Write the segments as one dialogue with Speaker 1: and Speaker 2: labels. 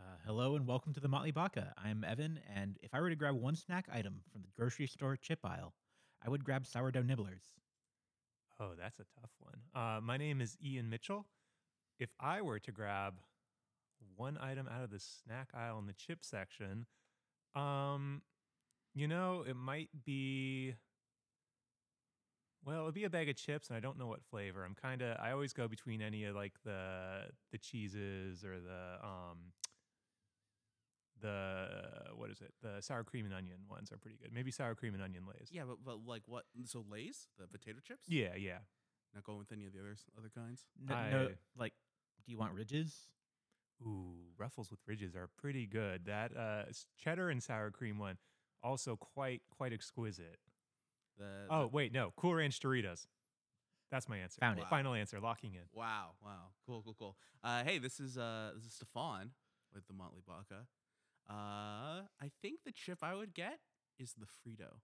Speaker 1: Uh, hello and welcome to the Motley Baca. I'm Evan, and if I were to grab one snack item from the grocery store chip aisle, I would grab sourdough nibblers.
Speaker 2: Oh, that's a tough one. Uh, my name is Ian Mitchell. If I were to grab one item out of the snack aisle in the chip section, um, you know, it might be. Well, it'd be a bag of chips, and I don't know what flavor. I'm kind of. I always go between any of like the the cheeses or the um the what is it? The sour cream and onion ones are pretty good. Maybe sour cream and onion lays.
Speaker 3: Yeah, but, but like what? So Lay's, the potato chips.
Speaker 2: Yeah, yeah.
Speaker 3: Not going with any of the others, other kinds.
Speaker 1: No, no
Speaker 2: I-
Speaker 1: like, do you want ridges?
Speaker 2: Ooh, ruffles with ridges are pretty good. That uh, s- cheddar and sour cream one also quite quite exquisite.
Speaker 3: Uh, The,
Speaker 2: Oh
Speaker 3: the-
Speaker 2: wait, no, Cool Ranch Doritos. That's my answer.
Speaker 1: Found it.
Speaker 2: Final answer. Locking in.
Speaker 3: wow, wow, cool, cool, cool. Uh, hey, this is uh, this is Stefan with the Motley Baca. Uh, I think the chip I would get is the Frito.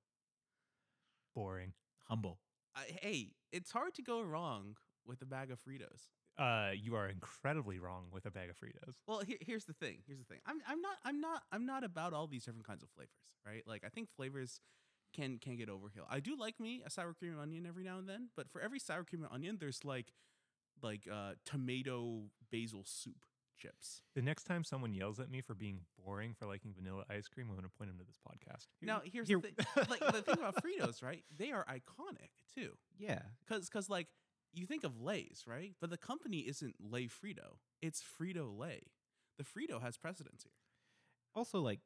Speaker 2: Boring.
Speaker 1: Humble.
Speaker 3: I, hey, it's hard to go wrong with a bag of Fritos.
Speaker 2: Uh, you are incredibly wrong with a bag of Fritos.
Speaker 3: Well, here, here's the thing. Here's the thing. I'm I'm not I'm not I'm not about all these different kinds of flavors, right? Like I think flavors can can get overkill. I do like me a sour cream and onion every now and then, but for every sour cream and onion, there's like like uh, tomato basil soup chips.
Speaker 2: The next time someone yells at me for being boring for liking vanilla ice cream, I'm going to point them to this podcast.
Speaker 3: Now here's
Speaker 1: here-
Speaker 3: the thing. like the thing about Fritos, right? They are iconic too,
Speaker 1: Yeah.
Speaker 3: because because like you think of Lay's, right? But the company isn't Lay Frito. It's Frito Lay. The Frito has precedence here.
Speaker 1: Also, like,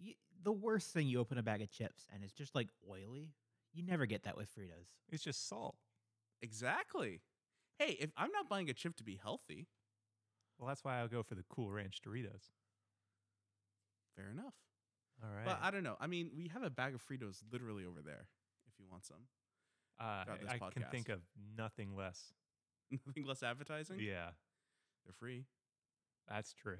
Speaker 1: y- the worst thing you open a bag of chips and it's just like oily. You never get that with Fritos.
Speaker 2: it's just salt.
Speaker 3: Exactly. Hey, if I'm not buying a chip to be healthy,
Speaker 2: Well, that's why I'll go for the Cool Ranch Doritos.
Speaker 3: fair enough.
Speaker 2: All right.
Speaker 3: But I don't know. I mean, we have a bag of Fritos literally over there if you want some.
Speaker 2: uh,
Speaker 3: got this
Speaker 2: I can
Speaker 3: podcast.
Speaker 2: think of nothing less.
Speaker 3: Nothing less advertising.
Speaker 2: Yeah,
Speaker 3: They're free.
Speaker 2: that's true.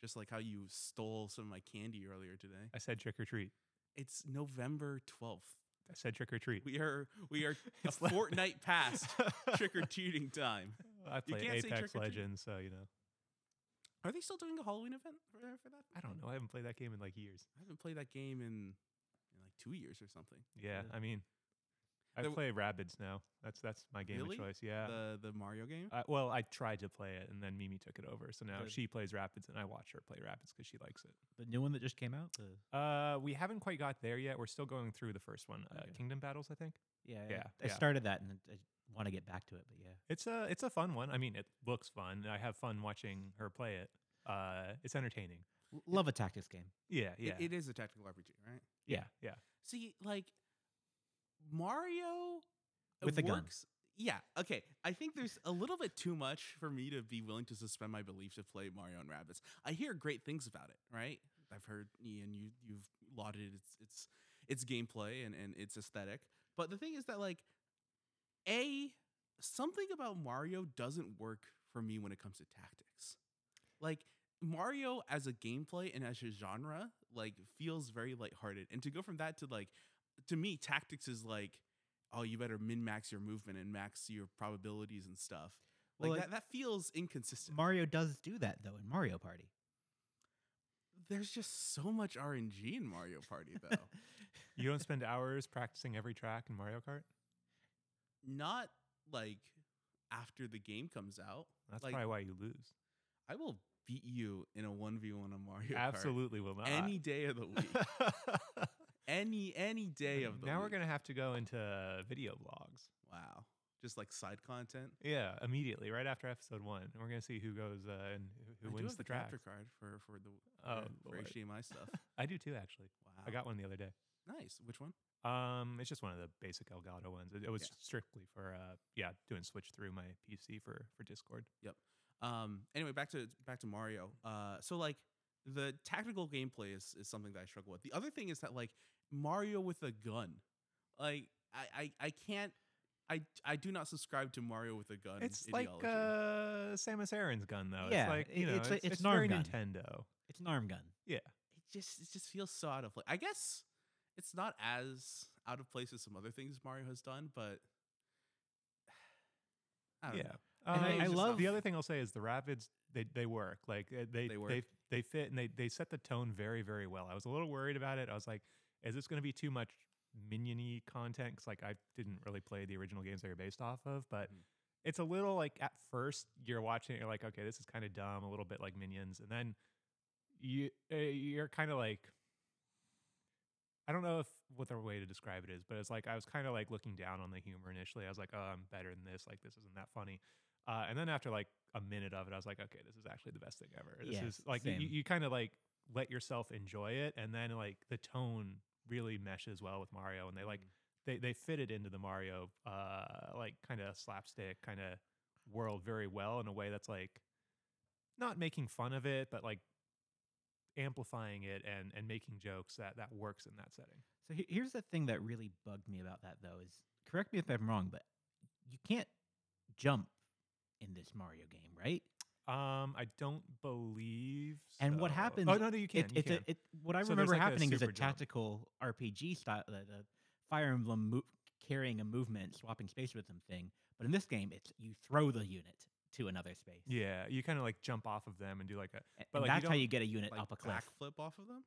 Speaker 3: Just like how you stole some of my candy earlier today.
Speaker 2: I said trick or treat.
Speaker 3: It's November 12th.
Speaker 2: I said trick or treat.
Speaker 3: We are we are a
Speaker 2: It's like-
Speaker 3: fortnight past trick or treating time.
Speaker 2: I play
Speaker 3: can't say trick or
Speaker 2: Apex
Speaker 3: treat.
Speaker 2: Legends, so you know.
Speaker 3: Are they still doing a Halloween event for uh, for that?
Speaker 2: I don't know. I haven't played that game in like years.
Speaker 3: I haven't played that game in, in like two years or something.
Speaker 2: Yeah,
Speaker 1: Yeah.
Speaker 2: I mean, I
Speaker 3: There-
Speaker 2: play Rabbids now. That's that's my game
Speaker 3: Really?
Speaker 2: of choice. Yeah.
Speaker 3: The the Mario game.
Speaker 2: I, well, I tried to play it, and then Mimi took it over. So now
Speaker 1: The-
Speaker 2: she plays Rapids, and I watch her play Rapids because she likes it.
Speaker 1: The new one that just came out. The
Speaker 2: Uh, we haven't quite got there yet. We're still going through the first one, uh,
Speaker 1: Okay.
Speaker 2: Kingdom Battles, I think.
Speaker 1: yeah, I-
Speaker 2: Yeah,
Speaker 1: I,
Speaker 2: yeah.
Speaker 1: started that and I want to get back to it, but yeah.
Speaker 2: It's a it's a fun one. I mean, it looks fun. I have fun watching her play it. Uh, it's entertaining.
Speaker 1: L- Love a tactics game.
Speaker 2: Yeah,
Speaker 3: It-
Speaker 2: yeah,
Speaker 3: it is a tactical RPG, right?
Speaker 2: yeah, yeah.
Speaker 3: See, like Mario
Speaker 1: With a gun.
Speaker 3: works. Yeah. Okay. I think there's a little bit too much for me to be willing to suspend my belief to play Mario and Rabbids. I hear great things about it, right? I've heard Ian, you you've lauded its its its gameplay and, and its aesthetic. But the thing is that like A, something about Mario doesn't work for me when it comes to tactics. Like Mario as a gameplay and as a genre, like feels very lighthearted. And to go from that to like to me, tactics is like, oh, you better min max your movement and max your probabilities and stuff. Like
Speaker 1: Well,
Speaker 3: that, that feels inconsistent.
Speaker 1: Mario does do that though in Mario Party.
Speaker 3: There's just so much RNG in Mario Party though.
Speaker 2: You don't spend hours practicing every track in Mario Kart.
Speaker 3: Not like after the game comes out.
Speaker 2: That's
Speaker 3: like
Speaker 2: probably why you lose.
Speaker 3: I will beat you in a one v one on Mario Kart
Speaker 2: Absolutely will not.
Speaker 3: any day of the week. any any day of the
Speaker 2: now we're
Speaker 3: week.
Speaker 2: gonna have to go into video blogs.
Speaker 3: wow. Just like side content.
Speaker 2: Yeah, immediately right after episode one, and we're gonna see who goes uh, and who- who
Speaker 3: I do
Speaker 2: wins
Speaker 3: have
Speaker 2: the
Speaker 3: the capture
Speaker 2: track.
Speaker 3: card for for the
Speaker 2: Oh,
Speaker 3: for, for
Speaker 2: Lord.
Speaker 3: HDMI stuff.
Speaker 2: I do too, actually.
Speaker 3: Wow,
Speaker 2: I got one the other day.
Speaker 3: nice. Which one?
Speaker 2: Um, it's just one of the basic Elgato ones. It, it was
Speaker 3: Yeah.
Speaker 2: strictly for uh, yeah, doing switch through my PC for for Discord.
Speaker 3: Um. Anyway, back to back to Mario. Uh. So like the tactical gameplay is is something that I struggle with. The other thing is that like Mario with a gun, like I I, I can't. I, I do not subscribe to Mario with a gun.
Speaker 2: It's like
Speaker 3: ideology.
Speaker 2: uh, Samus Aran's gun though.
Speaker 1: Yeah,
Speaker 2: it's like
Speaker 1: it-
Speaker 2: you know,
Speaker 1: it's
Speaker 2: it's,
Speaker 1: a-
Speaker 2: it's,
Speaker 1: it's an arm
Speaker 2: very
Speaker 1: gun.
Speaker 2: Nintendo.
Speaker 1: It's an arm gun.
Speaker 2: Yeah.
Speaker 3: it just it just feels so out of place. I guess it's not as out of place as some other things Mario has done, but I don't
Speaker 2: Yeah.
Speaker 3: know.
Speaker 1: And
Speaker 3: I-
Speaker 2: Um,
Speaker 3: I
Speaker 2: just-
Speaker 1: love-
Speaker 2: Um, the other thing I'll say is the Rapids they they work. Like uh, they
Speaker 3: They
Speaker 2: they
Speaker 3: work.
Speaker 2: they, they fit and they they set the tone very very well. I was a little worried about it. I was like, is this going to be too much miniony content? 'Cause, like I didn't really play the original games they were based off of, but.
Speaker 3: Mhm.
Speaker 2: It's a little like at first you're watching it, you're like, okay, this is kind of dumb, a little bit like Minions, and then you uh, you're kind of like, I don't know if what the way to describe it is, but it's like I was kind of like looking down on the humor initially. I was like, oh, I'm better than this. Like this isn't that funny. Uh, and then after like a minute of it, I was like, okay, this is actually the best thing ever. This
Speaker 1: Yeah,
Speaker 2: is like you,
Speaker 1: same.
Speaker 2: you kind of like let yourself enjoy it, and then like the tone really meshes well with Mario, and they
Speaker 1: Mm.
Speaker 2: like they they fit it into the Mario uh like kind of slapstick kind of world very well in a way that's like not making fun of it, but like amplifying it and and making jokes that that works in that setting.
Speaker 1: So he- here's the thing that really bugged me about that though is correct me if I'm wrong, but you can't jump in this Mario game, right?
Speaker 2: Um, I don't believe.
Speaker 1: And what
Speaker 2: so.
Speaker 1: happens-
Speaker 2: Oh no, no, you can.
Speaker 1: It-
Speaker 2: you
Speaker 1: it's
Speaker 2: can.
Speaker 1: A, it, what I
Speaker 2: So there's
Speaker 1: remember
Speaker 2: like a
Speaker 1: happening is a
Speaker 2: super jump.
Speaker 1: tactical RPG style, the, the Fire Emblem mo- carrying a movement, swapping space with them thing. But in this game, it's you throw the unit to another space.
Speaker 2: yeah, you kind of like jump off of them and do like a.
Speaker 1: A-
Speaker 2: but,
Speaker 1: and
Speaker 2: like, you
Speaker 1: that's how
Speaker 2: don't,
Speaker 1: you get a unit
Speaker 3: like
Speaker 1: up a cliff.
Speaker 3: backflip off of them.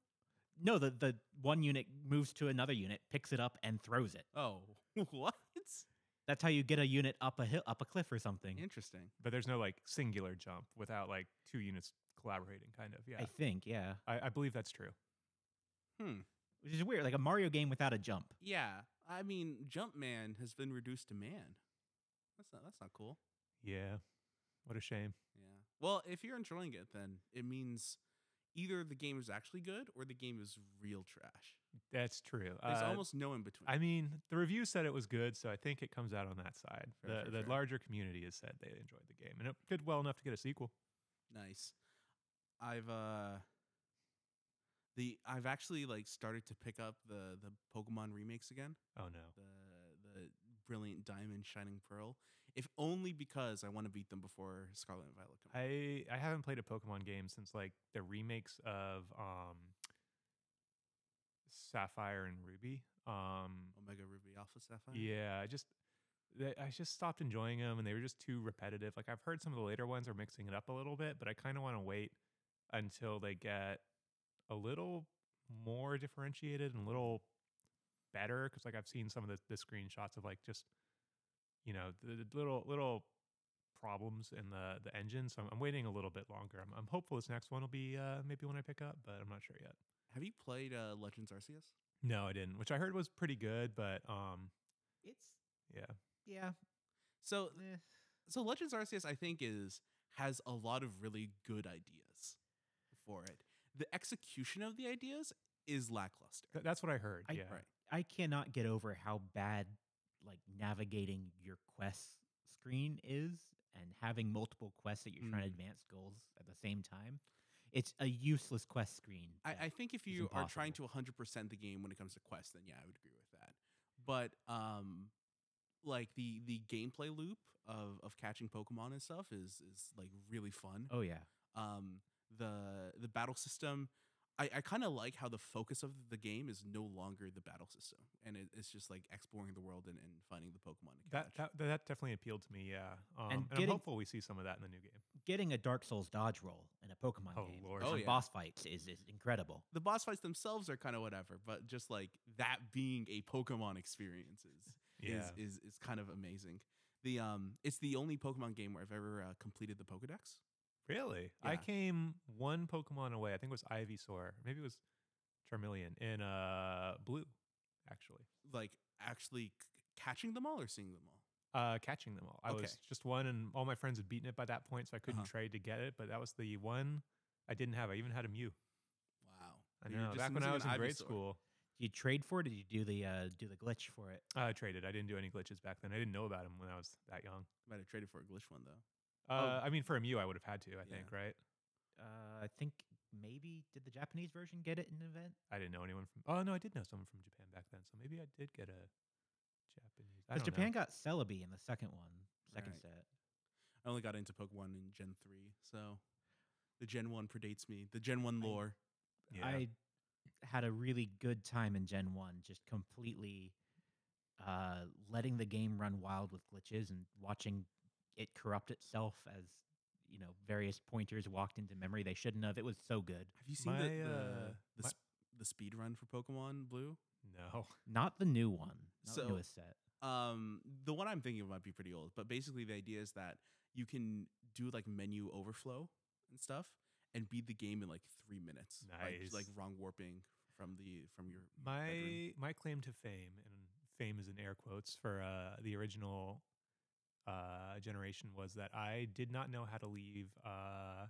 Speaker 1: No, the the one unit moves to another unit, picks it up, and throws it.
Speaker 3: Oh, what?
Speaker 1: That's how you get a unit up a hill, up a cliff or something.
Speaker 3: Interesting.
Speaker 2: But there's no like singular jump without like two units collaborating. Kind of. Yeah,
Speaker 1: I think, yeah,
Speaker 2: I, I, believe that's true.
Speaker 3: Hmm.
Speaker 1: which is weird, like a Mario game without a jump.
Speaker 3: Yeah, I mean, Jumpman has been reduced to man. That's not. That's not cool.
Speaker 2: Yeah. What a shame.
Speaker 3: Yeah. Well, if you're enjoying it, then it means either the game is actually good or the game is real trash.
Speaker 2: That's true.
Speaker 3: There's
Speaker 2: Uh,
Speaker 3: almost no in between.
Speaker 2: I mean, the review said it was good, so I think it comes out on that side.
Speaker 3: Fair,
Speaker 2: the
Speaker 3: fair,
Speaker 2: the
Speaker 3: fair.
Speaker 2: larger community has said they enjoyed the game, and it did well enough to get a sequel.
Speaker 3: nice. I've uh the I've actually like started to pick up the the Pokemon remakes again.
Speaker 2: Oh no.
Speaker 3: The the brilliant Diamond Shining Pearl. If only because I want to beat them before Scarlet and Violet come. out.
Speaker 2: I I haven't played a Pokemon game since like the remakes of um Sapphire and Ruby. Um
Speaker 3: Omega Ruby Alpha Sapphire.
Speaker 2: yeah, I just they, I just stopped enjoying them and they were just too repetitive. Like I've heard some of the later ones are mixing it up a little bit, but I kind of want to wait until they get a little more differentiated and a little better cuz like I've seen some of the, the screenshots of like just you know, the, the little little problems in the the engine. So I'm, I'm waiting a little bit longer. I'm, I'm hopeful this next one will be uh maybe when I pick up, but I'm not sure yet.
Speaker 3: Have you played uh, Legends Arceus?
Speaker 2: No, I didn't, which I heard was pretty good, but um
Speaker 1: It's
Speaker 2: yeah.
Speaker 1: yeah,
Speaker 3: So
Speaker 1: eh.
Speaker 3: so Legends Arceus, I think, is has a lot of really good ideas for it. The execution of the ideas is lackluster.
Speaker 2: Th- that's what I heard.
Speaker 1: I-
Speaker 2: yeah.
Speaker 3: Right.
Speaker 1: I cannot get over how bad like navigating your quest screen is and having multiple quests that you're trying to
Speaker 3: Mm.
Speaker 1: advance goals at the same time. It's a useless quest screen. that-
Speaker 3: I, I think if
Speaker 1: is
Speaker 3: you are trying to 100% the game when it comes to quests, then yeah, I would agree with that. But um, like the the gameplay loop of of catching Pokemon and stuff is is like really fun.
Speaker 1: oh yeah.
Speaker 3: um, the the battle system. I, I kind of like how the focus of the game is no longer the battle system, and it, it's just like exploring the world and, and finding the Pokemon. To
Speaker 2: That,
Speaker 3: catch.
Speaker 2: that that definitely appealed to me. Yeah. Um, and
Speaker 1: getting-
Speaker 2: I'm hopeful we see some of that in the new game.
Speaker 1: Getting a Dark Souls dodge roll in a Pokemon
Speaker 2: Oh,
Speaker 1: game
Speaker 2: Lord.
Speaker 1: or
Speaker 3: Oh,
Speaker 1: some
Speaker 3: yeah.
Speaker 1: boss fights is, is incredible.
Speaker 3: the boss fights themselves are kind of whatever, but just like that being a Pokemon experience is
Speaker 2: Yeah.
Speaker 3: is, is is kind of amazing. The um, it's the only Pokemon game where I've ever uh, completed the Pokedex.
Speaker 2: really? I
Speaker 3: Yeah.
Speaker 2: came one Pokemon away. I think it was Ivysaur. Maybe it was Charmeleon in uh blue, actually.
Speaker 3: Like actually c- catching them all or seeing them all.
Speaker 2: Uh catching them all. I was
Speaker 3: Okay.
Speaker 2: just one and all my friends had beaten it by that point, so I couldn't
Speaker 3: Uh-huh.
Speaker 2: trade to get it, but that was the one I didn't have. I even had a Mew.
Speaker 3: Wow,
Speaker 2: I
Speaker 3: You were
Speaker 2: know.
Speaker 3: just
Speaker 2: Back when I was
Speaker 3: missing
Speaker 2: in
Speaker 3: an
Speaker 2: grade
Speaker 3: Ivysaur.
Speaker 2: school,
Speaker 1: Do you trade for it or do you do the uh, do the glitch for it?
Speaker 2: I traded. I didn't do any glitches back then. I didn't know about them when I was that young.
Speaker 3: Might have traded for a glitch one though.
Speaker 2: Uh, I mean, for a Mew, I would have had to, I
Speaker 3: Oh. Yeah.
Speaker 2: think, right?
Speaker 1: Uh, I think maybe did the Japanese version get it in an event?
Speaker 2: I didn't know anyone from. Oh no, I did know someone from Japan back then, so maybe I did get a Japanese. I
Speaker 1: Because
Speaker 2: don't
Speaker 1: Japan
Speaker 2: know.
Speaker 1: got Celebi in the second one, second
Speaker 3: Right.
Speaker 1: set.
Speaker 3: I only got into Pokemon in Gen 3, so the Gen 1 predates me. The Gen 1
Speaker 1: I-
Speaker 3: lore.
Speaker 2: Yeah.
Speaker 1: I had a really good time in Gen 1, just completely uh, letting the game run wild with glitches and watching it corrupt itself as you know various pointers walked into memory they shouldn't have. It was so good.
Speaker 3: Have you seen
Speaker 2: My,
Speaker 3: the the,
Speaker 2: uh,
Speaker 3: the,
Speaker 2: my-
Speaker 3: sp- the speed run for Pokemon Blue?
Speaker 2: No.
Speaker 1: Not the new one. Not
Speaker 3: So-
Speaker 1: the newest set.
Speaker 3: Um, the one I'm thinking of might be pretty old, but basically the idea is that you can do like menu overflow and stuff, and beat the game in like three minutes. by j- like
Speaker 2: Nice.
Speaker 3: wrong warping from the from your bedroom.
Speaker 2: My my claim to fame, and fame is in air quotes for uh, the original uh, generation, was that I did not know how to leave uh,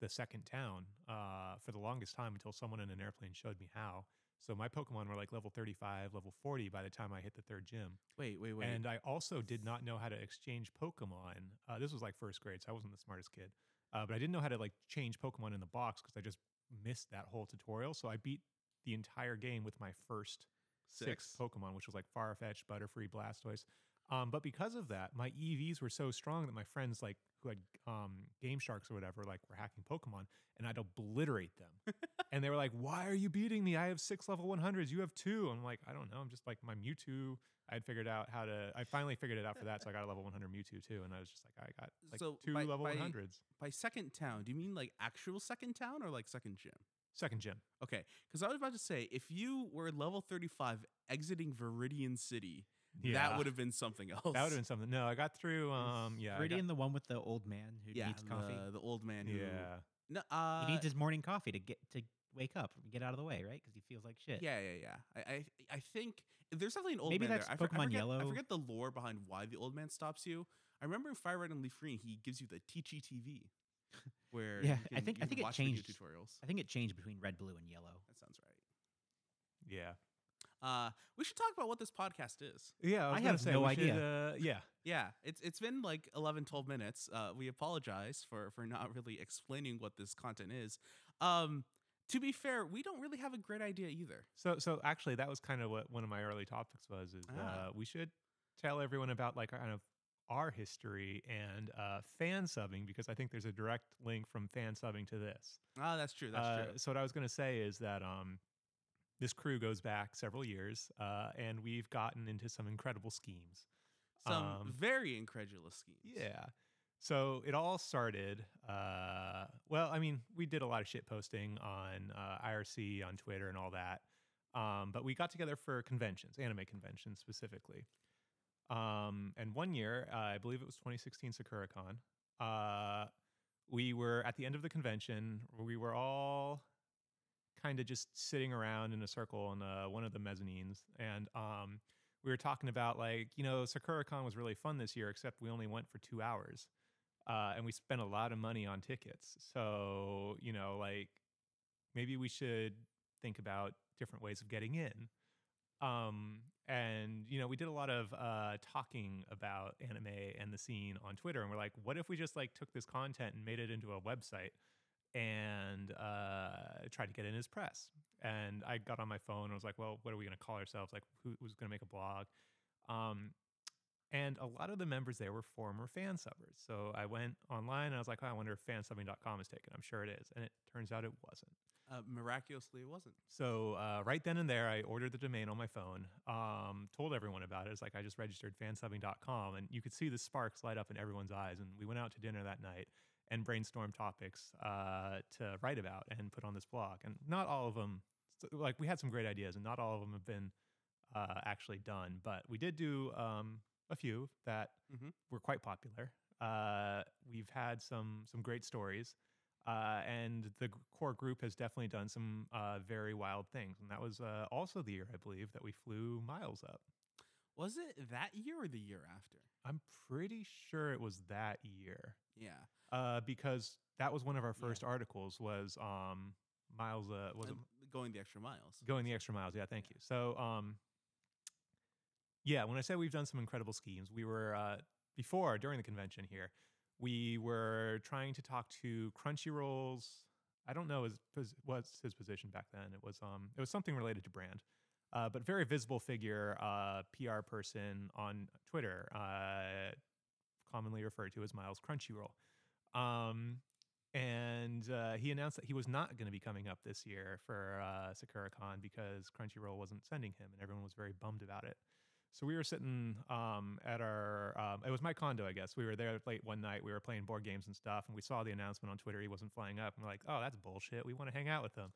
Speaker 2: the second town uh, for the longest time until someone in an airplane showed me how. So my Pokemon were like level 35, level 40 by the time I hit the third gym.
Speaker 3: Wait, wait, wait.
Speaker 2: And I also did not know how to exchange Pokemon. Uh, this was like first grade, so I wasn't the smartest kid. Uh, but I didn't know how to like change Pokemon in the box because I just missed that whole tutorial. So I beat the entire game with my first six, Pokemon, which was like Farfetch, Butterfree, Blastoise. Um, but because of that, my EVs were so strong that my friends, like who had um, Game Sharks or whatever, like were hacking Pokemon, and I'd obliterate them. and they were like, "Why are you beating me? I have six level 100s. You have two. I'm like, "I don't know. I'm just like my Mewtwo. I had figured out how to. I finally figured it out for that, so I got a level 100 Mewtwo too. And I was just like, I got like
Speaker 3: So
Speaker 2: two
Speaker 3: by-
Speaker 2: level
Speaker 3: by-
Speaker 2: 100s.
Speaker 3: By second town, do you mean like actual second town or like second gym?
Speaker 2: Second gym.
Speaker 3: Okay, because I was about to say if you were level 35 exiting Viridian City, that would have been something else.
Speaker 2: that would have been something. No, I got through. Um, yeah, I got-
Speaker 1: Viridian, the one with the old man who
Speaker 3: yeah,
Speaker 1: needs coffee.
Speaker 3: The, the old man. Who,
Speaker 2: yeah.
Speaker 3: No, uh,
Speaker 1: he needs his morning coffee to get to wake up, and get out of the way, right? Because he feels like shit.
Speaker 3: Yeah, yeah, yeah. I, I, I think there's definitely an old
Speaker 1: Maybe
Speaker 3: man
Speaker 1: that's
Speaker 3: there. I for- I
Speaker 1: Pokemon
Speaker 3: forget, I
Speaker 1: Yellow.
Speaker 3: forget the lore behind why the old man stops you. I remember in Fire Red and Leaf Green, he gives you the Teachy TV, where
Speaker 1: Yeah, I
Speaker 3: you can-
Speaker 1: think- I
Speaker 3: you can
Speaker 1: think it
Speaker 3: watch video
Speaker 1: changed.
Speaker 3: tutorials.
Speaker 1: I think it changed between red, blue, and yellow.
Speaker 3: That sounds right.
Speaker 2: Yeah.
Speaker 3: Uh, we should talk about what this podcast is.
Speaker 2: Yeah. I,
Speaker 1: I
Speaker 2: was gonna
Speaker 1: have
Speaker 2: say,
Speaker 1: no
Speaker 2: we should,
Speaker 1: idea.
Speaker 2: uh, yeah.
Speaker 3: Yeah, it's it's been like 11, 12 minutes. Uh, we apologize for for not really explaining what this content is. Um, to be fair, we don't really have a great idea either.
Speaker 2: So, so actually, that was kind of what one of my early topics was: is
Speaker 3: Ah.
Speaker 2: uh, we should tell everyone about like kind of our history and uh, fan subbing because I think there's a direct link from fan subbing to this.
Speaker 3: Ah, that's true. That's
Speaker 2: Uh,
Speaker 3: true.
Speaker 2: So, what I was going to say is that um, this crew goes back several years, uh, and we've gotten into some incredible schemes.
Speaker 3: Some
Speaker 2: um,
Speaker 3: very incredulous schemes.
Speaker 2: Yeah. So it all started. Uh, well, I mean, we did a lot of shit posting on uh, IRC, on Twitter, and all that. Um, but we got together for conventions, anime conventions specifically. Um, and one year, uh, I believe it was 2016 SakuraCon. Uh, we were at the end of the convention. We were all kind of just sitting around in a circle in uh, one of the mezzanines, and um, we were talking about like you know SakuraCon was really fun this year, except we only went for two hours, uh, and we spent a lot of money on tickets. So you know, like maybe we should think about different ways of getting in. Um, and you know, we did a lot of uh, talking about anime and the scene on Twitter, and we're like, what if we just like took this content and made it into a website? and uh, tried to get in his press. And I got on my phone and was like, well, what are we going to call ourselves? Like, who, who's going to make a blog? Um, and a lot of the members there were former fan subbers. So I went online and I was like, oh, I wonder if fansubbing.com is taken. I'm sure it is. And it turns out it wasn't.
Speaker 3: Uh, miraculously, it wasn't.
Speaker 2: So uh, right then and there, I ordered the domain on my phone, um, told everyone about it. It's like I just registered fansubbing.com, and you could see the sparks light up in everyone's eyes. And we went out to dinner that night and brainstormed topics uh, to write about and put on this blog. And not all of them, like we had some great ideas, and not all of them have been uh, actually done, but we did do um, a few that
Speaker 3: Mhm.
Speaker 2: were quite popular. Uh, we've had some some great stories uh, and the g- core group has definitely done some uh, very wild things. And that was uh, also the year, I believe, that we flew Miles up.
Speaker 3: Was it that year or the year after?
Speaker 2: I'm pretty sure it was that year
Speaker 3: Yeah.
Speaker 2: uh, because that was one of our
Speaker 3: Yeah.
Speaker 2: first articles. Was um, Miles uh, was it
Speaker 3: and going the extra miles.
Speaker 2: Going the extra miles. Yeah, thank you. So, um, yeah, when I said we've done some incredible schemes, we were uh, before during the convention here, we were trying to talk to Crunchyroll's. I don't know his pos- what's his position back then. It was um it was something related to brand, uh, but very visible figure, uh, PR person on Twitter, uh, commonly referred to as Miles Crunchyroll. Um, and uh, he announced that he was not going to be coming up this year for uh, SakuraCon because Crunchyroll wasn't sending him, and everyone was very bummed about it. So we were sitting um, at our, um, it was my condo, I guess. We were there late one night. We were playing board games and stuff, and we saw the announcement on Twitter. He wasn't flying up. And we're like, oh, that's bullshit. We want to hang out with him.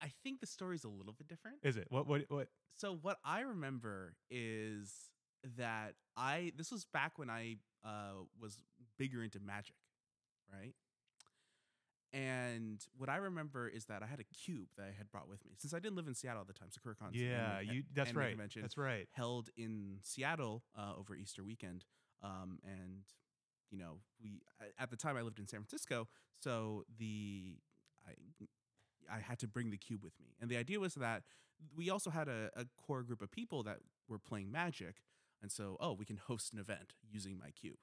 Speaker 3: I think the story's a little bit different.
Speaker 2: Is it? What? What? What?
Speaker 3: So what I remember is that I this was back when I uh, was bigger into magic, right? And what I remember is that I had a cube that I had brought with me since I didn't live in Seattle at the time. So KureCon's
Speaker 2: yeah,
Speaker 3: anime-
Speaker 2: you. That's
Speaker 3: anime
Speaker 2: right.
Speaker 3: convention
Speaker 2: That's right.
Speaker 3: held in Seattle uh, over Easter weekend, um, and you know we a- at the time I lived in San Francisco, so the I I had to bring the cube with me, and the idea was that we also had a, a core group of people that were playing Magic, and so oh we can host an event using my cube.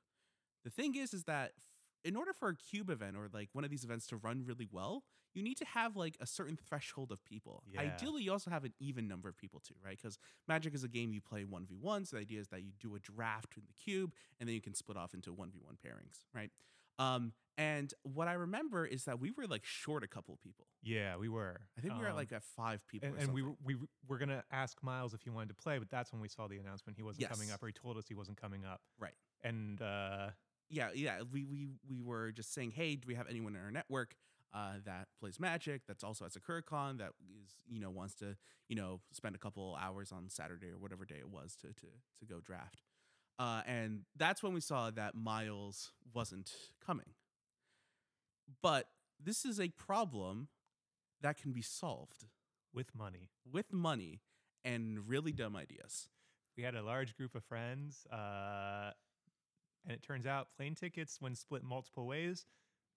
Speaker 3: The thing is, is that f- in order for a cube event or like one of these events to run really well, you need to have like a certain threshold of people.
Speaker 2: Yeah.
Speaker 3: Ideally, you also have an even number of people too, right? Because Magic is a game you play 1v1. So the idea is that you do a draft in the cube and then you can split off into 1v1 pairings, right? Um, and what I remember is that we were like short a couple of people.
Speaker 2: Yeah, we were.
Speaker 3: I think we were at
Speaker 2: Um,
Speaker 3: like at five people.
Speaker 2: and,
Speaker 3: or
Speaker 2: and we
Speaker 3: something.
Speaker 2: were- we were gonna ask Miles if he wanted to play, but that's when we saw the announcement he wasn't coming
Speaker 3: Yes.
Speaker 2: up, or he told us he wasn't coming up.
Speaker 3: Right.
Speaker 2: And uh,
Speaker 3: yeah, yeah, we we we were just saying, hey, do we have anyone in our network uh, that plays Magic? That's also at Sakuracon that is you know wants to you know spend a couple hours on Saturday or whatever day it was to to to go draft. Uh, and that's when we saw that Miles wasn't coming. But this is a problem that can be solved
Speaker 2: with money,
Speaker 3: with money and really dumb ideas.
Speaker 2: we had a large group of friends, uh, and it turns out plane tickets, when split multiple ways,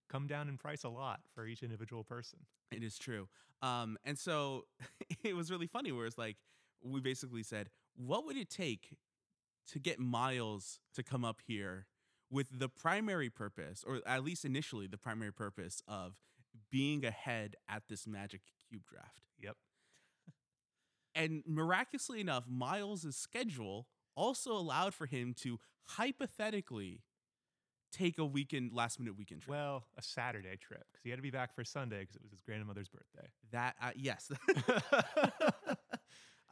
Speaker 2: come down in price a lot for each individual person.
Speaker 3: It is true. Um, and so it was really funny where it's like we basically said, what would it take to get Miles to come up here with the primary purpose, or at least initially the primary purpose of being ahead at this magic cube draft?
Speaker 2: Yep.
Speaker 3: And miraculously enough, Miles' schedule also allowed for him to hypothetically take a weekend last minute weekend trip.
Speaker 2: Well, a Saturday trip because he had to be back for Sunday because it was his grandmother's birthday.
Speaker 3: that uh, yes.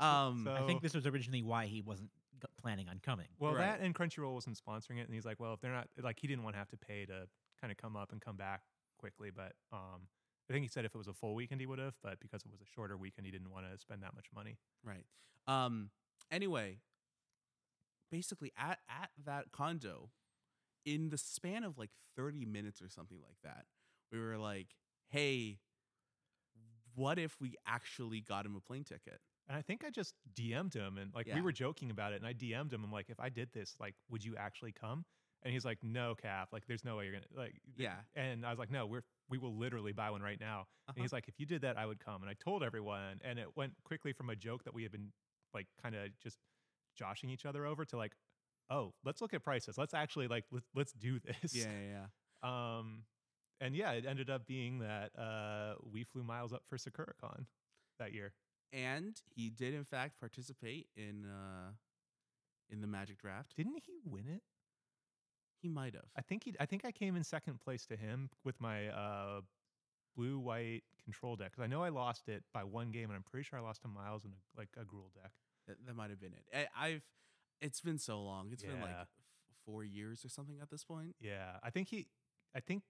Speaker 3: um
Speaker 2: So-
Speaker 1: I think
Speaker 2: Oh.
Speaker 1: this was originally why he wasn't g- planning on coming.
Speaker 2: Well,
Speaker 3: Right.
Speaker 2: that and Crunchyroll wasn't sponsoring it, and he's like, well, if they're not, like, he didn't want to have to pay to kind of come up and come back quickly, but um, I think he said if it was a full weekend, he would have, but because it was a shorter weekend, he didn't want to spend that much money.
Speaker 3: Right. Um. Anyway, basically at at that condo, in the span of like thirty minutes or something like that, we were like, "Hey, what if we actually got him a plane ticket?"
Speaker 2: And I think I just DM'd him, and like
Speaker 3: Yeah.
Speaker 2: we were joking about it, and I DM'd him. I'm like, if I did this, like, would you actually come? And he's like, no, Cap. Like, there's no way you're gonna like. th-
Speaker 3: Yeah.
Speaker 2: And I was like, no, we're we will literally buy one right now. And he's like, if you did that, I would come. And I told everyone, and it went quickly from a joke that we had been like kind of just joshing each other over to like, oh, let's look at prices. Let's actually like let, let's do this.
Speaker 3: Yeah, yeah, yeah.
Speaker 2: Um, and yeah, it ended up being that uh, we flew miles up for SakuraCon that year.
Speaker 3: And he did in fact participate in uh in the magic draft.
Speaker 2: Didn't he win it?
Speaker 3: He might have.
Speaker 2: I think he. I think I came in second place to him with my uh, blue white control deck. 'Cause I know I lost it by one game, and I'm pretty sure I lost to Miles in a, like a gruel deck.
Speaker 3: That, that might have been it. I, I've. It's been so long. It's been like
Speaker 2: Yeah.
Speaker 3: f- four years or something at this point.
Speaker 2: Yeah, I think he. I think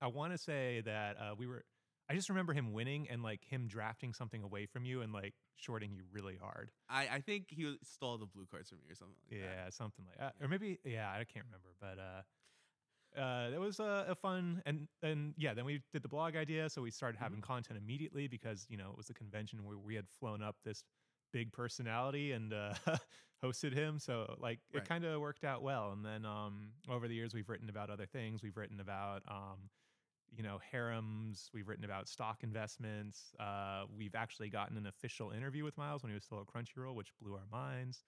Speaker 2: I want to say that uh, we were. I just remember him winning and like him drafting something away from you and like shorting you really hard.
Speaker 3: I, I think he stole the blue cards from me or something like that.
Speaker 2: Yeah, something like that. Or maybe yeah, I can't remember, but uh uh, that was a, a fun and and yeah. Then we did the blog idea, so we started having
Speaker 3: Mm-hmm.
Speaker 2: content immediately because you know it was the convention where we had flown up this big personality and uh, hosted him. So like
Speaker 3: Right.
Speaker 2: it kind of worked out well. And then um, over the years, we've written about other things. We've written about um, you know harems. We've written about stock investments. Uh, we've actually gotten an official interview with Miles when he was still at Crunchyroll, which blew our minds.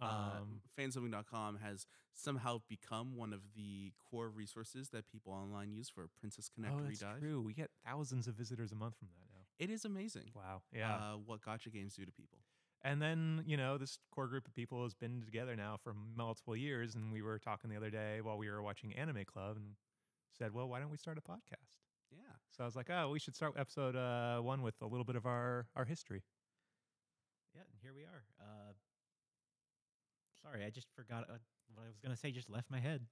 Speaker 3: uh,
Speaker 2: Um,
Speaker 3: fansomething.com has somehow become one of the core resources that people online use for Princess Connect
Speaker 2: oh, that's
Speaker 3: Redive.
Speaker 2: true. We get thousands of visitors a month from that now.
Speaker 3: It is amazing.
Speaker 2: Wow. Yeah.
Speaker 3: Uh, what gotcha games do to people.
Speaker 2: and then you know this core group of people has been together now for multiple years, and we were talking the other day while we were watching Anime Club, and said, "Well, why don't we start a podcast?"
Speaker 3: Yeah.
Speaker 2: So I was like, "Oh, we should start episode uh, one with a little bit of our our history."
Speaker 1: yeah, and here we are. Uh, sorry, I just forgot uh, what I was gonna say. Just left my head.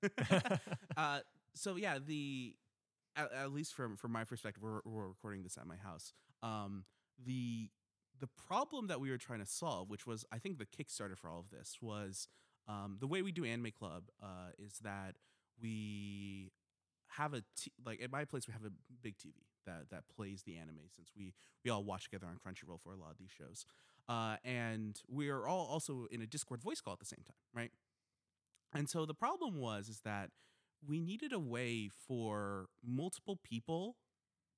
Speaker 3: uh, so yeah, the at, at least from from my perspective, we're, we're recording this at my house. Um, the the problem that we were trying to solve, which was I think the Kickstarter for all of this, was um, the way we do Anime Club uh, is that we have a t- like at my place we have a big TV that that plays the anime since we we all watch together on Crunchyroll for a lot of these shows. Uh, and we are all also in a Discord voice call at the same time, right? And so the problem was is that we needed a way for multiple people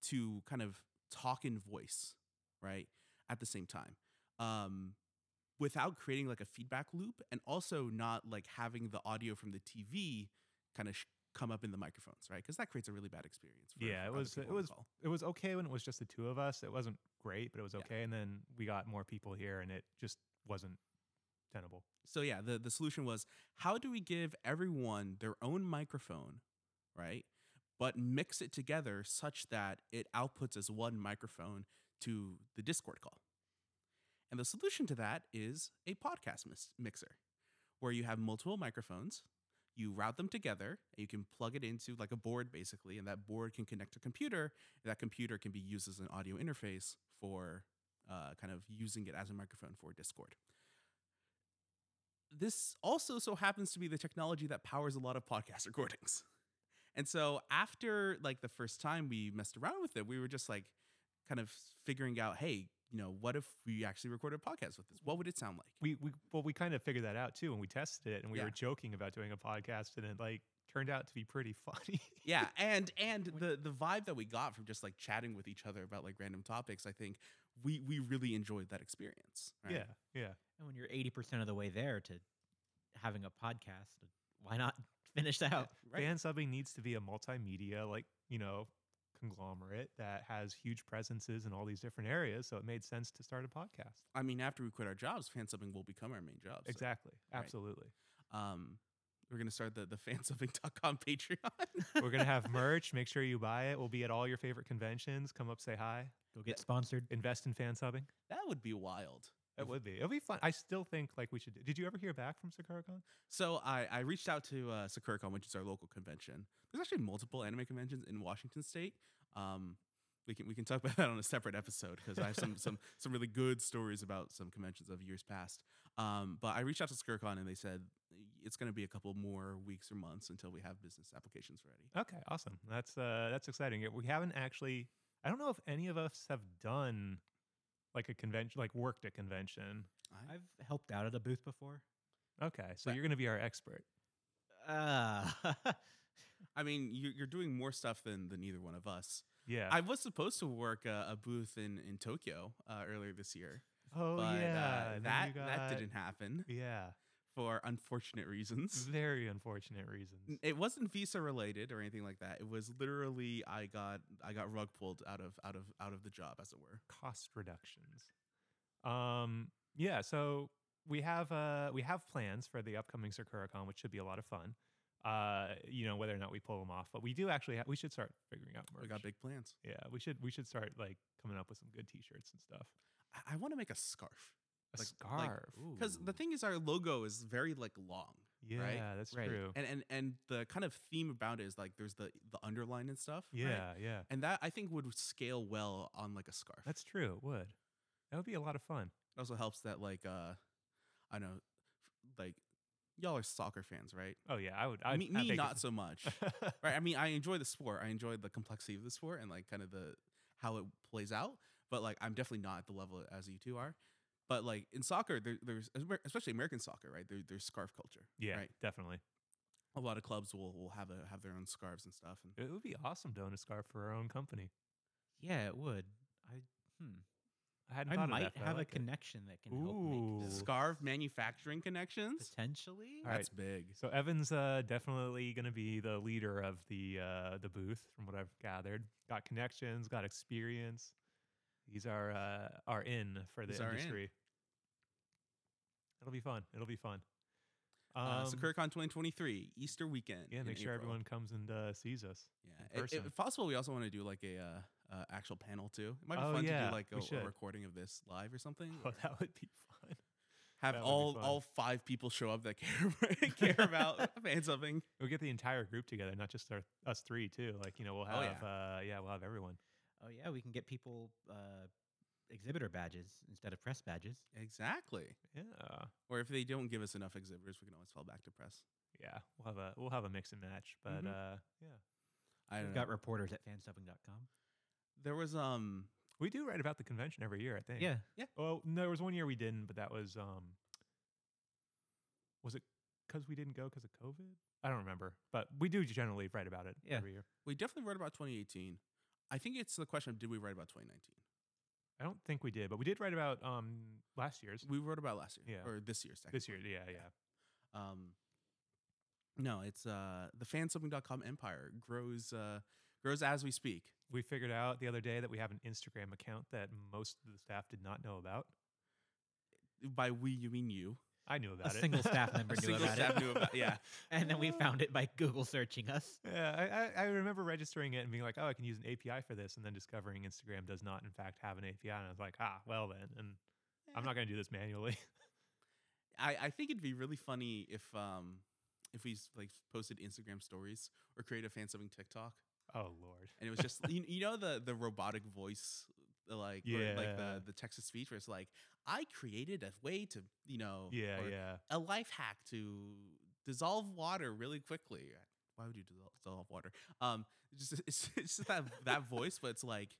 Speaker 3: to kind of talk in voice, right, at the same time, um, without creating like a feedback loop, and also not like having the audio from the TV kind of sh- come up in the microphones, right? Because that creates a really bad experience.
Speaker 2: Yeah, it
Speaker 3: other
Speaker 2: was-
Speaker 3: people
Speaker 2: it
Speaker 3: on the
Speaker 2: was
Speaker 3: call.
Speaker 2: it was okay when it was just the two of us. It wasn't great, but it was
Speaker 3: Yeah.
Speaker 2: okay. And then we got more people here, and it just wasn't tenable.
Speaker 3: So yeah, the the solution was how do we give everyone their own microphone, right? But mix it together such that it outputs as one microphone to the Discord call. And the solution to that is a podcast mis- mixer where you have multiple microphones, you route them together, and you can plug it into like a board basically, and that board can connect to a computer. And that computer can be used as an audio interface for uh, kind of using it as a microphone for Discord this also so happens to be the technology that powers a lot of podcast recordings. And so after like the first time we messed around with it, we were just like kind of figuring out, hey, you know, what if we actually recorded a podcast with this? What would it sound like?
Speaker 2: We we well we kind of figured that out too when we tested it, and we
Speaker 3: Yeah.
Speaker 2: were joking about doing a podcast, and it like turned out to be pretty funny.
Speaker 3: yeah, and and the the vibe that we got from just like chatting with each other about like random topics, I think we we really enjoyed that experience. right?
Speaker 2: Yeah, yeah.
Speaker 1: and when you're eighty percent of the way there to having a podcast, why not finish
Speaker 3: Yeah,
Speaker 1: out?
Speaker 3: right.
Speaker 2: Fan subbing needs to be a multimedia, like, you know, conglomerate that has huge presences in all these different areas. So it made sense to start a podcast.
Speaker 3: I mean, after we quit our jobs, fan subbing will become our main job. so,
Speaker 2: Exactly.
Speaker 3: Right.
Speaker 2: Absolutely.
Speaker 3: um, we're gonna start the the fansubbing.com Patreon.
Speaker 2: We're going to have merch. Make sure you buy it. We'll be at all your favorite conventions. Come up, say hi,
Speaker 1: Go get sponsored.
Speaker 2: invest in fan subbing.
Speaker 3: That would be wild.
Speaker 2: It would be. It'll be fun. I still think like we should. Do. Did you ever hear back from SakuraCon?
Speaker 3: So I, I reached out to uh, SakuraCon, which is our local convention. There's actually multiple anime conventions in Washington State. Um, we can we can talk about that on a separate episode because I have some some some really good stories about some conventions of years past. Um, but I reached out to SakuraCon and they said it's going to be a couple more weeks or months until we have business applications ready.
Speaker 2: Okay, awesome. That's uh, that's exciting. Yeah, We haven't actually. I don't know if any of us have done like a convention, like worked a convention.
Speaker 3: I-
Speaker 1: I've helped out at a booth before.
Speaker 2: Okay, so
Speaker 3: But-
Speaker 2: you're going to be our expert. Ah.
Speaker 1: Uh,
Speaker 3: I mean, you, you're doing more stuff than than either one of us.
Speaker 2: Yeah.
Speaker 3: I was supposed to work a, a booth in in Tokyo uh, earlier this year,
Speaker 2: oh
Speaker 3: but uh,
Speaker 2: yeah. and then
Speaker 3: that
Speaker 2: you
Speaker 3: that
Speaker 2: got-
Speaker 3: didn't happen
Speaker 2: Yeah.
Speaker 3: for unfortunate reasons.
Speaker 2: Very unfortunate reasons.
Speaker 3: N- It wasn't visa related or anything like that. It was literally I got I got rug pulled out of out of out of the job as it were.
Speaker 2: Cost reductions. Um. Yeah. So we have uh we have plans for the upcoming SakuraCon, which should be a lot of fun. Uh, you know whether or not we pull them off, but we do actually ha- we should start figuring out merch.
Speaker 3: We got big plans.
Speaker 2: Yeah, we should we should start like coming up with some good T-shirts and stuff.
Speaker 3: I, I want to make a scarf
Speaker 2: A
Speaker 3: Like- like-
Speaker 2: scarf.
Speaker 3: because the thing is our logo is very like long,
Speaker 2: yeah,
Speaker 3: right,
Speaker 2: that's
Speaker 1: right.
Speaker 2: true.
Speaker 3: and and and the kind of theme about it is like there's the the underline and stuff. right?
Speaker 2: yeah, yeah,
Speaker 3: and that I think would scale well on like a scarf.
Speaker 2: that's true. It would. That would be a lot of fun.
Speaker 3: it also helps that like uh I know like y'all are soccer fans, right?
Speaker 2: Oh yeah, I would. I'd,
Speaker 3: me
Speaker 2: I'd
Speaker 3: me
Speaker 2: make
Speaker 3: not
Speaker 2: it.
Speaker 3: so much. right i mean i enjoy the sport i enjoy the complexity of the sport and like kind of the how it plays out but like i'm definitely not at the level as you two are but like in soccer there, there's especially american soccer right there, there's scarf culture
Speaker 2: yeah,
Speaker 3: right
Speaker 2: definitely.
Speaker 3: a lot of clubs will, will have a, have their own scarves and stuff and
Speaker 2: It would be awesome to own a scarf for our own company.
Speaker 1: yeah, it would. I hmm.
Speaker 2: I hadn't thought
Speaker 1: I
Speaker 2: of
Speaker 1: might
Speaker 2: that, but I
Speaker 1: have
Speaker 2: like
Speaker 1: a
Speaker 2: it.
Speaker 1: connection that can help make
Speaker 2: Ooh.
Speaker 1: this
Speaker 3: scarf manufacturing connections
Speaker 1: potentially.
Speaker 2: All right.
Speaker 3: that's big
Speaker 2: So Evan's uh, definitely going to be the leader of the uh, the booth, from what I've gathered. Got connections, got experience. He's our uh, our in for the
Speaker 3: He's our in.
Speaker 2: industry. It'll be fun. It'll be fun.
Speaker 3: uh,
Speaker 2: Um,
Speaker 3: so KirkCon 2023 Easter weekend.
Speaker 2: yeah,
Speaker 3: in
Speaker 2: make sure
Speaker 3: April.
Speaker 2: everyone comes and uh, sees us.
Speaker 3: Yeah, if,
Speaker 2: person.
Speaker 3: if possible, we also want to do like a uh, uh, actual panel too. It might be
Speaker 2: Oh,
Speaker 3: fun to
Speaker 2: yeah,
Speaker 3: do like
Speaker 2: we
Speaker 3: a- a,
Speaker 2: should.
Speaker 3: recording of this live or something.
Speaker 2: Oh,
Speaker 3: or
Speaker 2: that would be fun.
Speaker 3: have
Speaker 2: that would be
Speaker 3: all
Speaker 2: fun.
Speaker 3: all five people show up that care care about fan something.
Speaker 2: We'll get the entire group together, not just our, us three too. Like you know, we'll have
Speaker 3: Oh,
Speaker 2: uh, yeah, we'll have everyone.
Speaker 1: Oh yeah, we can get people uh, exhibitor badges instead of press badges.
Speaker 3: Exactly.
Speaker 2: Yeah,
Speaker 3: Or if they don't give us enough exhibitors, we can always fall back to press.
Speaker 2: yeah, we'll have a we'll have a mix and match. But uh, yeah,
Speaker 3: I don't
Speaker 1: We've
Speaker 3: know.
Speaker 1: got reporters at fanstuffing.com.
Speaker 3: there was um
Speaker 2: we do write about the convention every year. I think.
Speaker 1: Yeah,
Speaker 2: Well, Oh, no, there was one year we didn't, but that was um, was it because we didn't go because of COVID? I don't remember, but we do generally write about it
Speaker 1: Yeah.
Speaker 2: every year.
Speaker 3: we definitely wrote about 2018. I think it's the question: Did we write about 2019?
Speaker 2: I don't think we did, but we did write about um last year's
Speaker 3: We wrote about last year
Speaker 2: Yeah.
Speaker 3: or this year's
Speaker 2: this year.
Speaker 3: technically.
Speaker 2: Yeah, yeah.
Speaker 3: Um, no, it's uh, the fansomething.com empire grows uh, grows as we speak.
Speaker 2: We figured out the other day that we have an Instagram account that most of the staff did not know about.
Speaker 3: By we, you mean you.
Speaker 2: I knew about it.
Speaker 1: single staff member
Speaker 2: A
Speaker 1: knew
Speaker 2: single
Speaker 1: about it.
Speaker 2: staff
Speaker 3: knew about- yeah.
Speaker 1: and then we found it by Google searching us.
Speaker 2: Yeah, I, I, I remember registering it and being like, oh, I can use an API for this, and then discovering Instagram does not, in fact, have an API. And I was like, ah, well then, and I'm not going to do this manually.
Speaker 3: I, I think it'd be really funny if um if we s- like posted Instagram stories or create a fansomething TikTok
Speaker 2: oh lord.
Speaker 3: and it was just you, you know the the robotic voice uh, like where, like
Speaker 2: Yeah.
Speaker 3: the the text to speech where it's like I created a way to you know
Speaker 2: Yeah,
Speaker 3: or
Speaker 2: yeah.
Speaker 3: a life hack to dissolve water really quickly. Why would you dissolve, dissolve water? Um, it's just, it's, it's just that that voice, but it's like,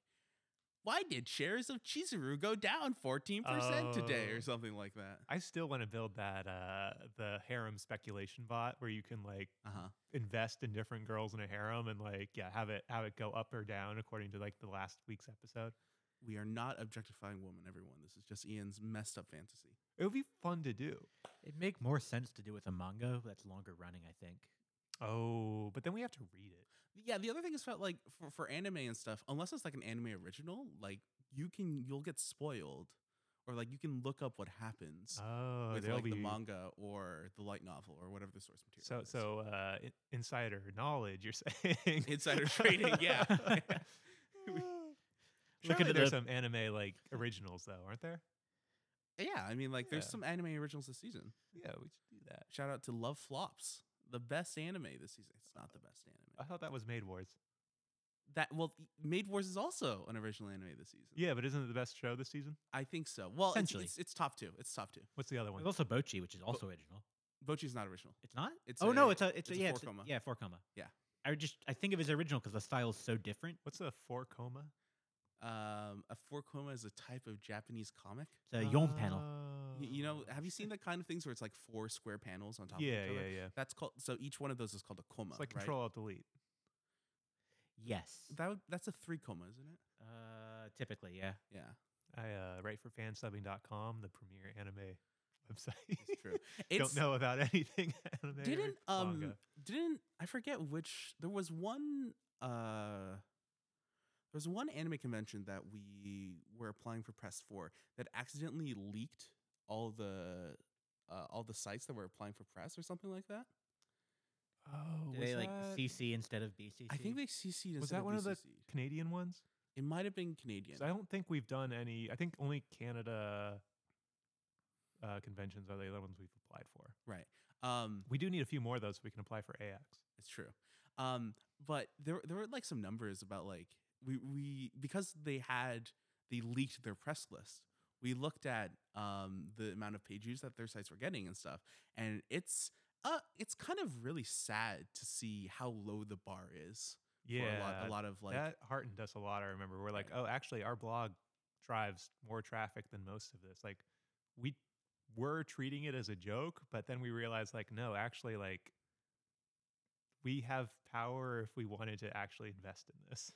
Speaker 3: why did shares of Chizuru go down fourteen percent today,
Speaker 2: Oh.
Speaker 3: or something like that?
Speaker 2: I still want to build that uh the harem speculation bot where you can like
Speaker 3: Uh huh.
Speaker 2: invest in different girls in a harem and like yeah have it have it go up or down according to like the last week's episode.
Speaker 3: We are not objectifying women, everyone. This is just Ian's messed up fantasy.
Speaker 2: It would be fun to do.
Speaker 1: It'd make more sense to do with a manga that's longer running, I think.
Speaker 2: Oh, but then we have to read it.
Speaker 3: Yeah, the other thing is felt like for, for anime and stuff, unless it's like an anime original, like you can you'll get spoiled, or like you can look up what happens.
Speaker 2: Oh,
Speaker 3: with
Speaker 2: there'll
Speaker 3: like
Speaker 2: be
Speaker 3: the manga or the light novel or whatever the source
Speaker 2: So,
Speaker 3: material. is.
Speaker 2: so uh, i- insider knowledge, you're saying
Speaker 3: Insider trading, yeah.
Speaker 2: Surely
Speaker 1: Looking at
Speaker 2: there's
Speaker 1: the-
Speaker 2: some anime like originals though, aren't there?
Speaker 3: yeah, I mean, like there's
Speaker 2: Yeah.
Speaker 3: some anime originals this season.
Speaker 2: Yeah, we should do that.
Speaker 3: Shout out to Love Flops, the best anime this season. It's not the best
Speaker 2: I
Speaker 3: anime.
Speaker 2: thought that was Maid Wars.
Speaker 3: That well, Maid Wars is also an original anime this season.
Speaker 2: Yeah, but isn't it the best show this season?
Speaker 3: I think so. Well, it's,
Speaker 1: Essentially.
Speaker 3: it's, it's top two. It's top two.
Speaker 2: What's the other one?
Speaker 1: There's also Bochi, which is also original.
Speaker 3: Bochi's not original.
Speaker 1: It's not.
Speaker 3: It's
Speaker 1: oh no,
Speaker 3: a-
Speaker 1: it's a it's,
Speaker 3: it's
Speaker 1: a,
Speaker 3: a
Speaker 1: yeah
Speaker 3: four
Speaker 1: it's a-
Speaker 3: comma.
Speaker 1: yeah four comma
Speaker 3: Yeah.
Speaker 1: I would just I think of it as original because the style is so different.
Speaker 2: What's a four coma?
Speaker 3: Um, a four coma is a type of Japanese comic.
Speaker 1: It's a Yom panel.
Speaker 3: Uh, Y- You know, have you seen the kind of things where it's like four square panels on top
Speaker 2: Oh, Yeah,
Speaker 3: of each
Speaker 2: yeah,
Speaker 3: other?
Speaker 2: yeah.
Speaker 3: That's called. So each one of those is called a comma.
Speaker 2: It's like
Speaker 3: right?
Speaker 2: Control Alt Delete.
Speaker 1: Yes.
Speaker 3: That would, that's a three coma, isn't it?
Speaker 1: Uh, typically, yeah.
Speaker 3: Yeah.
Speaker 2: I uh, write for fansubbing.com, the premier anime website.
Speaker 3: It's true.
Speaker 2: Don't know about anything anime. or
Speaker 3: Didn't um
Speaker 2: manga.
Speaker 3: didn't I forget which there was one uh there was one anime convention that we were applying for press for that accidentally leaked all the uh, all the sites that were applying for press or something like that.
Speaker 2: Oh,
Speaker 1: Do
Speaker 2: was
Speaker 1: they like
Speaker 2: that
Speaker 1: CC instead of BCC?
Speaker 3: I think they CC'd.
Speaker 2: Was
Speaker 3: instead
Speaker 2: that one of the-
Speaker 3: BCC'd.
Speaker 2: Canadian ones?
Speaker 3: It might have been Canadian.
Speaker 2: So I don't think we've done any. I think only Canada uh, conventions are the other ones we've applied for.
Speaker 3: right. Um,
Speaker 2: We do need a few more though, so we can apply for AX.
Speaker 3: It's true. Um, but there there were like some numbers about like we we because they had they leaked their press list. We looked at um the amount of page views that their sites were getting and stuff, and it's uh it's kind of really sad to see how low the bar is
Speaker 2: Yeah,
Speaker 3: for a lot, a lot of like Mm.
Speaker 2: that heartened us a lot. I remember we're like, oh, actually, our blog drives more traffic than most of this. Like, we were treating it as a joke, but then we realized, like, no, actually, like, we have power if we wanted to actually invest in this.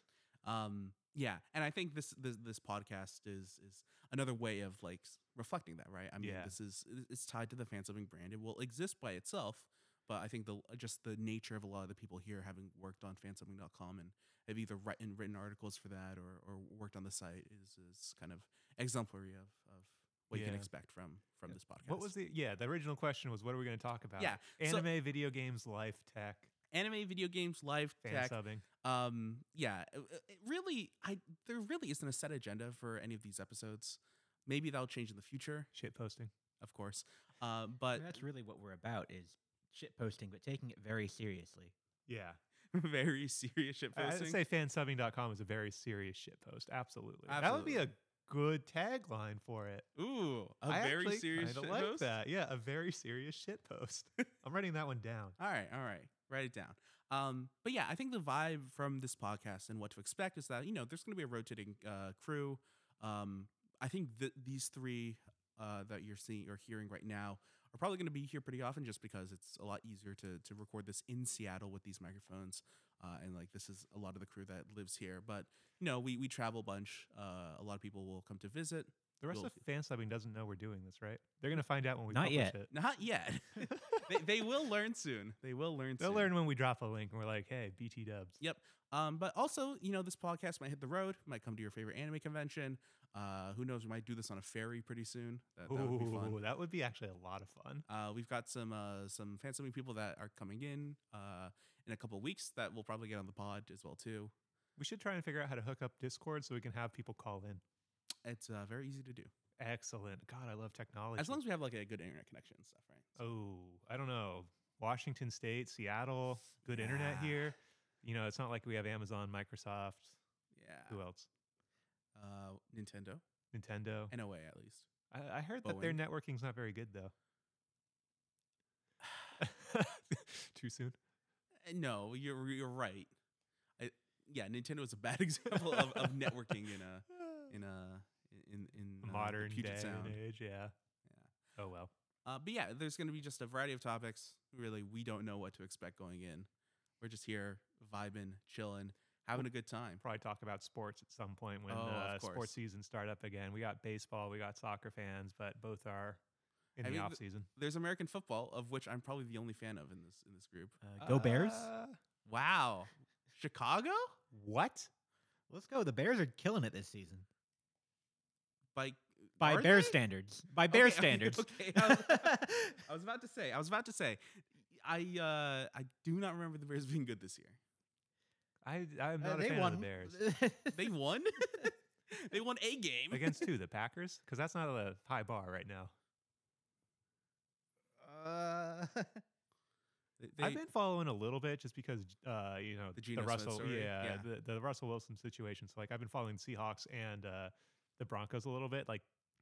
Speaker 3: um yeah. And I think this this this podcast is is another way of like s- reflecting that, right? I mean,
Speaker 2: Yeah.
Speaker 3: this is it- it's tied to the fansubbing brand. It will exist by itself, but I think the just the nature of a lot of the people here having worked on fansubbing.com and have either written written articles for that or or worked on the site is is kind of exemplary of of what you can
Speaker 2: Yeah.
Speaker 3: expect from from
Speaker 2: Yeah.
Speaker 3: this podcast.
Speaker 2: What was the yeah? The original question was, what are we going to talk about?
Speaker 3: Yeah, so-
Speaker 2: anime, video games, life, tech,
Speaker 3: anime, video games, live
Speaker 2: fan
Speaker 3: tech?
Speaker 2: subbing.
Speaker 3: Um, yeah, uh, uh, it really, I there really isn't a set agenda for any of these episodes. Maybe that'll change in the future,
Speaker 2: shit posting.
Speaker 3: of course. Uh,
Speaker 1: I
Speaker 3: but
Speaker 1: mean, that's really what we're about is shit posting, but taking it very seriously.
Speaker 2: Yeah.
Speaker 3: very serious shit
Speaker 2: I-
Speaker 3: posting.
Speaker 2: I'd say fansubbing.com is a very serious shit post. Absolutely. That would be a
Speaker 3: Absolutely.
Speaker 2: good tagline for it.
Speaker 3: Ooh, a
Speaker 2: I
Speaker 3: very
Speaker 2: actually
Speaker 3: serious
Speaker 2: kinda
Speaker 3: shit
Speaker 2: like
Speaker 3: post?
Speaker 2: that. Yeah, a very serious shit post. I'm writing that one down.
Speaker 3: All right, all right. Write it down. Um, but yeah, I think the vibe from this podcast and what to expect is that you know there's going to be a rotating uh, crew. Um, I think th- these three uh, that you're seeing or hearing right now are probably going to be here pretty often, just because it's a lot easier to to record this in Seattle with these microphones. Uh, and like this is a lot of the crew that lives here, but you know we we travel a bunch. Uh, a lot of people will come to visit.
Speaker 2: The rest
Speaker 3: Cool.
Speaker 2: of fansubbing doesn't know we're doing this, right? They're going to find out when we
Speaker 1: Not
Speaker 2: publish
Speaker 1: yet.
Speaker 2: it.
Speaker 3: Not yet. they, they will learn soon. They will learn.
Speaker 2: They'll
Speaker 3: soon.
Speaker 2: learn when we drop a link and we're like, hey, BT dubs.
Speaker 3: Yep. Um, but also, you know, this podcast might hit the road, might come to your favorite anime convention. Uh, who knows? We might do this on a ferry pretty soon. That, that would be
Speaker 2: Ooh,
Speaker 3: fun.
Speaker 2: that would be actually a lot of fun.
Speaker 3: Uh, we've got some uh, some fan subbing people that are coming in uh, in a couple of weeks that we'll probably get on the pod as well too.
Speaker 2: We should try and figure out how to hook up Discord so we can have people call in.
Speaker 3: It's uh, very easy to do
Speaker 2: Excellent. God, I love technology.
Speaker 3: as long as we have like a good internet connection and stuff, right? So-
Speaker 2: Oh, I don't know. Washington State, Seattle, good internet
Speaker 3: Yeah.
Speaker 2: here. You know, it's not like we have Amazon, Microsoft,
Speaker 3: yeah.
Speaker 2: who else?
Speaker 3: Uh, Nintendo,
Speaker 2: Nintendo.
Speaker 3: NOA at least.
Speaker 2: I, I heard that their
Speaker 3: Boeing.
Speaker 2: networking's not very good though. Too soon.
Speaker 3: Uh, No, you're you're right. I, yeah, Nintendo is a bad example of, of networking in a in a in in uh, the
Speaker 2: modern
Speaker 3: Puget
Speaker 2: day
Speaker 3: Sound.
Speaker 2: and age, yeah. Oh well.
Speaker 3: Uh, but yeah, there's going to be just a variety of topics. Really, we don't know what to expect going in. We're just here vibing, chilling, having a good time.
Speaker 2: Probably talk about sports at some point when
Speaker 3: Oh, of
Speaker 2: uh,
Speaker 3: course.
Speaker 2: sports season start up again. We got baseball, we got soccer fans, but both are in
Speaker 3: I
Speaker 2: the
Speaker 3: mean,
Speaker 2: off
Speaker 3: th-
Speaker 2: season.
Speaker 3: There's American football, of which I'm probably the only fan of in this in this group.
Speaker 1: Uh, go Bears!
Speaker 2: Uh,
Speaker 3: Wow, Chicago
Speaker 2: What?
Speaker 1: Let's go. The Bears are killing it this season
Speaker 3: by
Speaker 1: by
Speaker 3: are
Speaker 1: Bear
Speaker 3: they?
Speaker 1: standards. By Bear
Speaker 3: Okay, okay,
Speaker 1: standards.
Speaker 3: Okay, I was, I was about to say. I was about to say. I uh, I do not remember the Bears being good this year.
Speaker 2: I I'm
Speaker 1: Uh,
Speaker 2: not a
Speaker 1: they
Speaker 2: fan
Speaker 1: won.
Speaker 2: of the Bears.
Speaker 3: They won. they won a game
Speaker 2: Against who? The Packers? Because that's not a high bar right now.
Speaker 1: Uh,
Speaker 3: They-
Speaker 2: I've
Speaker 3: they-
Speaker 2: been following a little bit just because uh, you know
Speaker 3: The Geno Smith
Speaker 2: Russell,
Speaker 3: story?
Speaker 2: yeah,
Speaker 3: Yeah.
Speaker 2: The, the Russell Wilson situation. So like I've been following Seahawks and uh, the Broncos a little bit, like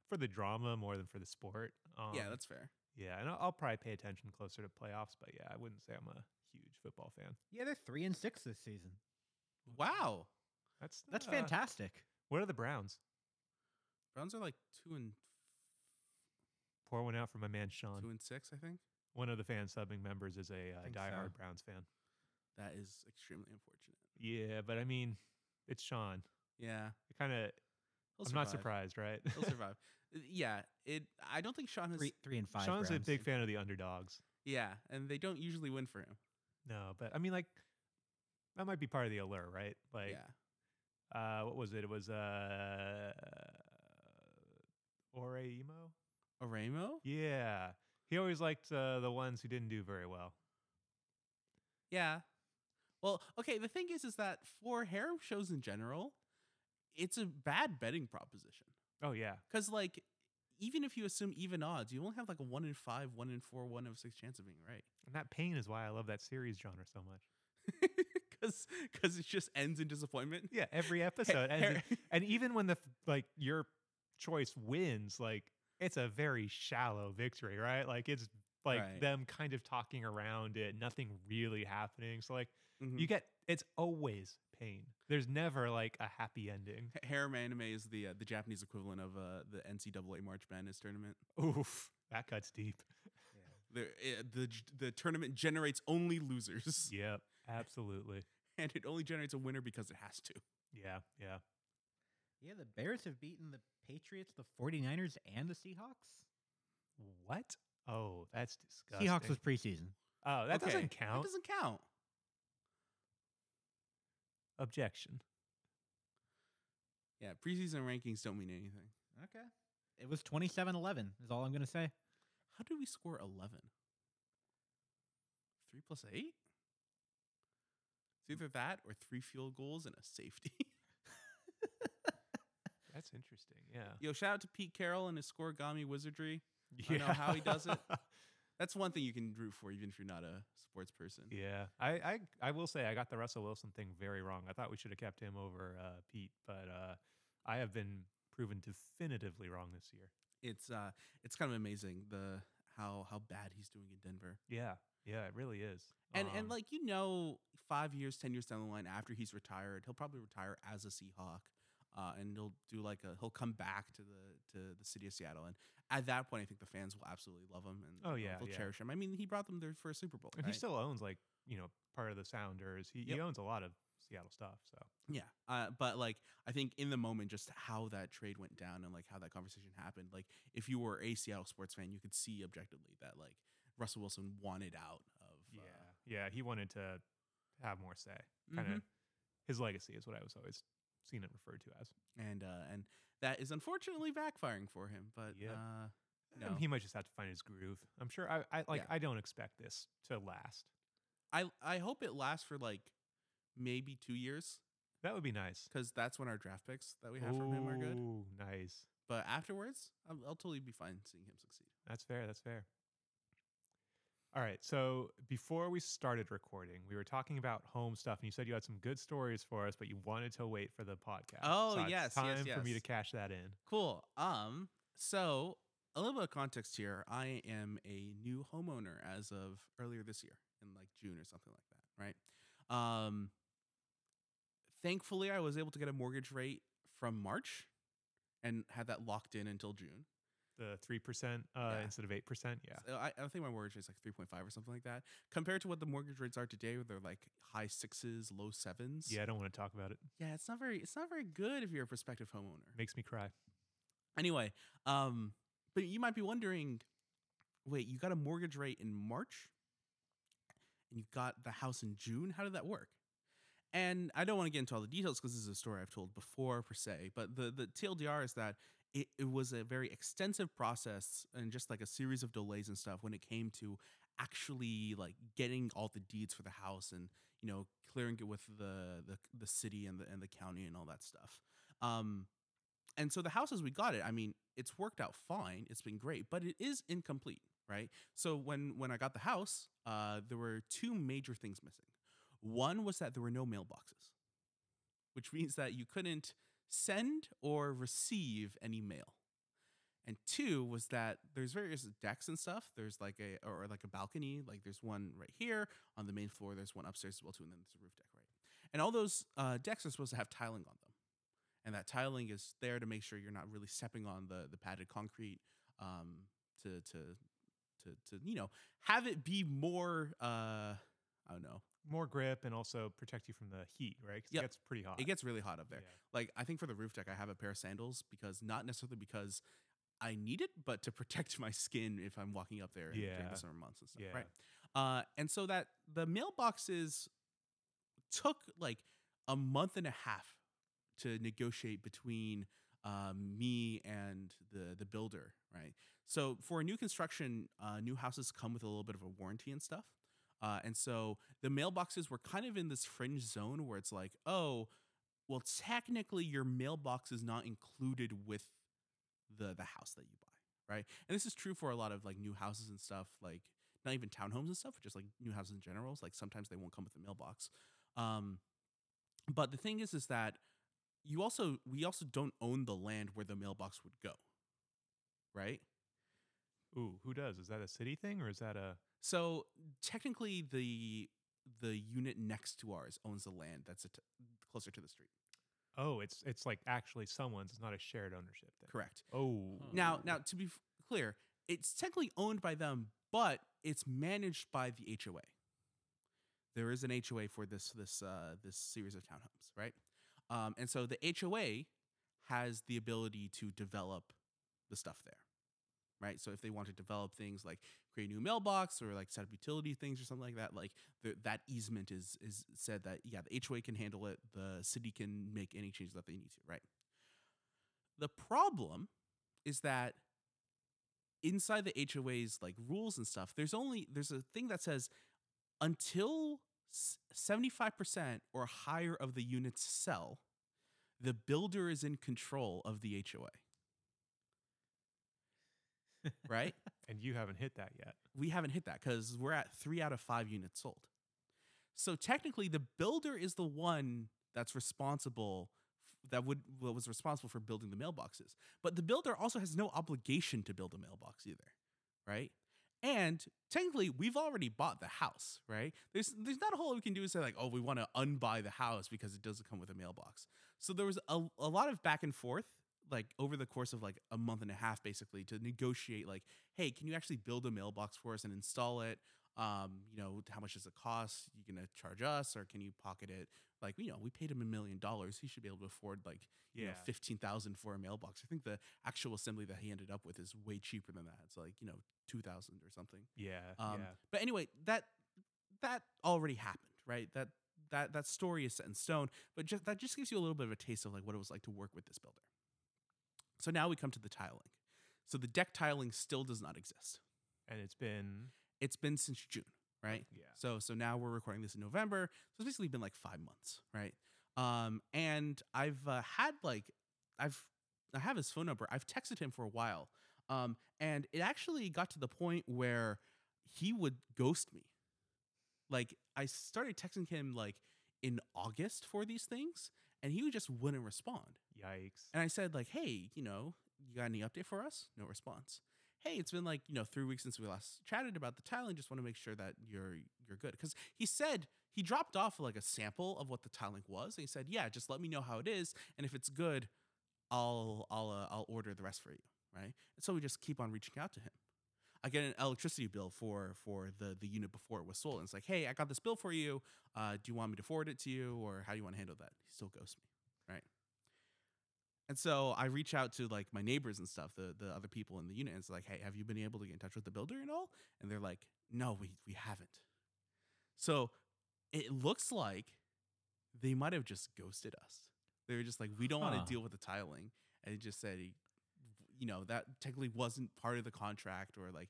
Speaker 2: for the drama more than for the sport. Um,
Speaker 3: yeah, that's fair.
Speaker 2: yeah, and I'll, I'll probably pay attention closer to playoffs, but yeah, I wouldn't say I'm a huge football fan.
Speaker 1: yeah, they're three and six this season.
Speaker 3: Wow,
Speaker 2: That's
Speaker 1: That's
Speaker 2: uh,
Speaker 1: fantastic.
Speaker 2: What are the Browns?
Speaker 3: Browns are like two and
Speaker 2: Pour one out for my man Sean.
Speaker 3: two and six, I think.
Speaker 2: One of the fan subbing members is a uh,
Speaker 1: think so.
Speaker 2: diehard Browns fan.
Speaker 3: That is extremely unfortunate.
Speaker 2: Yeah, but I mean, it's Sean.
Speaker 3: Yeah,
Speaker 2: It kind of
Speaker 3: he'll
Speaker 2: I'm not
Speaker 3: survive.
Speaker 2: surprised, right?
Speaker 3: He'll survive. Uh, yeah, it. I don't think Sean has.
Speaker 1: Three, three and five.
Speaker 2: Sean's a
Speaker 1: Browns.
Speaker 2: big fan of the underdogs.
Speaker 3: Yeah, and they don't usually win for him.
Speaker 2: No, but I mean, like that might be part of the allure, right? Like,
Speaker 3: yeah,
Speaker 2: uh, what was it? It was uh, Oreimo.
Speaker 3: Oremo.
Speaker 2: Yeah, he always liked uh, the ones who didn't do very well.
Speaker 3: Yeah. Well, okay. The thing is, is that for harem shows in general, it's a bad betting proposition
Speaker 2: Oh yeah,
Speaker 3: because, like, even if you assume even odds, you only have like a one in five, one in four, one of six chance of being right.
Speaker 2: and that pain is why I love that series genre so much.
Speaker 3: Because because it just ends in disappointment.
Speaker 2: Yeah, every episode, ends in-
Speaker 3: Har-
Speaker 2: and even when the f- like your choice wins, like it's a very shallow victory, right? Like it's like
Speaker 3: Right.
Speaker 2: them kind of talking around it, nothing really happening. So like.
Speaker 3: Mhm.
Speaker 2: You get it's always pain. There's never like a happy ending.
Speaker 3: Ha- Harem anime is the uh, the Japanese equivalent of uh, the NCAA March Madness tournament.
Speaker 2: Oof, that cuts deep.
Speaker 3: The uh, the g- the tournament generates only losers,
Speaker 2: Yep, absolutely.
Speaker 3: and it only generates a winner because it has to.
Speaker 2: Yeah, yeah.
Speaker 1: Yeah, the Bears have beaten the Patriots, the 49ers, and the Seahawks.
Speaker 2: What? Oh, that's disgusting.
Speaker 1: Seahawks was preseason.
Speaker 2: oh, that
Speaker 3: Okay,
Speaker 2: doesn't count.
Speaker 3: That doesn't count.
Speaker 2: Objection.
Speaker 3: Yeah, preseason rankings don't mean anything.
Speaker 1: Okay. it was 27-11 is all I'm going to say.
Speaker 3: How do we score 11? 3 plus 8? It's either that or three field goals and a safety.
Speaker 2: That's interesting. Yeah.
Speaker 3: Yo, shout out to Pete Carroll and his scoregami wizardry. I don't know how he does it. That's one thing you can root for, even if you're not a sports person.
Speaker 2: yeah. I, I I will say I got the Russell Wilson thing very wrong. I thought we should have kept him over uh, Pete, but uh, I have been proven definitively wrong this year.
Speaker 3: It's uh, it's kind of amazing the how how bad he's doing in Denver.
Speaker 2: Yeah. Yeah, it really is.
Speaker 3: And
Speaker 2: Um,
Speaker 3: and like you know, five years, ten years down the line, after he's retired, he'll probably retire as a Seahawk, uh, and he'll do like a he'll come back to the to the city of Seattle, and at that point, I think the fans will absolutely love him and
Speaker 2: Oh,
Speaker 3: you know,
Speaker 2: yeah,
Speaker 3: they'll
Speaker 2: yeah.
Speaker 3: cherish him. I mean, he brought them there for a Super Bowl.
Speaker 2: and he
Speaker 3: right?
Speaker 2: still owns like, you know, part of the Sounders. He,
Speaker 3: Yep.
Speaker 2: he owns a lot of Seattle stuff, so.
Speaker 3: Yeah, uh, but like I think in the moment, just how that trade went down and like how that conversation happened. Like if you were a Seattle sports fan, you could see objectively that like Russell Wilson wanted out of.
Speaker 2: Yeah,
Speaker 3: uh,
Speaker 2: yeah, he wanted to have more say. Kind
Speaker 3: Mm-hmm.
Speaker 2: of his legacy is what I was always seeing it referred to as.
Speaker 3: and uh, and that is unfortunately backfiring for him. But
Speaker 2: Yep.
Speaker 3: uh,
Speaker 2: Um,
Speaker 3: No.
Speaker 2: he might just have to find his groove. I'm sure. I, I like.
Speaker 3: Yeah.
Speaker 2: I don't expect this to last.
Speaker 3: I I hope it lasts for like maybe two years
Speaker 2: That would be nice.
Speaker 3: because that's when our draft picks that we have from him are good.
Speaker 2: Ooh, nice.
Speaker 3: But afterwards, I'll, I'll totally be fine seeing him succeed.
Speaker 2: That's fair. That's fair. All right. So before we started recording, we were talking about home stuff, and you said you had some good stories for us, but you wanted to wait for the podcast.
Speaker 3: Oh,
Speaker 2: So it's
Speaker 3: yes, yes,
Speaker 2: time for me to
Speaker 3: yes.
Speaker 2: cash that in.
Speaker 3: Cool. Um. So a little bit of context here. I am a new homeowner as of earlier this year, in like June or something like that, right? Um. Thankfully, I was able to get a mortgage rate from March, and had that locked in until June.
Speaker 2: The three percent uh,
Speaker 3: Yeah.
Speaker 2: instead of eight percent. Yeah.
Speaker 3: So I, I think my mortgage rate's like 3.5 or something like that. Compared to what the mortgage rates are today, where they're like high sixes, low sevens.
Speaker 2: Yeah. I don't want to talk about it.
Speaker 3: Yeah, it's not very it's not very good if you're a prospective homeowner.
Speaker 2: Makes me cry.
Speaker 3: Anyway, um, but you might be wondering, wait, you got a mortgage rate in March and you got the house in June? How did that work? And I don't want to get into all the details because this is a story I've told before per se, but the, the TLDR is that it, it was a very extensive process and just like a series of delays and stuff when it came to actually like getting all the deeds for the house and you know clearing it with the the, the city and the and the county and all that stuff. Um, and so the house as we got it, I mean, it's worked out fine. It's been great, but it is incomplete, right? So when when I got the house, uh, there were two major things missing. One was that there were no mailboxes, which means that you couldn't send or receive any mail. And two was that there's various decks and stuff. There's like a or like a balcony. Like there's one right here on the main floor. There's one upstairs as well too, and then there's a roof deck, right? And all those uh, decks are supposed to have tiling on them and that tiling is there to make sure you're not really stepping on the the padded concrete um to to to to you know have it be more uh i don't know
Speaker 2: More grip and also protect you from the heat, right? 'Cause
Speaker 3: Yep.
Speaker 2: it gets pretty hot.
Speaker 3: it gets really hot up there
Speaker 2: Yeah.
Speaker 3: like i think for the roof deck i have a pair of sandals because not necessarily because i need it but to protect my skin if i'm walking up there in- during
Speaker 2: Yeah.
Speaker 3: the summer months and stuff
Speaker 2: Yeah.
Speaker 3: right Uh, and so that the mailboxes took like a month and a half to negotiate between um, me and the the builder, right? So for new construction, uh, new houses come with a little bit of a warranty and stuff. Uh, and so the mailboxes were kind of in this fringe zone where it's like, oh, well, technically your mailbox is not included with the the house that you buy, right? And this is true for a lot of like new houses and stuff, like not even townhomes and stuff, but just like new houses in general. It's like sometimes they won't come with a mailbox. Um, but the thing is, is that you also we also don't own the land where the mailbox would go, right?
Speaker 2: Ooh, who does? Is that a city thing or is that a
Speaker 3: So technically, the the unit next to ours owns the land that's at closer to the street.
Speaker 2: Oh, it's it's like actually someone's. It's not a shared ownership thing.
Speaker 3: Correct.
Speaker 2: Oh,
Speaker 3: Now, now to be f- clear, it's technically owned by them, but it's managed by the HOA. There is an HOA for this this uh, this series of townhomes, right? Um, and so the HOA has the ability to develop the stuff there, right? So if they want to develop things like create a new mailbox or like set up utility things or something like that, like the, that easement is is said that yeah, the HOA can handle it, the city can make any changes that they need to, right? The problem is that inside the HOA's like rules and stuff, there's only there's a thing that says until seventy five percent or higher of the units sell, the builder is in control of the HOA. Right?
Speaker 2: and you haven't hit that yet.
Speaker 3: we haven't hit that because we're at three out of five units sold. So technically, the builder is the one that's responsible that would well, was responsible for building the mailboxes. But the builder also has no obligation to build a mailbox either, right? And technically, we've already bought the house, right? There's there's not a whole lot we can do is say like, oh, we want to unbuy the house because it doesn't come with a mailbox. So there was a, a lot of back and forth, like over the course of like a month and a half, basically, to negotiate like hey, can you actually build a mailbox for us and install it? Um, you know, how much does it cost? You gonna charge us or can you pocket it? Like, you know, we paid him a million dollars. He should be able to afford like, you know, fifteen thousand for a mailbox. I think the actual assembly that he ended up with is way cheaper than that. It's like, you know, two thousand or something.
Speaker 2: yeah,
Speaker 3: Um
Speaker 2: yeah.
Speaker 3: but anyway, that that already happened, right? That that that story is set in stone, but just that just gives you a little bit of a taste of like what it was like to work with this builder. So now we come to the tiling. So the deck tiling still does not exist
Speaker 2: And it's been
Speaker 3: it's been since June, right?
Speaker 2: yeah.
Speaker 3: So so now we're recording this in November. So it's basically been like five months, right? Um, and I've uh, had like I've I have his phone number. I've texted him for a while. Um, and it actually got to the point where he would ghost me. Like I started texting him like in August for these things, and he would just wouldn't respond.
Speaker 2: Yikes.
Speaker 3: And I said, like, hey, you know, you got any update for us? No response. Hey, it's been like, you know, three weeks since we last chatted about the tiling. Just want to make sure that you're you're good. Because he said he dropped off like a sample of what the tiling was. And he said, Yeah, just let me know how it is. And if it's good, I'll I'll uh, I'll order the rest for you. Right. And so we just keep on reaching out to him. I get an electricity bill for for the the unit before it was sold. And it's like, hey, I got this bill for you. Uh, do you want me to forward it to you or how do you want to handle that? He still ghosts me. And so I reach out to like my neighbors and stuff, the the other people in the unit, and it's like, hey, have you been able to get in touch with the builder and all? And they're like, no, we we haven't. So it looks like they might have just ghosted us. They were just like, we don't
Speaker 1: Huh.
Speaker 3: want to deal with the tiling, and it just said, you know, that technically wasn't part of the contract, or like,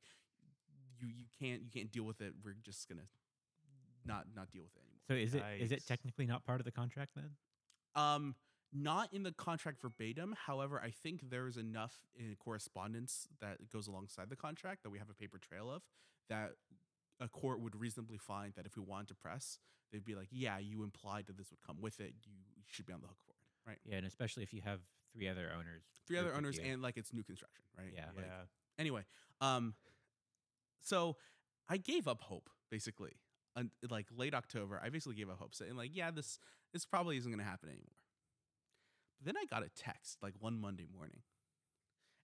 Speaker 3: you you can't you can't deal with it. We're just gonna not not deal with it anymore.
Speaker 1: So is it is it
Speaker 2: Yikes.
Speaker 1: technically not part of the contract then?
Speaker 3: Um, not in the contract verbatim. However, I think there is enough in correspondence that goes alongside the contract that we have a paper trail of that a court would reasonably find that if we wanted to press, they'd be like, "Yeah, you implied that this would come with it. You should be on the hook for it." Right.
Speaker 1: Yeah, and especially if you have three other owners.
Speaker 3: Three other
Speaker 1: with
Speaker 3: owners
Speaker 1: you.
Speaker 3: and like it's new construction, right?
Speaker 1: Yeah.
Speaker 3: Like,
Speaker 2: yeah.
Speaker 3: anyway, um, so I gave up hope basically. Un- like late October, I basically gave up hope, saying like, yeah, this this probably isn't gonna happen anymore. But then I got a text like one Monday morning,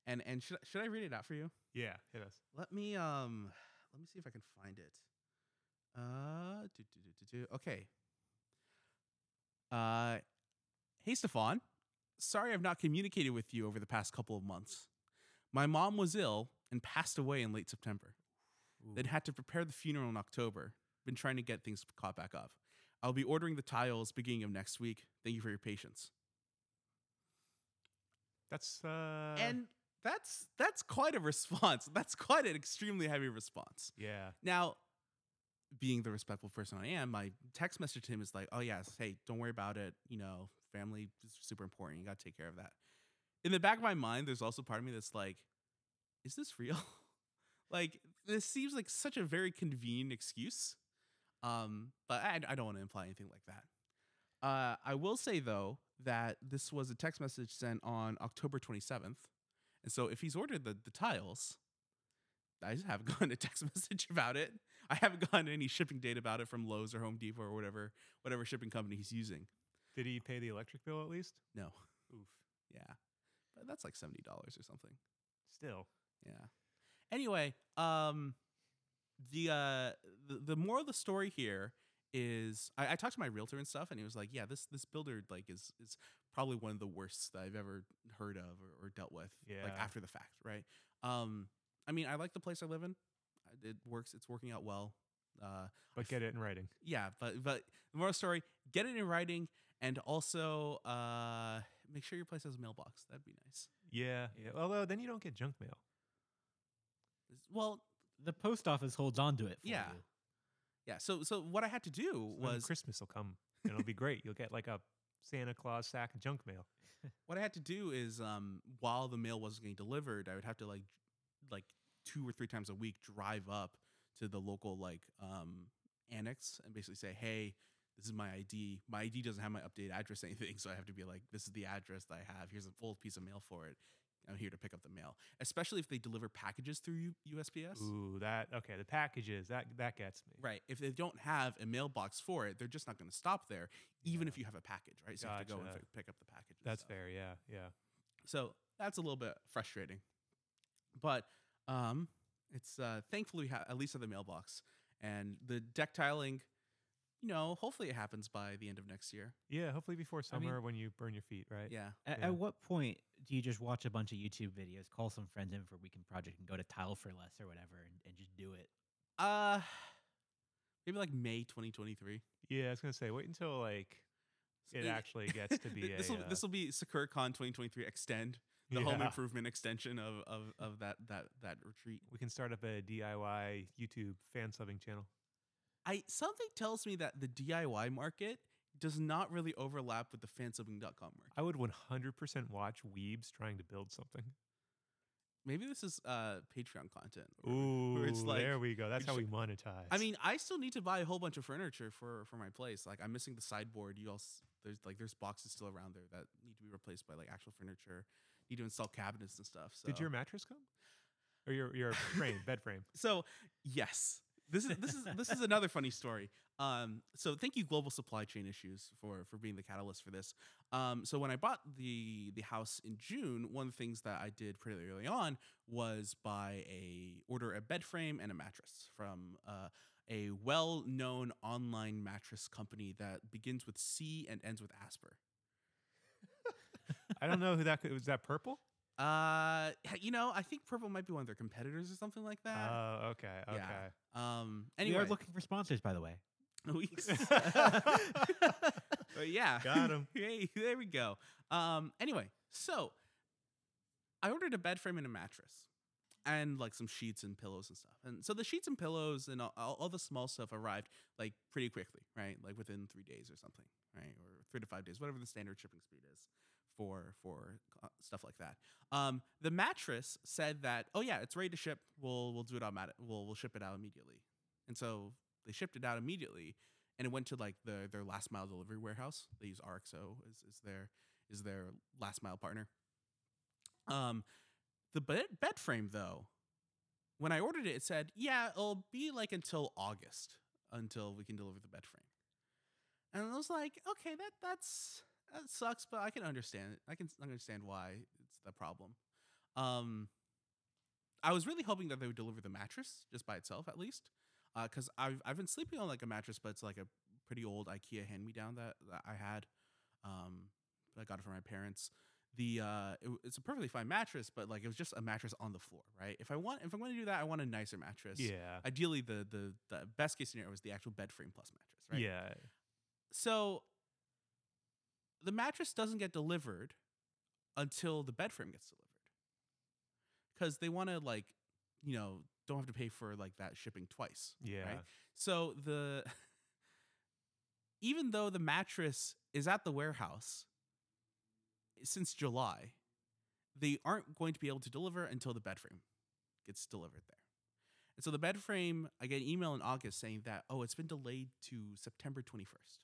Speaker 3: and and should I- should I read it out for you?
Speaker 2: Yeah. Hit us.
Speaker 3: Let me um, let me see if I can find it. Uh, do, do, do, do, do. okay. Uh, hey Stefan, sorry I've not communicated with you over the past couple of months. My mom was ill and passed away in late September. Then had to prepare the funeral in October. Been trying to get things caught back up. I'll be ordering the tiles beginning of next week. Thank you for your patience.
Speaker 2: That's uh.
Speaker 3: and that's that's quite a response. That's quite an extremely heavy response.
Speaker 2: yeah.
Speaker 3: Now, being the respectful person I am, my text message to him is like, "Oh yes, hey, don't worry about it. You know, family is super important. You got to take care of that." In the back of my mind, there's also part of me that's like, "Is this real? like, this seems like such a very convenient excuse." Um, but I, I don't want to imply anything like that. Uh, I will say though that this was a text message sent on October 27th, and so if he's ordered the the tiles, I just haven't gotten a text message about it. I haven't gotten any shipping date about it from Lowe's or Home Depot or whatever whatever shipping company he's using.
Speaker 2: Did he pay the electric bill at least?
Speaker 3: No,
Speaker 2: Oof.
Speaker 3: yeah, but that's like seventy dollars or something.
Speaker 2: Still.
Speaker 3: Yeah. Anyway, um, the uh, the, the moral of the story here is I, I talked to my realtor and stuff, and he was like, "Yeah, this this builder like is is probably one of the worst that I've ever heard of or, or dealt with.
Speaker 2: Yeah.
Speaker 3: Like after the fact, right? Um, I mean, I like the place I live in. I- It works. It's working out well. Uh,
Speaker 2: But get it in writing.
Speaker 3: yeah, but but the moral story: get it in writing, and also uh, Make sure your place has a mailbox. That'd be nice.
Speaker 2: Yeah, yeah. Although then you don't get junk mail.
Speaker 3: It's- Well,
Speaker 1: The post office holds on to it. For
Speaker 3: Yeah.
Speaker 1: you.
Speaker 3: yeah. So so what I had to do
Speaker 2: So then
Speaker 3: was
Speaker 2: Christmas will come and it'll be great. You'll get like a Santa Claus sack of junk mail.
Speaker 3: what I had to do is um while the mail wasn't getting delivered, I would have to like like two or three times a week drive up to the local like um annex and basically say, "Hey, this is my ID. My ID doesn't have my updated address or anything, so I have to be like, this is the address that I have. Here's a full piece of mail for it. I'm here to pick up the mail." Especially if they deliver packages through U- USPS.
Speaker 2: Ooh, that okay. The packages that that gets me.
Speaker 3: Right. If they don't have a mailbox for it, they're just not going to stop there, even
Speaker 2: Yeah.
Speaker 3: if you have a package, right? So you have to go and
Speaker 2: Gotcha.
Speaker 3: fi- pick up the package. and
Speaker 2: That's
Speaker 3: stuff.
Speaker 2: fair. Yeah, yeah.
Speaker 3: So that's a little bit frustrating. But um, it's uh, thankfully we ha- at least have the mailbox and the deck tiling. You know, hopefully it happens by the end of next year.
Speaker 2: Yeah, hopefully before
Speaker 1: I mean-
Speaker 2: summer when you burn your feet, right?
Speaker 3: Yeah.
Speaker 1: A- At,
Speaker 2: Yeah.
Speaker 1: what point do you just watch a bunch of YouTube videos, call some friends in for a weekend project, and go to Tile for Less or whatever, and, and just do it?
Speaker 3: Uh, maybe like May 2023.
Speaker 2: Yeah, I was gonna say wait until like
Speaker 3: So
Speaker 2: It actually gets to be a,
Speaker 3: this will
Speaker 2: uh,
Speaker 3: this will be SakurCon 2023 extend the home
Speaker 2: yeah,
Speaker 3: improvement extension of of of that that that retreat.
Speaker 2: We can start up a DIY YouTube fan subbing channel.
Speaker 3: I something tells me that the DIY market does not really overlap with the fansubbing.com market.
Speaker 2: I would 100% watch weebs trying to build something.
Speaker 3: Maybe this is uh Patreon content. or whatever.
Speaker 2: Ooh,
Speaker 3: it's like-
Speaker 2: there we go. That's how
Speaker 3: sh-
Speaker 2: we monetize.
Speaker 3: I mean, I still need to buy a whole bunch of furniture for for my place. Like I'm missing the sideboard. You all s- there's like there's boxes still around there that need to be replaced by like actual furniture. Need to install cabinets and stuff. So
Speaker 2: did your mattress come? Or your your frame, bed frame?
Speaker 3: So yes, this is this is this is another funny story. Um, so thank you, Global Supply Chain Issues, for for being the catalyst for this. Um, so when I bought the the house in June, one of the things that I did pretty early on was buy a order a bed frame and a mattress from uh, a well known online mattress company that begins with C and ends with Asper.
Speaker 2: I don't know who that could, was. That purple?
Speaker 3: Uh, you know, I think Purple might be one of their competitors or something like
Speaker 2: Oh,
Speaker 3: that.
Speaker 2: okay, okay.
Speaker 3: yeah. um,
Speaker 1: Uh, we
Speaker 3: anyway,
Speaker 1: are looking for sponsors, by the way.
Speaker 3: We- but yeah,
Speaker 2: Got 'em.
Speaker 3: hey, there we go. Um, anyway, so I ordered a bed frame and a mattress, and like some sheets and pillows and stuff. And so the sheets and pillows and all, all all the small stuff arrived like pretty quickly, right? Like within three days or something, right? Or three to five days, whatever the standard shipping speed is for for uh, stuff like that. Um, the mattress said that, oh yeah, it's ready to ship. We'll we'll do it automatic. We'll we'll ship it out immediately. And so they shipped it out immediately, and it went to like the, their last mile delivery warehouse. They use RXO is is their is their last mile partner. Um, the bed, bed frame though, when I ordered it, it said, yeah, it'll be like until August until we can deliver the bed frame. And I was like, okay, that that's that sucks, but I can understand it. I can s- understand why it's the problem. Um, I was really hoping that they would deliver the mattress just by itself, at least, because I've I've been sleeping on like a mattress, but it's like a pretty old IKEA hand me down that, that I had. Um, that I got it from my parents. The uh, it w- it's a perfectly fine mattress, but like it was just a mattress on the floor, right? If I want, if I'm going to do that, I want a nicer mattress.
Speaker 2: Yeah.
Speaker 3: Ideally, the the the best case scenario is the actual bed frame plus mattress, right?
Speaker 2: Yeah.
Speaker 3: So the mattress doesn't get delivered until the bed frame gets delivered. Cuz they want to like, you know, don't have to pay for like that shipping twice.
Speaker 2: Yeah.
Speaker 3: So the even though the mattress is at the warehouse since July, they aren't going to be able to deliver until the bed frame gets delivered there. And so the bed frame, I get an email in August saying that, oh, it's been delayed to September 21st.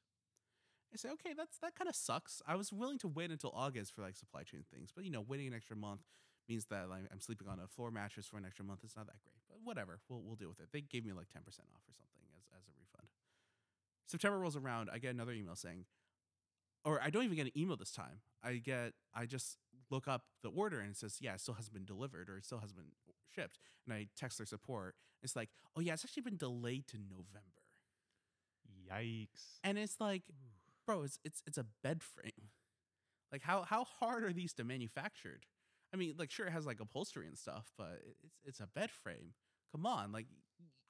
Speaker 3: I say, okay, that's that kind of sucks. I was willing to wait until August for like supply chain things, but you know, waiting an extra month means that like, I'm sleeping on a floor mattress for an extra month. It's not that great, but whatever. We'll we'll deal with it. They gave me like 10% off or something as as a refund. September rolls around, I get another email saying, or I don't even get an email this time. I get I just look up the order and it says, yeah, it still hasn't been delivered or it still hasn't been shipped. And I text their support. It's like, oh yeah, it's actually been delayed to November.
Speaker 2: Yikes.
Speaker 3: And it's like, bro, it's it's it's a bed frame. Like how how hard are these to manufactured? I mean, like sure it has like upholstery and stuff, but it- it's it's a bed frame. Come on, like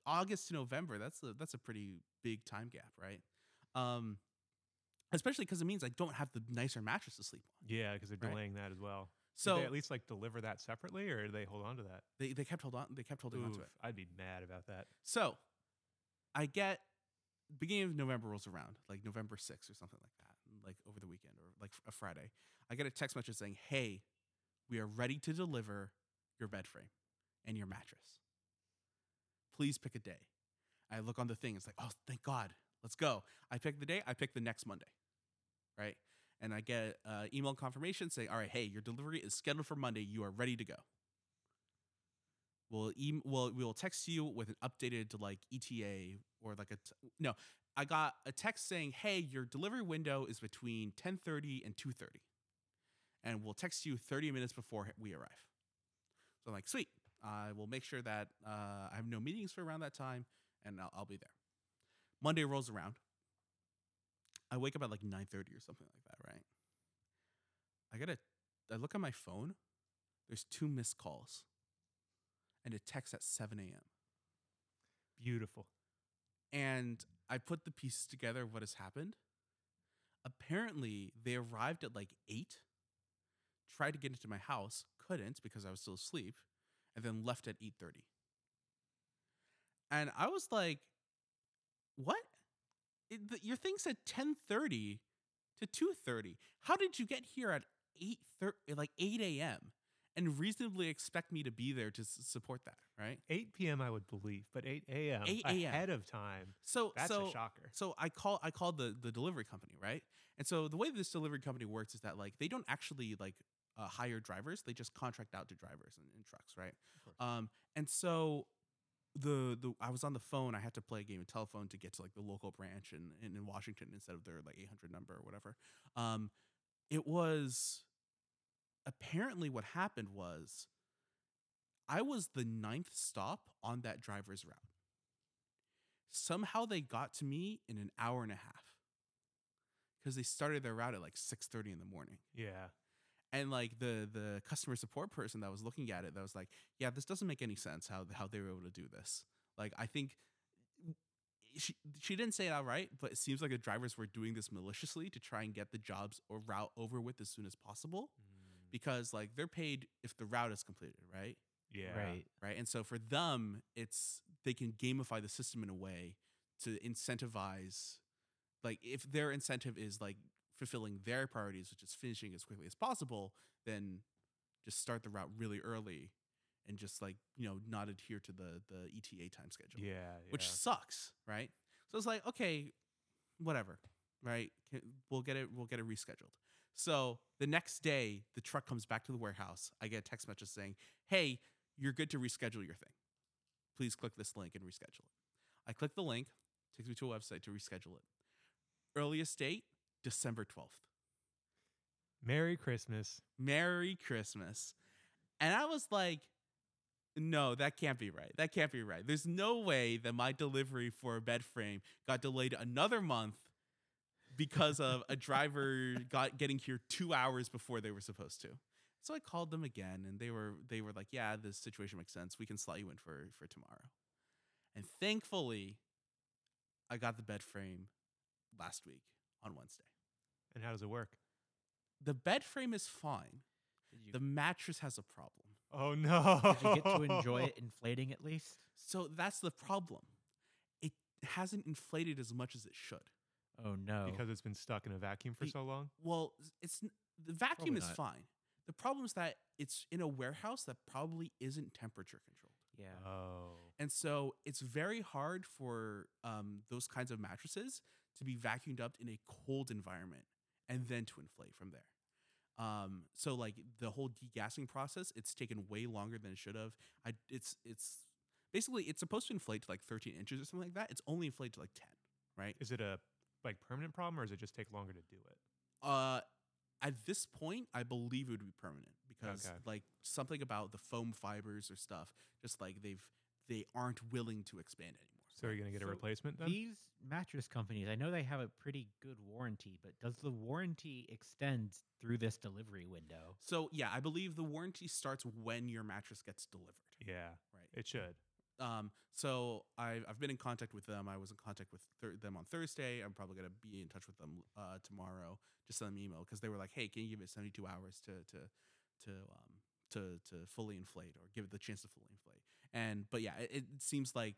Speaker 3: August to November, that's a that's a pretty big time gap, right? Um especially because it means I don't have the nicer mattress to sleep on.
Speaker 2: Yeah, because they're
Speaker 1: Right.
Speaker 2: delaying that as well. So
Speaker 3: So
Speaker 2: they at least like deliver that separately, or do they hold on to that?
Speaker 3: they, they kept hold on they kept holding on to
Speaker 2: Oof,
Speaker 3: it.
Speaker 2: I'd be mad about that.
Speaker 3: So I get beginning of November rolls around, like November 6th or something like that, like over the weekend or like a Friday. I get a text message saying, Hey, we are ready to deliver your bed frame and your mattress. Please pick a day. I look on the thing, it's like, Oh, thank God, let's go. I pick the day, I pick the next Monday, right? And I get uh, email confirmation saying, All right, hey, your delivery is scheduled for Monday. You are ready to go. We'll em- we'll we'll text you with an updated like ETA or like a t- no. I got a text saying, "Hey, your delivery window is between 10:30 and 2:30, and we'll text you 30 minutes before we arrive." So I'm like, "Sweet, I will make sure that uh, I have no meetings for around that time, and I'll, I'll be there." Monday rolls around. I wake up at like 9:30 or something like that, right? I gotta. I look at my phone. There's two missed calls and a text at 7 a.m.
Speaker 2: Beautiful.
Speaker 3: And I put the pieces together of what has happened. Apparently, they arrived at like 8, tried to get into my house, couldn't because I was still asleep, and then left at 8:30. And I was like, "What? It, the, your thing said 10:30 to 2:30. How did you get here at 8:30 like 8 a.m. and reasonably expect me to be there to s- support that, right?"
Speaker 2: 8 p.m. I would believe, but 8 a.m.
Speaker 3: 8 a.m..
Speaker 2: ahead of time.
Speaker 3: So
Speaker 2: That's
Speaker 3: so,
Speaker 2: a shocker.
Speaker 3: So I call I called the the delivery company, right? And so the way this delivery company works is that like they don't actually like uh, hire drivers; they just contract out to drivers and, and trucks, right?
Speaker 2: course.
Speaker 3: Um, and so the the I was on the phone. I had to play a game of telephone to get to like the local branch in in, in Washington instead of their like eight hundred number or whatever. Um, it was apparently what happened was I was the ninth stop on that driver's route. Somehow they got to me in an hour and a half because they started their route at like six thirty in the morning
Speaker 2: Yeah.
Speaker 3: and like the the customer support person that was looking at it that was like yeah this doesn't make any sense how how they were able to do this like i think she, she didn't say it outright but it seems like the drivers were doing this maliciously to try and get the jobs or route over with as soon as possible
Speaker 1: Mm,
Speaker 3: because like they're paid if the route is completed right
Speaker 2: Yeah.
Speaker 1: Right.
Speaker 3: right and so for them it's they can gamify the system in a way to incentivize like if their incentive is like fulfilling their priorities which is finishing as quickly as possible then just start the route really early and just like you know not adhere to the the eta time schedule
Speaker 2: Yeah.
Speaker 3: which
Speaker 2: yeah.
Speaker 3: sucks right so it's like okay whatever right K- we'll get it we'll get it rescheduled so the next day the truck comes back to the warehouse i get a text message saying hey you're good to reschedule your thing please click this link and reschedule it i click the link takes me to a website to reschedule it earliest date december 12th
Speaker 2: Merry Christmas.
Speaker 3: Merry Christmas. And I was like, no, that can't be right. That can't be right. There's no way that my delivery for a bed frame got delayed another month because of a driver got getting here two hours before they were supposed to. So I called them again and they were they were like, Yeah, this situation makes sense. We can slot you in for for tomorrow. And thankfully, I got the bed frame last week on Wednesday.
Speaker 2: And how does it work?
Speaker 3: The bed frame is fine.
Speaker 1: Did you,
Speaker 3: The mattress has a problem.
Speaker 2: Oh no.
Speaker 1: did you get to enjoy it inflating at least?
Speaker 3: So that's the problem. It hasn't inflated as much as it should.
Speaker 1: Oh no.
Speaker 2: because it's been stuck in a vacuum for
Speaker 3: Be-
Speaker 2: so long.
Speaker 3: Well, s- it's n- the vacuum
Speaker 1: Probably
Speaker 3: is
Speaker 1: not.
Speaker 3: fine. The problem is that it's in a warehouse that probably isn't temperature controlled.
Speaker 1: yeah.
Speaker 2: Oh.
Speaker 3: And so it's very hard for um, those kinds of mattresses to be vacuumed up in a cold environment and then to inflate from there. Um, so like the whole degassing process, it's taken way longer than it should have. I it's it's basically it's supposed to inflate to like 13 inches or something like that. It's only inflated to like 10, right?
Speaker 2: Is it a like permanent problem or does it just take longer to do it?
Speaker 3: Uh, at this point, I believe it would be permanent because
Speaker 2: Okay.
Speaker 3: like something about the foam fibers or stuff, just like they've they aren't willing to expand anymore.
Speaker 2: So are you gonna get a
Speaker 1: So
Speaker 2: replacement then?
Speaker 1: These mattress companies, I know they have a pretty good warranty, but does the warranty extend through this delivery window?
Speaker 3: So yeah, I believe the warranty starts when your mattress gets delivered.
Speaker 2: yeah.
Speaker 3: Right.
Speaker 2: It should.
Speaker 3: Um, so I've, I've been in contact with them. I was in contact with thir- them on Thursday. I'm probably going to be in touch with them uh, tomorrow. Just send them an email because they were like, "Hey, can you give it 72 hours to to to um, to to fully inflate or give it the chance to fully inflate?" And but yeah, it, it seems like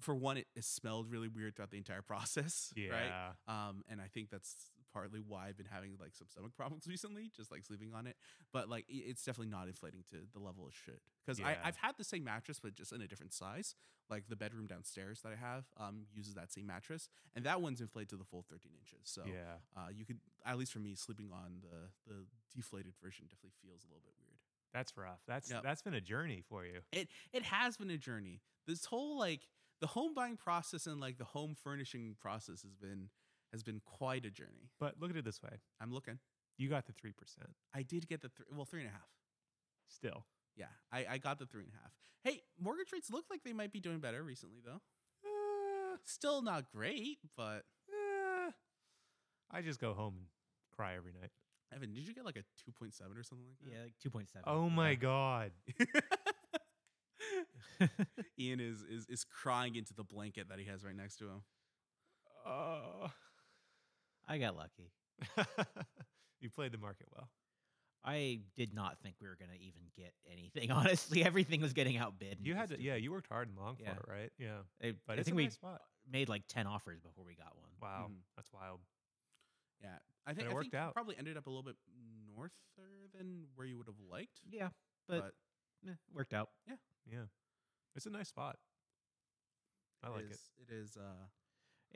Speaker 3: for one, it, it smelled really weird throughout the entire process,
Speaker 2: Yeah.
Speaker 3: right? Um, and I think that's partly why I've been having like some stomach problems recently, just like sleeping on it. But like, i- it's definitely not inflating to the level it should. Because
Speaker 2: Yeah.
Speaker 3: I've had the same mattress, but just in a different size. Like the bedroom downstairs that I have um, uses that same mattress, and that one's inflated to the full 13 inches. So
Speaker 2: Yeah.
Speaker 3: uh, you could, at least for me, sleeping on the the deflated version definitely feels a little bit weird.
Speaker 2: That's rough. That's
Speaker 3: Yep.
Speaker 2: that's been a journey for you.
Speaker 3: It it has been a journey. This whole like the home buying process and like the home furnishing process has been has been quite a journey.
Speaker 2: But look at it this way.
Speaker 3: I'm looking.
Speaker 2: You got the three percent
Speaker 3: I did get the three, well three and a half.
Speaker 2: still.
Speaker 3: Yeah, I, I got the three and a half. Hey, mortgage rates look like they might be doing better recently though.
Speaker 1: Eh,
Speaker 2: Uh,
Speaker 3: Still not great, but
Speaker 2: uh, I just go home and cry every night.
Speaker 3: Evan, did you get like a two point seven or something like
Speaker 1: Yeah, like two point seven.
Speaker 2: Uh, Oh my god.
Speaker 3: that? Ian is, is is crying into the blanket that he has right next to him.
Speaker 2: Oh.
Speaker 1: I got lucky.
Speaker 2: you played the market well.
Speaker 1: I did not think we were gonna even get anything. Honestly, everything was getting outbid. and
Speaker 2: You
Speaker 1: it
Speaker 2: had
Speaker 1: was
Speaker 2: to, yeah,
Speaker 1: stupid.
Speaker 2: you worked hard and long
Speaker 1: Yeah.
Speaker 2: for it, right? Yeah.
Speaker 1: I,
Speaker 2: But
Speaker 1: I
Speaker 2: it's
Speaker 1: think
Speaker 2: a
Speaker 1: we Mm-hmm.
Speaker 2: nice spot.
Speaker 1: made like ten offers before we got one.
Speaker 2: Wow,
Speaker 3: Mhm.
Speaker 2: that's wild.
Speaker 3: Yeah. I think
Speaker 2: it
Speaker 3: I
Speaker 2: worked
Speaker 3: think you
Speaker 2: out.
Speaker 3: probably ended up a little bit norther than where you would have liked.
Speaker 1: Yeah, but, eh, worked out.
Speaker 2: Yeah, it's a nice spot. I like it.
Speaker 3: is- It is uh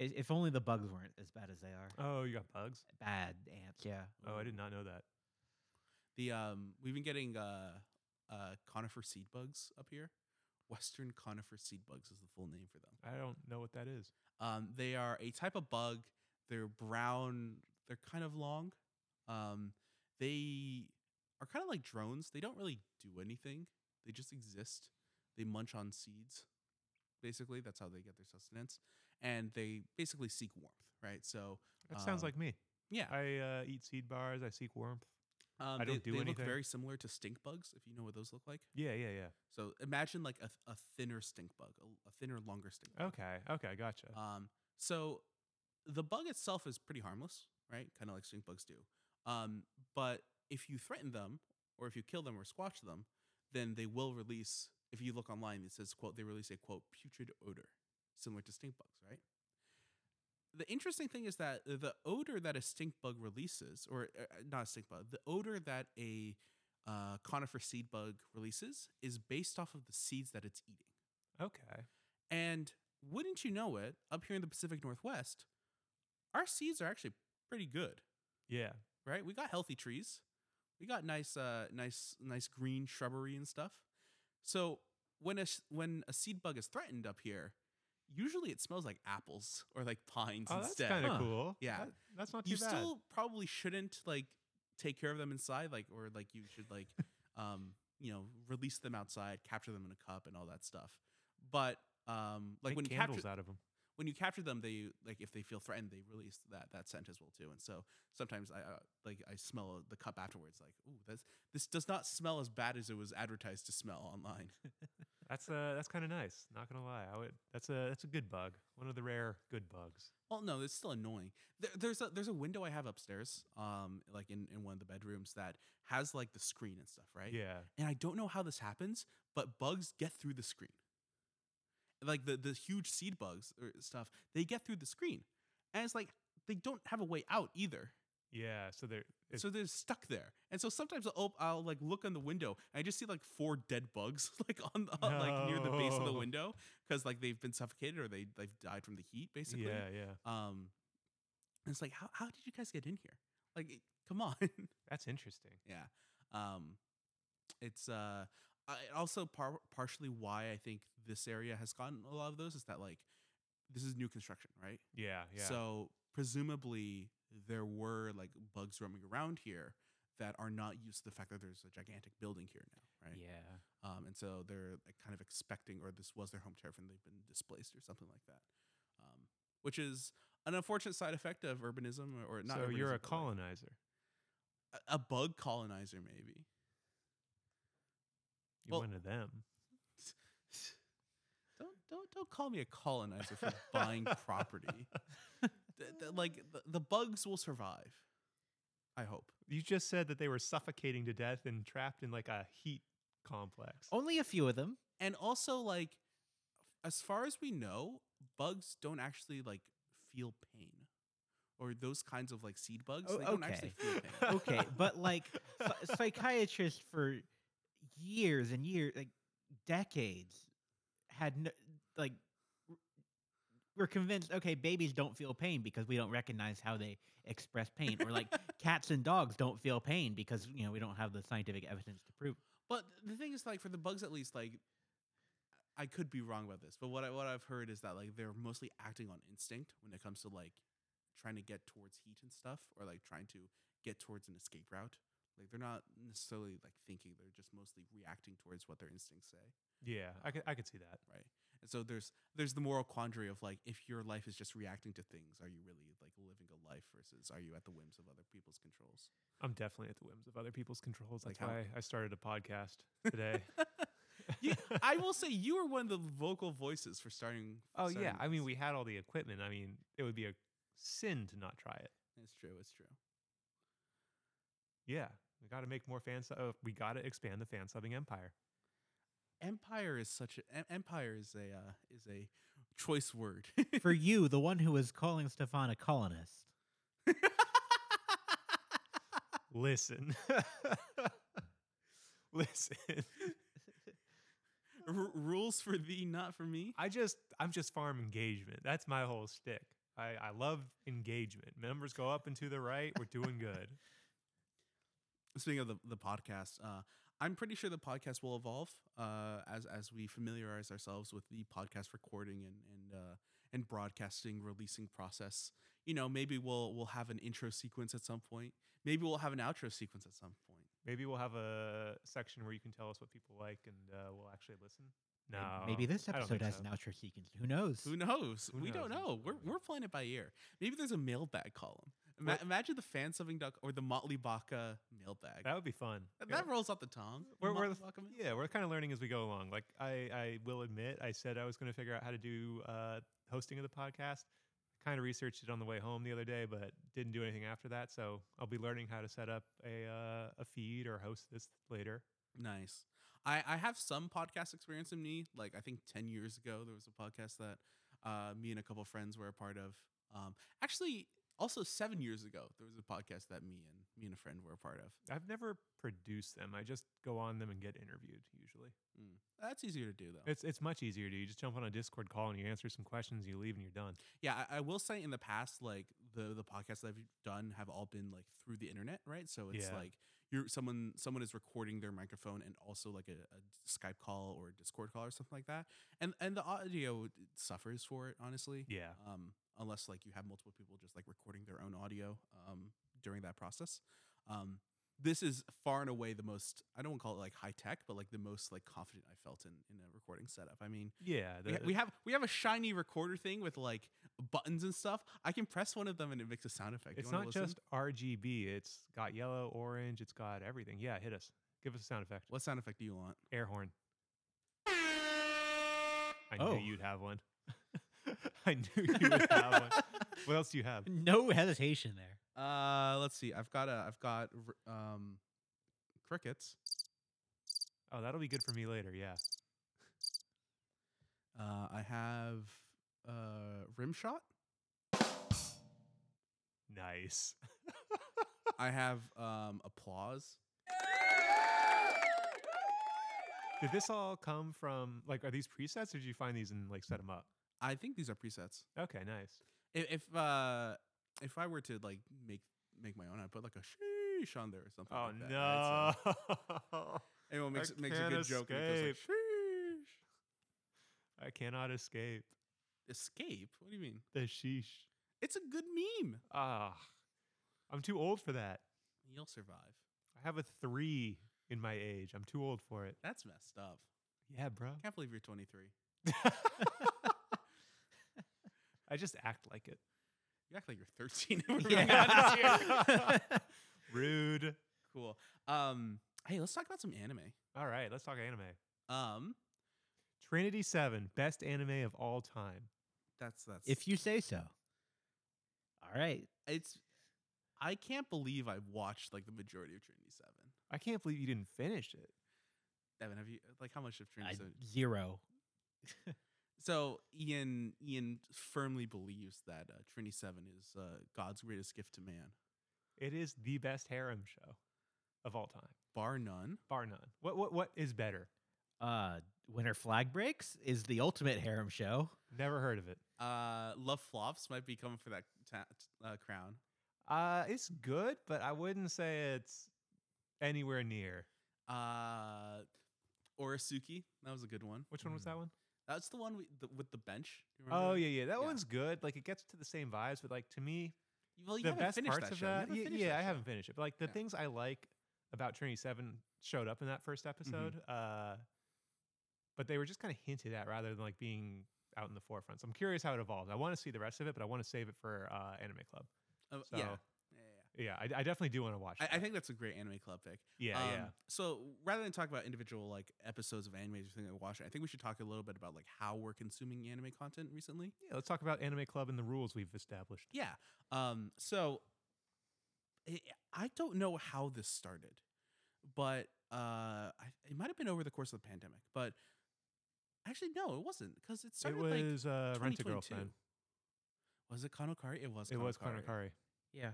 Speaker 1: I- If only the bugs weren't as bad as they are.
Speaker 2: Oh, you got bugs?
Speaker 1: Bad ants. Yeah.
Speaker 2: Oh, I did not know that.
Speaker 3: The um, we've been getting uh, uh, conifer seed bugs up here. Western conifer seed bugs is the full name for them.
Speaker 2: I don't know what that is.
Speaker 3: Um, they are a type of bug. They're brown. They're kind of long. Um, they are kind of like drones. They don't really do anything. They just exist. They munch on seeds. Basically, that's how they get their sustenance, and they basically seek warmth. Right. So
Speaker 2: That sounds
Speaker 3: Um,
Speaker 2: like me.
Speaker 3: yeah,
Speaker 2: I uh, eat seed bars. I seek warmth.
Speaker 3: um,
Speaker 2: I
Speaker 3: they,
Speaker 2: don't do
Speaker 3: they
Speaker 2: anything.
Speaker 3: look very similar to stink bugs, if you know what those look like.
Speaker 2: Yeah, yeah, yeah.
Speaker 3: So imagine like a, th- a thinner stink bug, a, a thinner, longer stink bug.
Speaker 2: Okay, okay, gotcha.
Speaker 3: Um, so the bug itself is pretty harmless, right? Kind of like stink bugs do. Um, but if you threaten them or if you kill them or squash them, then they will release, if you look online, it says, quote, they release a, quote, putrid odor, similar to stink bugs, right? The interesting thing is that the odor that a stink bug releases, or uh, uh, not a stink bug, the odor that a uh, conifer seed bug releases is based off of the seeds that it's eating.
Speaker 2: okay.
Speaker 3: And wouldn't you know it, up here in the Pacific Northwest, our seeds are actually pretty good,
Speaker 2: Yeah.
Speaker 3: right? We got healthy trees. We got nice uh nice nice green shrubbery and stuff. So when a s- when a seed bug is threatened up here, usually it smells like apples or like pines
Speaker 2: Oh, that's
Speaker 3: instead.
Speaker 2: kind of
Speaker 1: Huh.
Speaker 2: cool.
Speaker 3: Yeah.
Speaker 2: That- that's not too
Speaker 3: You
Speaker 2: bad.
Speaker 3: still probably shouldn't like take care of them inside like or like you should like um you know release them outside, capture them in a cup and all that stuff. But um like
Speaker 2: Make
Speaker 3: when you
Speaker 2: candles
Speaker 3: capture
Speaker 2: out of them.
Speaker 3: when you capture them, they like if they feel threatened, they release that that scent as well too. And so sometimes I uh, like I smell the cup afterwards, like ooh, that's this does not smell as bad as it was advertised to smell online.
Speaker 2: That's uh, that's kind of nice. Not gonna lie, I would. That's a that's a good bug. One of the rare good bugs.
Speaker 3: well, no, it's still annoying. There, there's a there's a window I have upstairs, um, like in in one of the bedrooms that has like the screen and stuff, right?
Speaker 2: Yeah.
Speaker 3: And I don't know how this happens, but bugs get through the screen. Like the the huge seed bugs or stuff, they get through the screen, and it's like they don't have a way out either.
Speaker 2: Yeah. So there. it's-
Speaker 3: so they're stuck there. And so sometimes I'll, op- I'll like look on the window and I just see like four dead bugs like on the, like near the base of the
Speaker 2: No.
Speaker 3: window because like they've been suffocated or they they've died from the heat basically.
Speaker 2: yeah, yeah.
Speaker 3: Um, and it's like how how did you guys get in here? Like it- come on.
Speaker 2: That's interesting.
Speaker 3: yeah. Um, it's uh I, also par- partially why I think this area has gotten a lot of those is that like this is new construction, right?
Speaker 2: Yeah, yeah.
Speaker 3: So presumably there were like bugs roaming around here that are not used to the fact that there's a gigantic building here now, right?
Speaker 1: Yeah.
Speaker 3: Um, and so they're like, kind of expecting, or this was their home turf, and they've been displaced or something like that, um, which is an unfortunate side effect of urbanism, or, or not.
Speaker 2: so you're a
Speaker 3: urbanism, but, like,
Speaker 2: colonizer.
Speaker 3: a- a bug colonizer, maybe.
Speaker 2: You're
Speaker 3: Well-
Speaker 2: one of them.
Speaker 3: don't call me a colonizer for buying property. Th- th- like the, the bugs will survive. I hope.
Speaker 2: You just said that they were suffocating to death and trapped in like a heat complex.
Speaker 1: Only a few of them.
Speaker 3: And also like as far as we know, bugs don't actually like feel pain. Or those kinds of like seed bugs,
Speaker 1: Oh,
Speaker 3: they don't actually
Speaker 1: okay.
Speaker 3: feel pain.
Speaker 1: Okay, but like psy- psychiatrists for years and years, like decades, had no, like w- were convinced. Okay, babies don't feel pain because we don't recognize how they express pain, or like cats and dogs don't feel pain because you know we don't have the scientific evidence to prove.
Speaker 3: But the thing is, like for the bugs, at least, like I could be wrong about this, but what I, what I've heard is that like they're mostly acting on instinct when it comes to like trying to get towards heat and stuff, or like trying to get towards an escape route. Like they're not necessarily like thinking; they're just mostly reacting towards what their instincts say,
Speaker 2: Yeah, I could, I could see that.
Speaker 3: right? And so there's there's the moral quandary of like if your life is just reacting to things, are you really like living a life versus are you at the whims of other people's controls?
Speaker 2: I'm definitely at the whims of other people's controls. That's
Speaker 3: Like how-
Speaker 2: why I started a podcast today.
Speaker 3: You, I will say you were one of the vocal voices for starting.
Speaker 2: oh yeah,
Speaker 3: starting
Speaker 2: I
Speaker 3: this.
Speaker 2: mean we had all the equipment. I mean, it would be a sin to not try it.
Speaker 3: It's true. It's true.
Speaker 2: Yeah, we got to make more fan. Su- oh, we got to expand the fan subbing empire.
Speaker 3: Empire is such a em- empire is a uh, is a choice word.
Speaker 1: For you, the one who was calling Stefan a colonist.
Speaker 2: Listen, listen.
Speaker 3: R- rules for thee, not for me.
Speaker 2: I just, I'm just farm engagement. That's my whole stick. I, I love engagement. Numbers go up and to the right. We're doing good.
Speaker 3: Speaking of the the podcast, uh, I'm pretty sure the podcast will evolve uh, as as we familiarize ourselves with the podcast recording and and uh, and broadcasting releasing process. You know, maybe we'll we'll have an intro sequence at some point. Maybe we'll have an outro sequence at some point.
Speaker 2: Maybe we'll have a section where you can tell us what people like, and uh, we'll actually listen. No,
Speaker 1: May- Maybe this
Speaker 2: I don't
Speaker 1: episode
Speaker 2: think
Speaker 1: has
Speaker 2: so.
Speaker 1: an outro sequence. Who knows?
Speaker 3: Who knows?
Speaker 2: Who
Speaker 3: we
Speaker 2: knows?
Speaker 3: don't know. We're, we're playing it by ear. Maybe there's a mailbag column. Ima-
Speaker 2: Well-
Speaker 3: imagine the fan subbing duck or the Motley Baca mailbag.
Speaker 2: That would be fun.
Speaker 3: That,
Speaker 2: Yeah.
Speaker 3: that rolls off the tongue.
Speaker 2: we're, we're
Speaker 3: Motley
Speaker 2: the-
Speaker 3: Baca mail-
Speaker 2: yeah, we're kind of learning as we go along. Like I, I will admit, I said I was going to figure out how to do uh, hosting of the podcast. Kind of researched it on the way home the other day, but didn't do anything after that. So I'll be learning how to set up a uh, a feed or host this later.
Speaker 3: Nice. I, I have some podcast experience in me. Like I think ten years ago, there was a podcast that uh, me and a couple friends were a part of. Um, actually, also seven years ago, there was a podcast that me and me and a friend were a part of.
Speaker 2: I've never produced them. I just go on them and get interviewed usually.
Speaker 3: Mm. That's easier to do though.
Speaker 2: It's it's much easier to you just jump on a Discord call and you answer some questions, you leave and you're done.
Speaker 3: Yeah, I, I will say in the past, like the the podcasts that I've done have all been like through the internet, right? So it's
Speaker 2: Yeah.
Speaker 3: like you're someone someone is recording their microphone and also like a, a Skype call or a Discord call or something like that, and and the audio suffers for it, honestly.
Speaker 2: Yeah.
Speaker 3: Um, unless like you have multiple people just like recording their own audio um, during that process. Um, this is far and away the most I don't want to call it like high tech, but like the most like confident I felt in in a recording setup. I mean,
Speaker 2: Yeah.
Speaker 3: we, ha-
Speaker 2: the-
Speaker 3: we have we have a shiny recorder thing with like buttons and stuff. I can press one of them and it makes a sound effect. You
Speaker 2: It's
Speaker 3: wanna
Speaker 2: not
Speaker 3: listen?
Speaker 2: just RGB. It's got yellow, orange. It's got everything. Yeah, hit us. Give us a sound effect.
Speaker 3: what sound effect do you want?
Speaker 2: Air horn. I
Speaker 1: Oh.
Speaker 2: knew you'd have one. I knew you would have one. What else do you have?
Speaker 1: No hesitation there.
Speaker 3: Uh, let's see. I've got a I've got r- um crickets.
Speaker 2: Oh, that'll be good for me later. Yeah.
Speaker 3: Uh, I have uh rim shot.
Speaker 2: Nice.
Speaker 3: I have um applause.
Speaker 2: Did this all come from like are these presets or did you find these and like set them up?
Speaker 3: I think these are presets.
Speaker 2: Okay, nice.
Speaker 3: If, if uh if I were to like make make my own, I'd put like a sheesh on there or something.
Speaker 2: Oh
Speaker 3: like that,
Speaker 2: no.
Speaker 3: right? So everyone
Speaker 2: I
Speaker 3: makes makes a
Speaker 2: can't
Speaker 3: good joke and it goes like sheesh.
Speaker 2: I cannot escape
Speaker 3: Escape? What do you mean?
Speaker 2: the sheesh.
Speaker 3: It's a good meme.
Speaker 2: Ah. I'm too old for that.
Speaker 3: You'll survive.
Speaker 2: I have a 3 in my age. I'm too old for it.
Speaker 3: That's messed up.
Speaker 2: Yeah, bro.
Speaker 3: Can't believe you're 23.
Speaker 2: I just act like it.
Speaker 3: You act like you're 13. if we're being honest here.
Speaker 2: Yeah. Rude.
Speaker 3: Cool. Um, hey, let's talk about some anime.
Speaker 2: All right, let's talk anime.
Speaker 3: Um,
Speaker 2: Trinity Seven, best anime of all time.
Speaker 3: That's that's
Speaker 1: If you say so. All right.
Speaker 3: it's I can't believe I've watched like the majority of Trinity Seven.
Speaker 2: I can't believe you didn't finish it.
Speaker 3: Evan, have you like how much of
Speaker 1: I,
Speaker 3: Trinity Seven?
Speaker 1: zero.
Speaker 3: So Ian Ian firmly believes that uh, Trinity Seven is uh, God's greatest gift to man,
Speaker 2: It is the best harem show of all time,
Speaker 3: bar none.
Speaker 2: bar none. What what what is better?
Speaker 1: Uh, Winter Flag Breaks is the ultimate harem show.
Speaker 2: Never heard of it.
Speaker 3: Uh, Love Flops might be coming for that ta- uh, crown.
Speaker 2: Uh, it's good, but I wouldn't say it's anywhere near.
Speaker 3: Uh, Orisuki, that was a good one.
Speaker 2: Which one was
Speaker 1: Mm.
Speaker 2: that one?
Speaker 3: That's the one we, the, with the bench. Do you Hmm. remember
Speaker 2: Oh
Speaker 3: that?
Speaker 2: yeah, yeah, that
Speaker 3: Yeah.
Speaker 2: one's good. Like it gets to the same vibes, but like to me,
Speaker 3: Well, you
Speaker 2: the
Speaker 3: haven't
Speaker 2: best
Speaker 3: finished
Speaker 2: parts
Speaker 3: that
Speaker 2: of
Speaker 3: show. You
Speaker 2: that,
Speaker 3: haven't
Speaker 2: yeah,
Speaker 3: finished
Speaker 2: yeah,
Speaker 3: that
Speaker 2: I
Speaker 3: show.
Speaker 2: haven't finished it. But like the
Speaker 3: Yeah.
Speaker 2: things I like about Trinity Seven showed up in that first
Speaker 3: Mm-hmm.
Speaker 2: episode, uh, but they were just kind of hinted at rather than like being out in the forefront. So I'm curious how it evolves. I want to see the rest of it, but I want to save it for uh, Anime Club.
Speaker 3: Uh,
Speaker 2: So
Speaker 3: yeah. Yeah, yeah,
Speaker 2: yeah, I, I definitely do want to watch.
Speaker 3: yeah. I, I
Speaker 2: that.
Speaker 3: think that's a great anime club pick.
Speaker 2: yeah,
Speaker 3: Um,
Speaker 2: yeah.
Speaker 3: So rather than talk about individual like episodes of anime or things I watch, I think we should talk a little bit about like how we're consuming anime content recently.
Speaker 2: Yeah, let's talk about Anime Club and the rules we've established.
Speaker 3: Yeah. Um. So I- I don't know how this started, but uh, I, it might have been over the course of the pandemic. But actually, no, it wasn't because it
Speaker 2: It
Speaker 3: started like
Speaker 2: was uh, Rent a
Speaker 3: 2022.
Speaker 2: Girlfriend.
Speaker 3: Was it Konokari? It was.
Speaker 2: It was
Speaker 3: Konokari.
Speaker 2: Konokari.
Speaker 1: Yeah.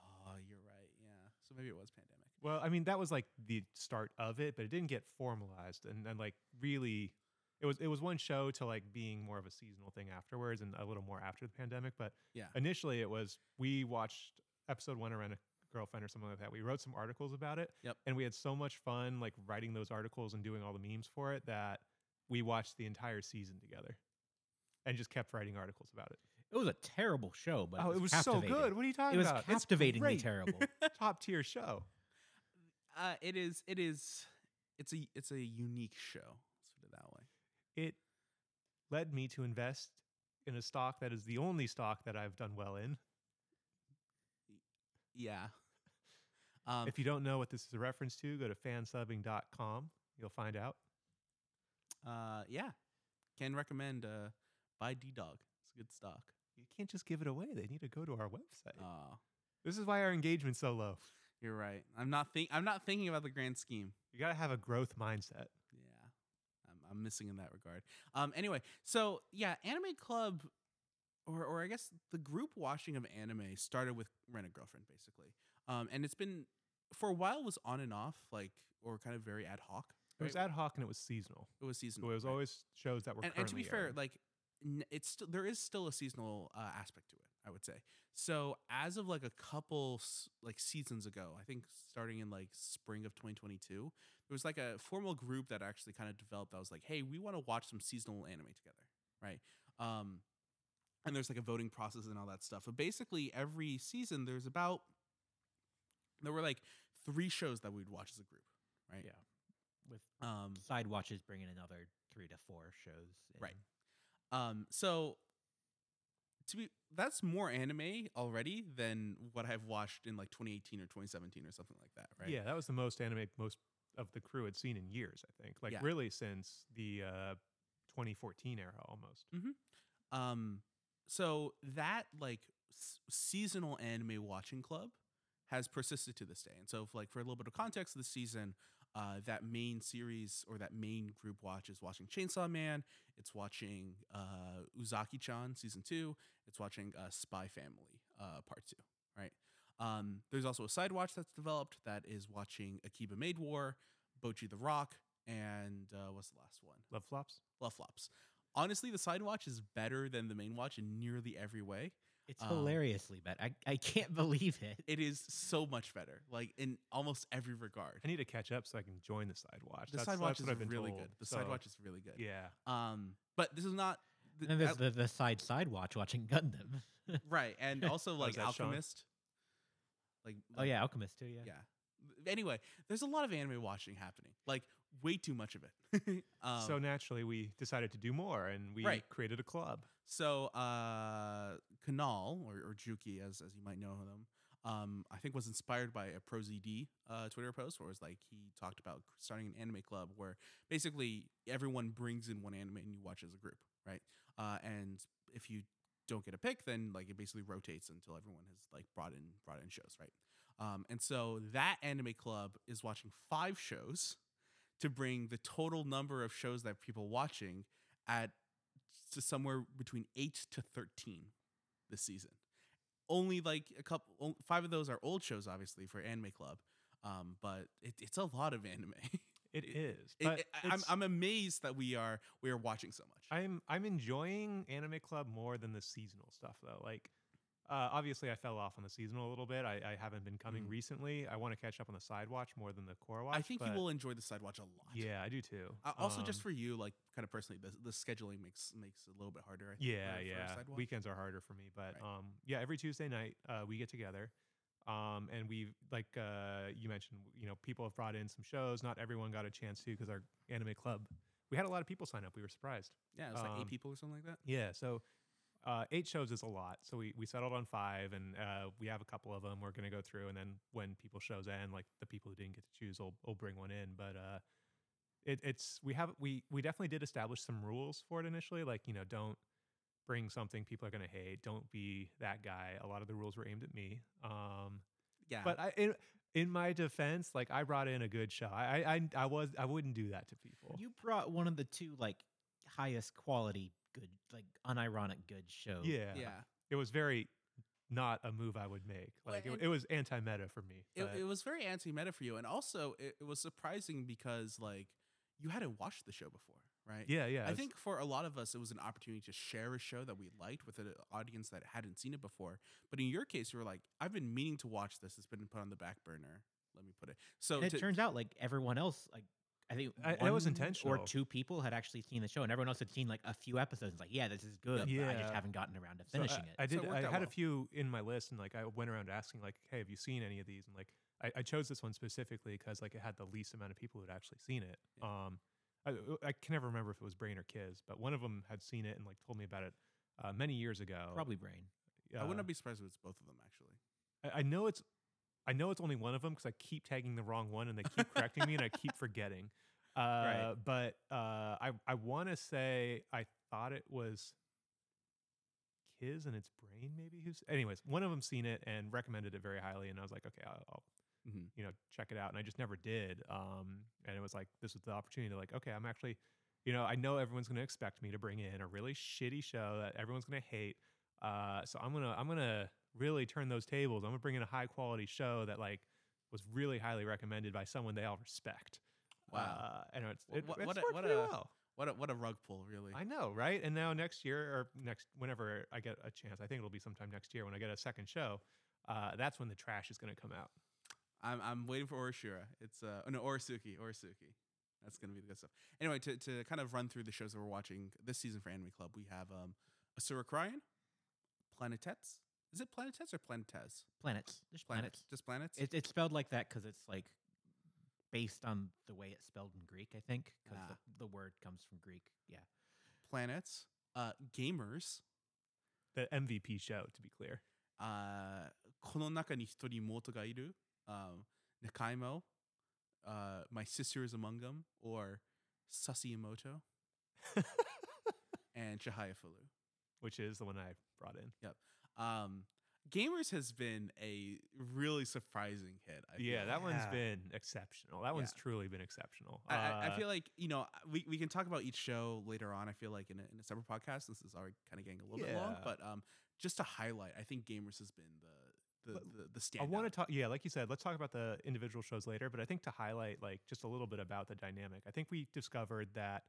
Speaker 3: Oh, you're right. Yeah. So maybe it was pandemic.
Speaker 2: Well, I mean, that was like the start of it, but it didn't get formalized, and then like really, it was it was one show to like being more of a seasonal thing afterwards, and a little more after the pandemic. But
Speaker 3: Yeah.
Speaker 2: initially, it was we watched episode one around a girlfriend or something like that. We wrote some articles about it,
Speaker 3: Yep.
Speaker 2: and we had so much fun like writing those articles and doing all the memes for it that we watched the entire season together, and just kept writing articles about it.
Speaker 1: It was a terrible show, but
Speaker 2: oh, it was so
Speaker 1: captivating.
Speaker 2: good! What are you talking
Speaker 1: It was
Speaker 2: about? It's
Speaker 1: captivatingly
Speaker 2: great.
Speaker 1: terrible.
Speaker 2: top tier show.
Speaker 3: Uh, it is. It is. It's a. It's a unique show. Let's put it that way.
Speaker 2: it led me to invest in a stock that is the only stock that I've done well in.
Speaker 3: Yeah. Um,
Speaker 2: if you don't know what this is a reference to, go to fansubbing.com. You'll find out.
Speaker 3: uh, yeah, can recommend uh, buy D Dog. It's a good stock.
Speaker 2: You can't just give it away. They need to go to our website.
Speaker 3: Oh,
Speaker 2: this is why our engagement's so low.
Speaker 3: you're right. I'm not think. I'm not thinking about the grand scheme.
Speaker 2: You got to have a growth mindset.
Speaker 3: Yeah, I'm, I'm missing in that regard. Um, anyway, so yeah, Anime Club, or or I guess the group watching of anime started with Rent a Girlfriend, basically. Um, and it's been for a while was on and off, like or kind of very ad hoc.
Speaker 2: It was
Speaker 3: right?
Speaker 2: ad hoc and it was seasonal.
Speaker 3: It was
Speaker 2: So
Speaker 3: seasonal.
Speaker 2: it was
Speaker 3: right?
Speaker 2: always shows that were
Speaker 3: and, and to be
Speaker 2: currently
Speaker 3: fair,
Speaker 2: airing.
Speaker 3: like n- it's still there is still a seasonal uh, aspect to it. I would say so. As of like a couple s- like seasons ago, I think starting in like spring of 2022, there was like a formal group that actually kind of developed that was like, hey, we want to watch some seasonal anime together, right? Um, and there's like a voting process and all that stuff. But basically, every season there's about there were like three shows that we'd watch as a group, right?
Speaker 1: Yeah. With
Speaker 3: Um,
Speaker 1: side watches bringing another three to four shows. In.
Speaker 3: Right. Um, so to be that's more anime already than what I've watched in like 2018 or 2017 or something like that, right?
Speaker 2: Yeah, that was the most anime most of the crew had seen in years, I think. Like
Speaker 3: Yeah.
Speaker 2: really since the uh, 2014 era almost.
Speaker 3: Um, so that like s- seasonal anime watching club has persisted to this day. And so, if, like for a little bit of context, this season, uh, that main series or that main group watch is watching Chainsaw Man. It's watching uh, Uzaki-chan season two. It's watching uh, Spy Family uh, part two. Right. Um, there's also a side watch that's developed that is watching Akiba Made War, Bochi the Rock, and uh, what's the last one?
Speaker 2: Love flops.
Speaker 3: Love flops. Honestly, the side watch is better than the main watch in nearly every way.
Speaker 1: It's
Speaker 3: Um,
Speaker 1: hilariously bad. I, I can't believe it.
Speaker 3: It is so much better, like in almost every regard.
Speaker 2: I need to catch up so I can join the Sidewatch.
Speaker 3: The
Speaker 2: That's-
Speaker 3: side
Speaker 2: that's
Speaker 3: watch is
Speaker 2: what I've been
Speaker 3: really
Speaker 2: told.
Speaker 3: good. The
Speaker 2: So,
Speaker 3: side watch is really good.
Speaker 2: Yeah.
Speaker 3: Um, but this is not th-
Speaker 1: and then there's
Speaker 3: that-
Speaker 1: the, the side side watch watching Gundam.
Speaker 3: right, and also
Speaker 2: Oh,
Speaker 3: like
Speaker 2: is that Sean?
Speaker 3: Alchemist. Like,
Speaker 1: oh
Speaker 3: like,
Speaker 1: yeah, Alchemist too. Yeah.
Speaker 3: yeah. Anyway, there's a lot of anime watching happening. Like way too much of it. um,
Speaker 2: so naturally, we decided to do more, and we
Speaker 3: Right.
Speaker 2: created a club.
Speaker 3: So uh Kanal or, or Juki as as you might know them, um, I think was inspired by a ProZD uh, Twitter post where it was like he talked about starting an anime club where basically everyone brings in one anime and you watch as a group, right? Uh, and if you don't get a pick, then like it basically rotates until everyone has like brought in brought in shows, right? Um, and so that anime club is watching five shows to bring the total number of shows that people watching at to somewhere between eight to thirteen this season. Only like a couple, o- five of those are old shows, obviously for Anime Club, um, but it, it's a lot of anime.
Speaker 2: It
Speaker 3: It-
Speaker 2: is.
Speaker 3: It-
Speaker 2: But
Speaker 3: it- I- I'm,
Speaker 2: it's-
Speaker 3: I'm amazed that we are we are watching so much.
Speaker 2: I'm I'm enjoying Anime Club more than the seasonal stuff though. Like, uh, obviously I fell off on the seasonal a little bit. I, I haven't been coming
Speaker 3: Mm.
Speaker 2: recently. I want to catch up on the side watch more than the core watch.
Speaker 3: I think you
Speaker 2: but-
Speaker 3: will enjoy the side watch a lot.
Speaker 2: Yeah, I do too.
Speaker 3: Uh, also, just
Speaker 2: Um,
Speaker 3: for you, like kind of personally, the, the scheduling makes makes it a little bit harder. I think,
Speaker 2: yeah,
Speaker 3: for,
Speaker 2: yeah.
Speaker 3: For a Sidewalk.
Speaker 2: Weekends are harder for me, but
Speaker 3: Right.
Speaker 2: um, yeah, every Tuesday night uh, we get together. Um, and we've like uh, you mentioned, you know, people have brought in some shows. Not everyone got a chance to because our anime club. We had a lot of people sign up. We were surprised.
Speaker 3: yeah, it was like
Speaker 2: um,
Speaker 3: eight people or something like that.
Speaker 2: Yeah. So uh, eight shows is a lot. So we, we settled on five and uh, we have a couple of them we're going to go through. And then when people shows end, like the people who didn't get to choose will, will bring one in. But uh, it, it's, we have, we, we definitely did establish some rules for it initially. Like, you know, don't bring something people are going to hate. Don't be that guy. A lot of the rules were aimed at me. Um,
Speaker 3: Yeah,
Speaker 2: but I, in, in my defense, like I brought in a good show. I, I, I- I was, I wouldn't do that to people.
Speaker 1: You brought one of the two like highest quality good, like unironic good shows.
Speaker 2: yeah.
Speaker 3: yeah,
Speaker 2: it was very not a move I would make.
Speaker 3: Well,
Speaker 2: Like
Speaker 3: and-
Speaker 2: it, it was anti meta for me.
Speaker 3: it,
Speaker 2: but
Speaker 3: it was very anti-meta for you, and also it, it was surprising because like you hadn't watched the show before, right?
Speaker 2: yeah, yeah.
Speaker 3: I
Speaker 2: it's-
Speaker 3: think for a lot of us, it was an opportunity to share a show that we liked with an audience that hadn't seen it before. But in your case, you were like, "I've been meaning to watch this. It's been put on the back burner." Let me put it. So
Speaker 1: And it
Speaker 3: to-
Speaker 1: turns out like everyone else, like I think
Speaker 2: I- it was
Speaker 1: one
Speaker 2: intentional.
Speaker 1: Or two people had actually seen the show, and everyone else had seen like a few episodes. It's like, yeah, this is good. but I
Speaker 2: Yeah.
Speaker 1: just haven't gotten around to
Speaker 2: so I-
Speaker 1: finishing it.
Speaker 2: I
Speaker 3: So it
Speaker 2: did.
Speaker 3: worked
Speaker 2: I
Speaker 3: out
Speaker 2: had
Speaker 3: well.
Speaker 2: a few in my list, and like I went around asking, like, "Hey, have you seen any of these?" And like, I, I chose this one specifically because like it had the least amount of people who'd actually seen it. Um, I, I can never remember if it was Brain or Kiz, but one of them had seen it and like told me about it uh, many years ago.
Speaker 1: Probably brain.
Speaker 3: I
Speaker 2: uh,
Speaker 3: wouldn't be surprised if it's both of them actually.
Speaker 2: I, I know it's I know it's only one of them because I keep tagging the wrong one and they keep correcting me and I keep forgetting. Uh,
Speaker 1: Right.
Speaker 2: But uh, I I want to say I thought it was Kiz and its brain maybe who's anyways one of them seen it and recommended it very highly and I was like okay I'll, I'll
Speaker 3: Mhm.
Speaker 2: you know check it out and I just never did um and it was like this was the opportunity to like okay I'm actually you know I know everyone's gonna expect me to bring in a really shitty show that everyone's gonna hate uh, so I'm gonna I'm gonna really turn those tables. I'm gonna bring in a high quality show that like was really highly recommended by someone they all respect.
Speaker 3: Wow.
Speaker 2: uh, and it's
Speaker 3: Wha-
Speaker 2: it,
Speaker 3: what-
Speaker 2: it's
Speaker 3: what a-
Speaker 2: worked
Speaker 3: what
Speaker 2: pretty
Speaker 3: a-
Speaker 2: well.
Speaker 3: What a what a rug pull, really.
Speaker 2: I know, right? And now next year or next whenever I get a chance, I think it'll be sometime next year when I get a second show. Uh, that's when the trash is gonna come out.
Speaker 3: I'm I'm waiting for Orishira. It's uh oh, no Orisuki, Orisuki. That's gonna be the good stuff. Anyway, to, to kind of run through the shows that we're watching this season for Anime Club, we have um Asura Cryon, Planetets. Is it Planetets or Planetes?
Speaker 1: Planets. There's planets.
Speaker 3: Just planets.
Speaker 1: It, it's spelled like that because it's like based on the way it's spelled in Greek, I think, because
Speaker 3: Ah.
Speaker 1: the, the word comes from Greek. Yeah.
Speaker 3: planets. Uh, gamers.
Speaker 2: The MVP show, to be clear.
Speaker 3: Uh, この中に一人妹がいる, um, Nakaimo. Uh, my sister is among them, or Sasimoto and Chihaya Fulu.
Speaker 2: Which is the one I brought in.
Speaker 3: Um, Gamers has been a really surprising hit. I feel
Speaker 2: yeah, that
Speaker 3: like.
Speaker 2: one's
Speaker 1: Yeah.
Speaker 2: been exceptional. That one's
Speaker 3: Uh, Yeah.
Speaker 2: truly been exceptional.
Speaker 3: I, I- I
Speaker 2: Uh,
Speaker 3: feel like you know we, we can talk about each show later on. I feel like in a, in a separate podcast, this is already kind of getting a little bit long.
Speaker 2: Yeah.
Speaker 3: But um, just to highlight, I think Gamers has been the the
Speaker 2: But
Speaker 3: the, the standout.
Speaker 2: I want to talk, yeah, like you said, let's talk about the individual shows later. But I think to highlight, like, just a little bit about the dynamic, I think we discovered that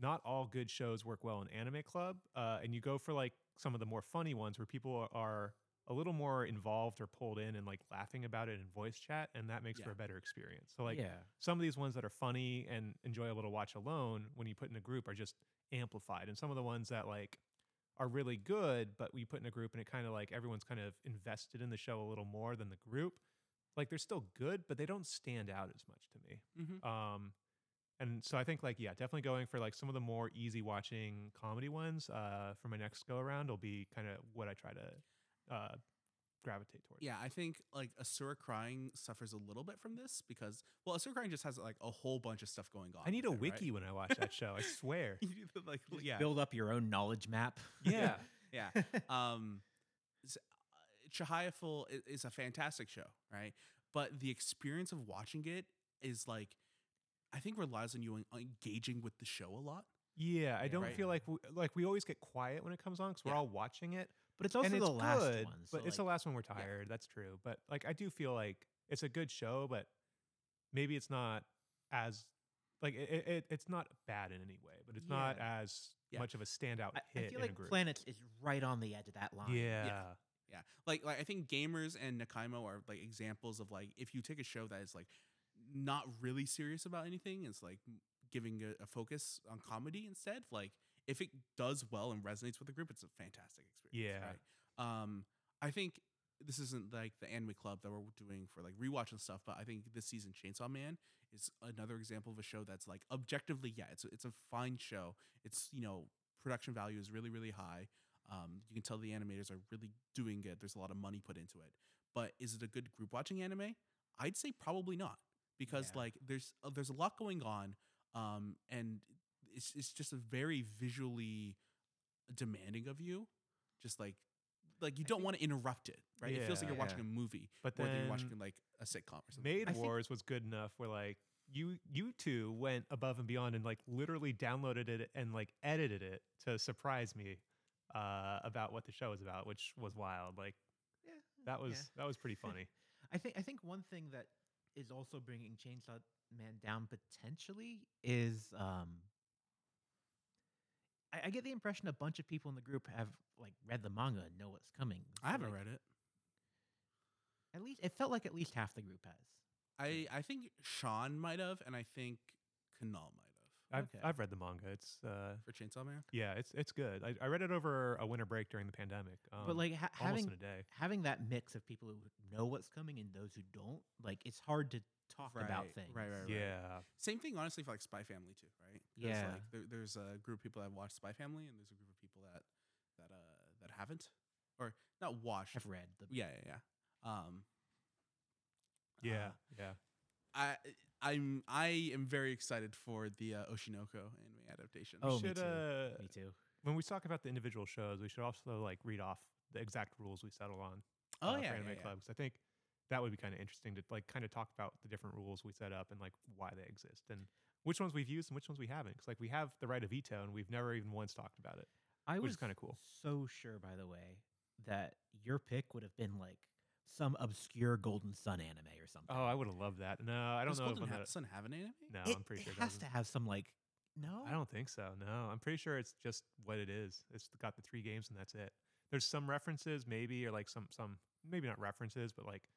Speaker 2: not all good shows work well in Anime Club. Uh, and you go for like some of the more funny ones where people are a little more involved or pulled in and like laughing about it in voice chat. And that makes for
Speaker 3: Yeah.
Speaker 2: a better experience. So, like,
Speaker 1: yeah.
Speaker 2: some of these ones that are funny and enjoyable to watch alone when you put in a group are just amplified and some of the ones that like are really good but we put in a group and it kind of like everyone's kind of invested in the show a little more than the group like they're still good but they don't stand out as much to me
Speaker 3: Mhm.
Speaker 2: um and so i think like yeah definitely going for like some of the more easy watching comedy ones uh for my next go around will be kind of what i try to uh gravitate towards.
Speaker 3: Yeah, I think like Asura Crying suffers a little bit from this because well, Asura Crying just has like a whole bunch of stuff going on.
Speaker 2: I need a
Speaker 3: with it, right?
Speaker 2: wiki when I watch that show. I swear.
Speaker 3: You need to, like
Speaker 1: Just
Speaker 3: yeah,
Speaker 1: Build up your own knowledge map.
Speaker 2: Yeah.
Speaker 3: yeah. um s- uh, Chihayaful i- is a fantastic show, right? But the experience of watching it is like I think relies on you en- engaging with the show a lot.
Speaker 2: Yeah, I
Speaker 1: Yeah,
Speaker 2: don't
Speaker 3: right.
Speaker 2: feel like we, like we always get quiet when it comes on because we're
Speaker 3: Yeah.
Speaker 2: all watching it,
Speaker 1: But it's also
Speaker 2: and it's
Speaker 1: the last
Speaker 2: good,
Speaker 1: one.
Speaker 2: but
Speaker 1: so,
Speaker 2: it's the
Speaker 1: like,
Speaker 2: last one we're tired. That's true. But like, I do feel like it's a good show, but maybe it's not as like it, it, it- it's not bad in any way, but it's not as
Speaker 3: Yeah.
Speaker 2: much of a standout
Speaker 1: I,
Speaker 2: hit
Speaker 1: I feel
Speaker 2: in
Speaker 1: like
Speaker 2: a group.
Speaker 1: Planets is right on the edge of that line.
Speaker 2: yeah.
Speaker 3: Yeah. Like like I think gamers and Nakaimo are like examples of like if you take a show that is like not really serious about anything, it's like m- giving a, a focus on comedy instead. Like if it does well and resonates with the group, it's a fantastic experience.
Speaker 2: Yeah.
Speaker 3: Right? Um I think this isn't like the anime club that we're doing for like rewatch and stuff, but I think this season Chainsaw Man is another example of a show that's like objectively, yeah, it's it's a fine show. It's you know production value is really really high. Um, you can tell the animators are really doing it. There's a lot of money put into it. But is it a good group watching anime? I'd say probably not because
Speaker 1: Yeah.
Speaker 3: like there's uh, there's a lot going on, um, and it's it's just a very visually demanding of you. Just like like you don't want to interrupt it, right? it feels like you're
Speaker 2: Yeah.
Speaker 3: watching a movie,
Speaker 2: But
Speaker 3: more than
Speaker 2: then
Speaker 3: you're watching like a sitcom or something.
Speaker 2: Maid
Speaker 1: I think-
Speaker 2: Wars was good enough where like you you two went above and beyond and like literally downloaded it and like edited it to surprise me uh about what the show was about, which was wild. Like
Speaker 1: Yeah,
Speaker 2: that was that was pretty
Speaker 1: Yeah.
Speaker 2: funny.
Speaker 1: I think I think one thing that is also bringing Chainsaw Man down potentially is um, I, I get the impression a bunch of people in the group have like read the manga and know what's coming.
Speaker 3: I
Speaker 1: So,
Speaker 3: haven't
Speaker 1: like,
Speaker 3: read it.
Speaker 1: At least it felt like at least half the group has.
Speaker 3: I I think Sean might have, and I think Kanal might have
Speaker 2: I've
Speaker 1: Okay.
Speaker 2: I've read the manga. It's uh
Speaker 3: for Chainsaw Man.
Speaker 2: yeah, it's it's good. I, I read it over a winter break during the pandemic. Um,
Speaker 1: but like ha-
Speaker 2: almost
Speaker 1: having
Speaker 2: in a day.
Speaker 1: having that mix of people who know what's coming and those who don't, like it's hard to talk about
Speaker 3: Right,
Speaker 1: things.
Speaker 3: right, right, right.
Speaker 2: Yeah.
Speaker 3: Same thing, honestly, for like Spy Family too, right? 'Cause,
Speaker 1: Yeah.
Speaker 3: Like, there, there's a group of people that watch Spy Family, and there's a group of people that that uh that haven't or not watched.
Speaker 1: I've read the
Speaker 3: Yeah, yeah, yeah. Um,
Speaker 2: Yeah.
Speaker 3: uh,
Speaker 2: yeah.
Speaker 3: I I'm I am very excited for the uh, Oshinoko anime adaptation.
Speaker 1: Oh, me
Speaker 2: should
Speaker 1: too.
Speaker 2: uh
Speaker 1: me too.
Speaker 2: when we talk about the individual shows, we should also like read off the exact rules we settle on.
Speaker 3: oh
Speaker 2: uh,
Speaker 3: yeah,
Speaker 2: for anime
Speaker 3: yeah, yeah.
Speaker 2: clubs. I think that would be kind of interesting to like kind of talk about the different rules we set up and like why they exist and which ones we've used and which ones we haven't. Because like we have the right of veto and we've never even once talked about it.
Speaker 1: I
Speaker 2: which is
Speaker 1: was
Speaker 2: kinda cool.
Speaker 1: So sure, by the way, that your pick would have been like some obscure Golden Sun anime or something.
Speaker 2: Oh, I would have loved that. No, I don't
Speaker 3: Does
Speaker 2: know if
Speaker 3: Golden
Speaker 2: I'm
Speaker 3: Ha-
Speaker 2: that.
Speaker 3: Sun have an anime?
Speaker 2: No,
Speaker 1: It-
Speaker 2: I'm pretty sure
Speaker 1: it
Speaker 2: it
Speaker 1: has
Speaker 2: doesn't.
Speaker 1: to have some like no.
Speaker 2: I don't think so. No, I'm pretty sure it's just what it is. It's got the three games and that's it. There's some references, maybe, or like some some maybe not references, but like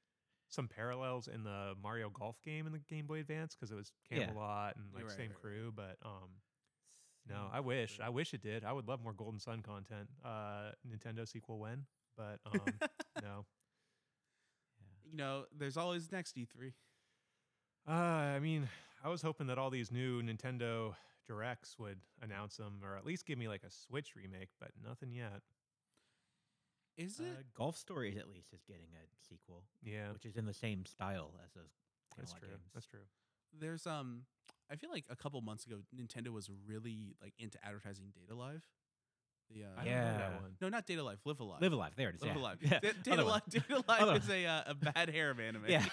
Speaker 2: some parallels in the Mario Golf game in the Game Boy Advance because it was
Speaker 1: Yeah.
Speaker 2: Camelot and
Speaker 3: You're
Speaker 2: like
Speaker 3: right,
Speaker 2: same
Speaker 3: right, right.
Speaker 2: crew. But um, no,
Speaker 3: Mm,
Speaker 1: Some
Speaker 2: I wish,
Speaker 1: crew.
Speaker 2: I wish it did. I would love more Golden Sun content. Uh, Nintendo sequel when, but um, no.
Speaker 3: You know, there's always next E E3.
Speaker 2: Uh, I mean, I was hoping that all these new Nintendo directs would announce them, or at least give me like a Switch remake, but nothing yet.
Speaker 3: Is
Speaker 1: Uh,
Speaker 3: it?
Speaker 1: Golf Stories at least is getting a sequel,
Speaker 2: Yeah.
Speaker 1: which is in the same style as those.
Speaker 2: That's
Speaker 1: analog
Speaker 2: true.
Speaker 1: Games.
Speaker 2: That's true.
Speaker 3: there's um I feel like a couple months ago Nintendo was really like into advertising Data Live. The uh,
Speaker 2: I don't know that
Speaker 1: Yeah.
Speaker 2: one.
Speaker 3: No, not Data Live, Live Alive.
Speaker 1: Live Alive. There it is.
Speaker 3: Live
Speaker 1: yeah.
Speaker 3: Alive.
Speaker 1: Yeah.
Speaker 3: Da- Data
Speaker 1: other one.
Speaker 3: Live, Data Live
Speaker 1: Other
Speaker 3: is a uh, a bad hair of anime.
Speaker 1: Yeah.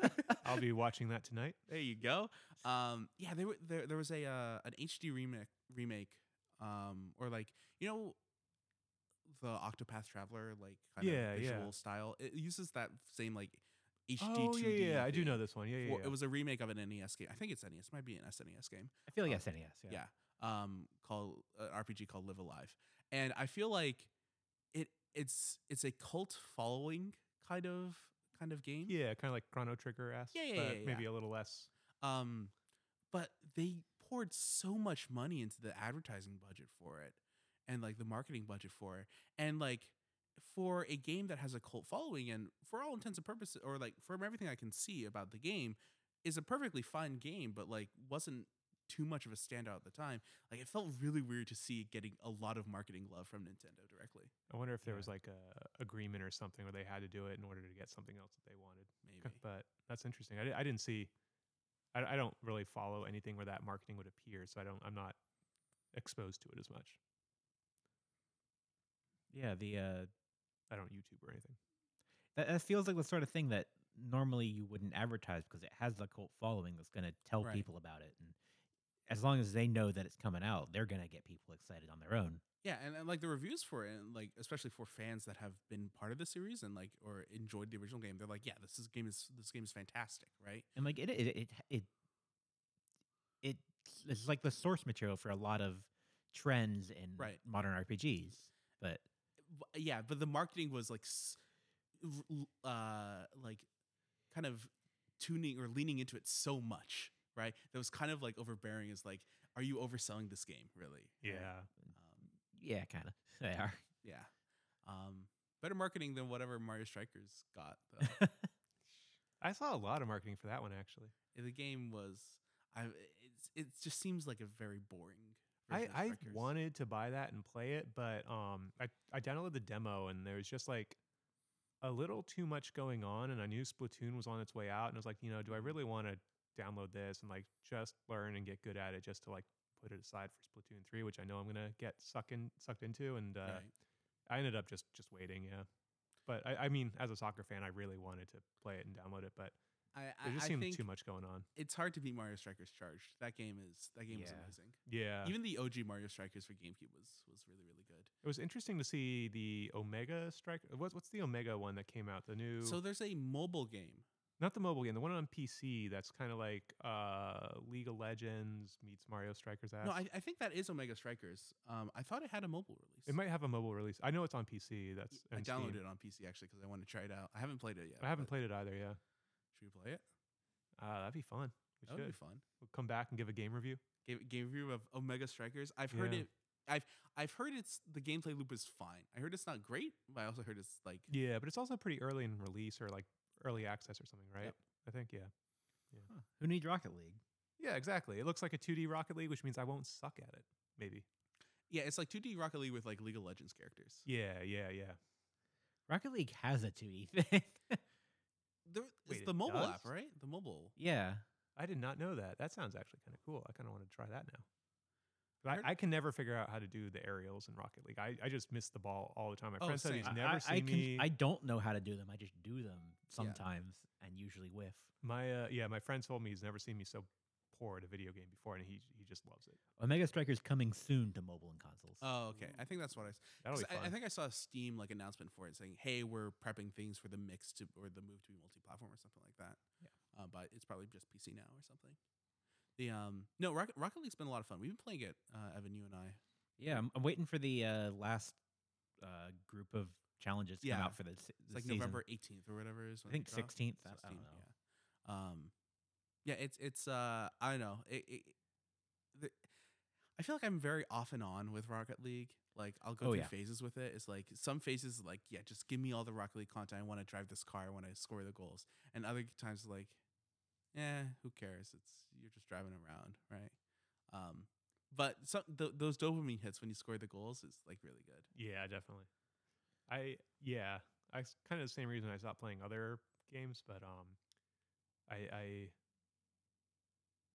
Speaker 2: I'll be watching that tonight.
Speaker 3: there you go. Um yeah, there were- there there was a uh, an HD remake remake um or like you know the Octopath Traveler like kind
Speaker 2: Yeah,
Speaker 3: of
Speaker 2: yeah.
Speaker 3: visual style. It uses that same like HD
Speaker 2: Oh
Speaker 3: 2D
Speaker 2: yeah, yeah, yeah. I do
Speaker 3: thing
Speaker 2: know this one. Yeah, yeah.
Speaker 3: for-
Speaker 2: yeah.
Speaker 3: It was a remake of an NES game. I think it's NES. Might be an SNES game.
Speaker 1: I feel
Speaker 2: Oh.
Speaker 1: like
Speaker 3: Um,
Speaker 1: SNES. Yeah.
Speaker 3: yeah, um called an rpg called live alive and i feel like it it's it's a cult following kind of kind of game
Speaker 2: yeah, kind of like Chrono Trigger esque.
Speaker 3: Yeah, yeah,
Speaker 2: but
Speaker 3: yeah, yeah.
Speaker 2: Maybe a little less.
Speaker 3: um but they poured so much money into the advertising budget for it and like the marketing budget for it and like for a game that has a cult following and for all intents and purposes or like from everything i can see about the game is a perfectly fine game but like wasn't too much of a standout at the time. Like it felt really weird to see it getting a lot of marketing love from Nintendo directly.
Speaker 2: I wonder if there
Speaker 3: Yeah.
Speaker 2: was like a agreement or something where they had to do it in order to get something else that they wanted.
Speaker 3: Maybe.
Speaker 2: Okay, But that's interesting. I, di- I didn't see. I, I don't really follow anything where that marketing would appear, so I don't. I'm not exposed to it as much.
Speaker 1: Yeah, the uh,
Speaker 2: I don't YouTube or anything.
Speaker 1: that, that feels like the sort of thing that normally you wouldn't advertise because it has the cult following that's going to tell
Speaker 3: Right.
Speaker 1: people about it, and as long as they know that it's coming out, they're going to get people excited on their own.
Speaker 3: Yeah, and, and like the reviews for it, and like especially for fans that have been part of the series and like or enjoyed the original game, they're like, yeah, this is game is this game is fantastic, right?
Speaker 1: And like it, it, it, it, it it's like the source material for a lot of trends in
Speaker 3: Right.
Speaker 1: modern RPGs. But
Speaker 3: b- yeah, but the marketing was like, s- r- l- uh, like kind of tuning or leaning into it so much, right? That was kind of like overbearing. Is like, are you overselling this game really? right? Um,
Speaker 1: yeah, kind of they are.
Speaker 3: yeah. Um, better marketing than whatever Mario Strikers got. Though.
Speaker 2: I saw a lot of marketing for that one actually.
Speaker 3: the game was, I it's, it just seems like a very boring.
Speaker 2: I,
Speaker 3: version of
Speaker 2: I
Speaker 3: Strikers.
Speaker 2: wanted to buy that and play it, but um, I, I downloaded the demo and there was just like a little too much going on, and I knew Splatoon was on its way out, and I was like, you know, do I really want to download this and like just learn and get good at it just to like put it aside for Splatoon three, which I know I'm gonna get sucked in, sucked into, and uh,
Speaker 3: Right.
Speaker 2: I ended up just just waiting, yeah. But I, I mean, as a soccer fan, I really wanted to play it and download it, but
Speaker 3: I, I,
Speaker 2: there just
Speaker 3: I
Speaker 2: seemed
Speaker 3: think
Speaker 2: too much going on.
Speaker 3: It's hard to beat Mario Strikers Charged. That game is that game is
Speaker 1: Yeah.
Speaker 3: amazing.
Speaker 2: Yeah,
Speaker 3: Even the OG Mario Strikers for GameCube was was really really good.
Speaker 2: It was interesting to see the Omega Strike. What's what's the Omega one that came out? The new,
Speaker 3: So there's a mobile game.
Speaker 2: not the mobile game, the one on PC. That's kind of like uh, League of Legends meets Mario Strikers. Ass.
Speaker 3: No, I, I think that is Omega Strikers. Um, I thought it had a mobile release.
Speaker 2: it might have a mobile release. I know it's on PC. That's
Speaker 3: I
Speaker 2: and Steam.
Speaker 3: downloaded it on PC actually because I want to try it out. I haven't played it yet.
Speaker 2: I haven't
Speaker 3: but
Speaker 2: played it either. Yeah,
Speaker 3: Should we play it?
Speaker 2: uh, that'd be fun. We
Speaker 3: That
Speaker 2: should.
Speaker 3: would be fun.
Speaker 2: We'll come back and give a game review.
Speaker 3: Game, game review of Omega Strikers. I've heard
Speaker 2: Yeah.
Speaker 3: it. I've I've heard it's the gameplay loop is fine. I heard it's not great, but I also heard it's like
Speaker 2: Yeah, but it's also pretty early in release or like early access or something, right?
Speaker 3: Yep.
Speaker 2: I think. Yeah.
Speaker 1: Who needs Rocket League?
Speaker 2: Yeah, exactly. It looks like a 2D Rocket League, which means I won't suck at it. Maybe.
Speaker 3: yeah, it's like 2D Rocket League with like League of Legends characters.
Speaker 2: Yeah, yeah, yeah.
Speaker 1: Rocket League has a 2D thing.
Speaker 3: There, it's
Speaker 2: Wait,
Speaker 3: the
Speaker 2: it
Speaker 3: mobile app,
Speaker 2: does?
Speaker 3: right? The mobile.
Speaker 1: yeah.
Speaker 2: I did not know that. That sounds actually kind of cool. I kind of want to try that now. But
Speaker 3: Heard-
Speaker 2: I, I can never figure out how to do the aerials in Rocket League. I, I just miss the ball all the time. My
Speaker 3: Oh,
Speaker 2: friend said
Speaker 3: same.
Speaker 2: he's
Speaker 1: I-
Speaker 2: never
Speaker 1: I,
Speaker 2: seen
Speaker 1: I conf-
Speaker 2: me.
Speaker 1: I don't know how to do them. I just do them sometimes and usually whiff.
Speaker 2: my uh, yeah, my friend told me he's never seen me so poor at a video game before, and he he just loves it.
Speaker 1: Omega Striker's coming soon to mobile and consoles.
Speaker 3: Oh, okay. I think that's what I. s-
Speaker 2: That'll be
Speaker 3: 'cause
Speaker 2: fun.
Speaker 3: I, I think I saw a Steam like announcement for it saying, "Hey, we're prepping things for the mix to or the move to be multi-platform or something like that."
Speaker 2: Yeah.
Speaker 3: uh, but it's probably just PC now or something. The um no Rocket, Rocket League's been a lot of fun. We've been playing it, uh, Evan, you and I.
Speaker 1: yeah, I'm, I'm waiting for the uh, last uh, group of challenges to come
Speaker 3: Yeah.
Speaker 1: out for this.
Speaker 3: It's like November uh, 18th or whatever it is.
Speaker 1: I
Speaker 3: when they
Speaker 1: think
Speaker 3: drop.
Speaker 1: 16th. I- I don't know.
Speaker 3: 16th, Yeah. Um, yeah, it's it's uh, I don't know. It, it, the, I feel like I'm very off and on with Rocket League. Like I'll go
Speaker 1: Oh,
Speaker 3: through
Speaker 1: yeah.
Speaker 3: phases with it. It's like some phases, like yeah, just give me all the Rocket League content. I want to drive this car. I want to score the goals. And other times, like, eh, who cares? It's you're just driving around, right? Um, but some th- those dopamine hits when you score the goals is like really good.
Speaker 2: yeah, definitely. I yeah, I s- kind of the same reason I stopped playing other games, but um, I I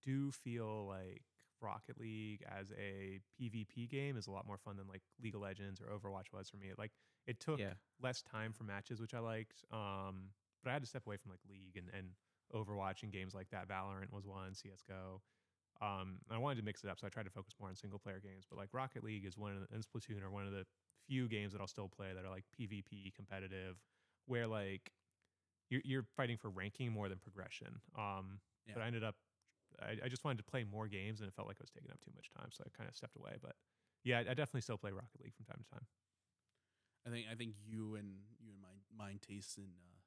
Speaker 2: do feel like Rocket League as a PvP game is a lot more fun than like League of Legends or Overwatch was for me. Like it took
Speaker 1: Yeah.
Speaker 2: less time for matches, which I liked. Um, but I had to step away from like League and, and Overwatch and games like that. Valorant was one, CS:GO. Um, I wanted to mix it up, so I tried to focus more on single player games. But like Rocket League is one of the, and Splatoon are one of the few games that I'll still play that are like PvP competitive, where like you're, you're fighting for ranking more than progression. Um, but
Speaker 3: Yeah.
Speaker 2: I ended up, I, I just wanted to play more games, and it felt like I was taking up too much time, so I kind of stepped away. But yeah, I, I definitely still play Rocket League from time to time.
Speaker 3: I think I think you and you and my mine tastes in uh,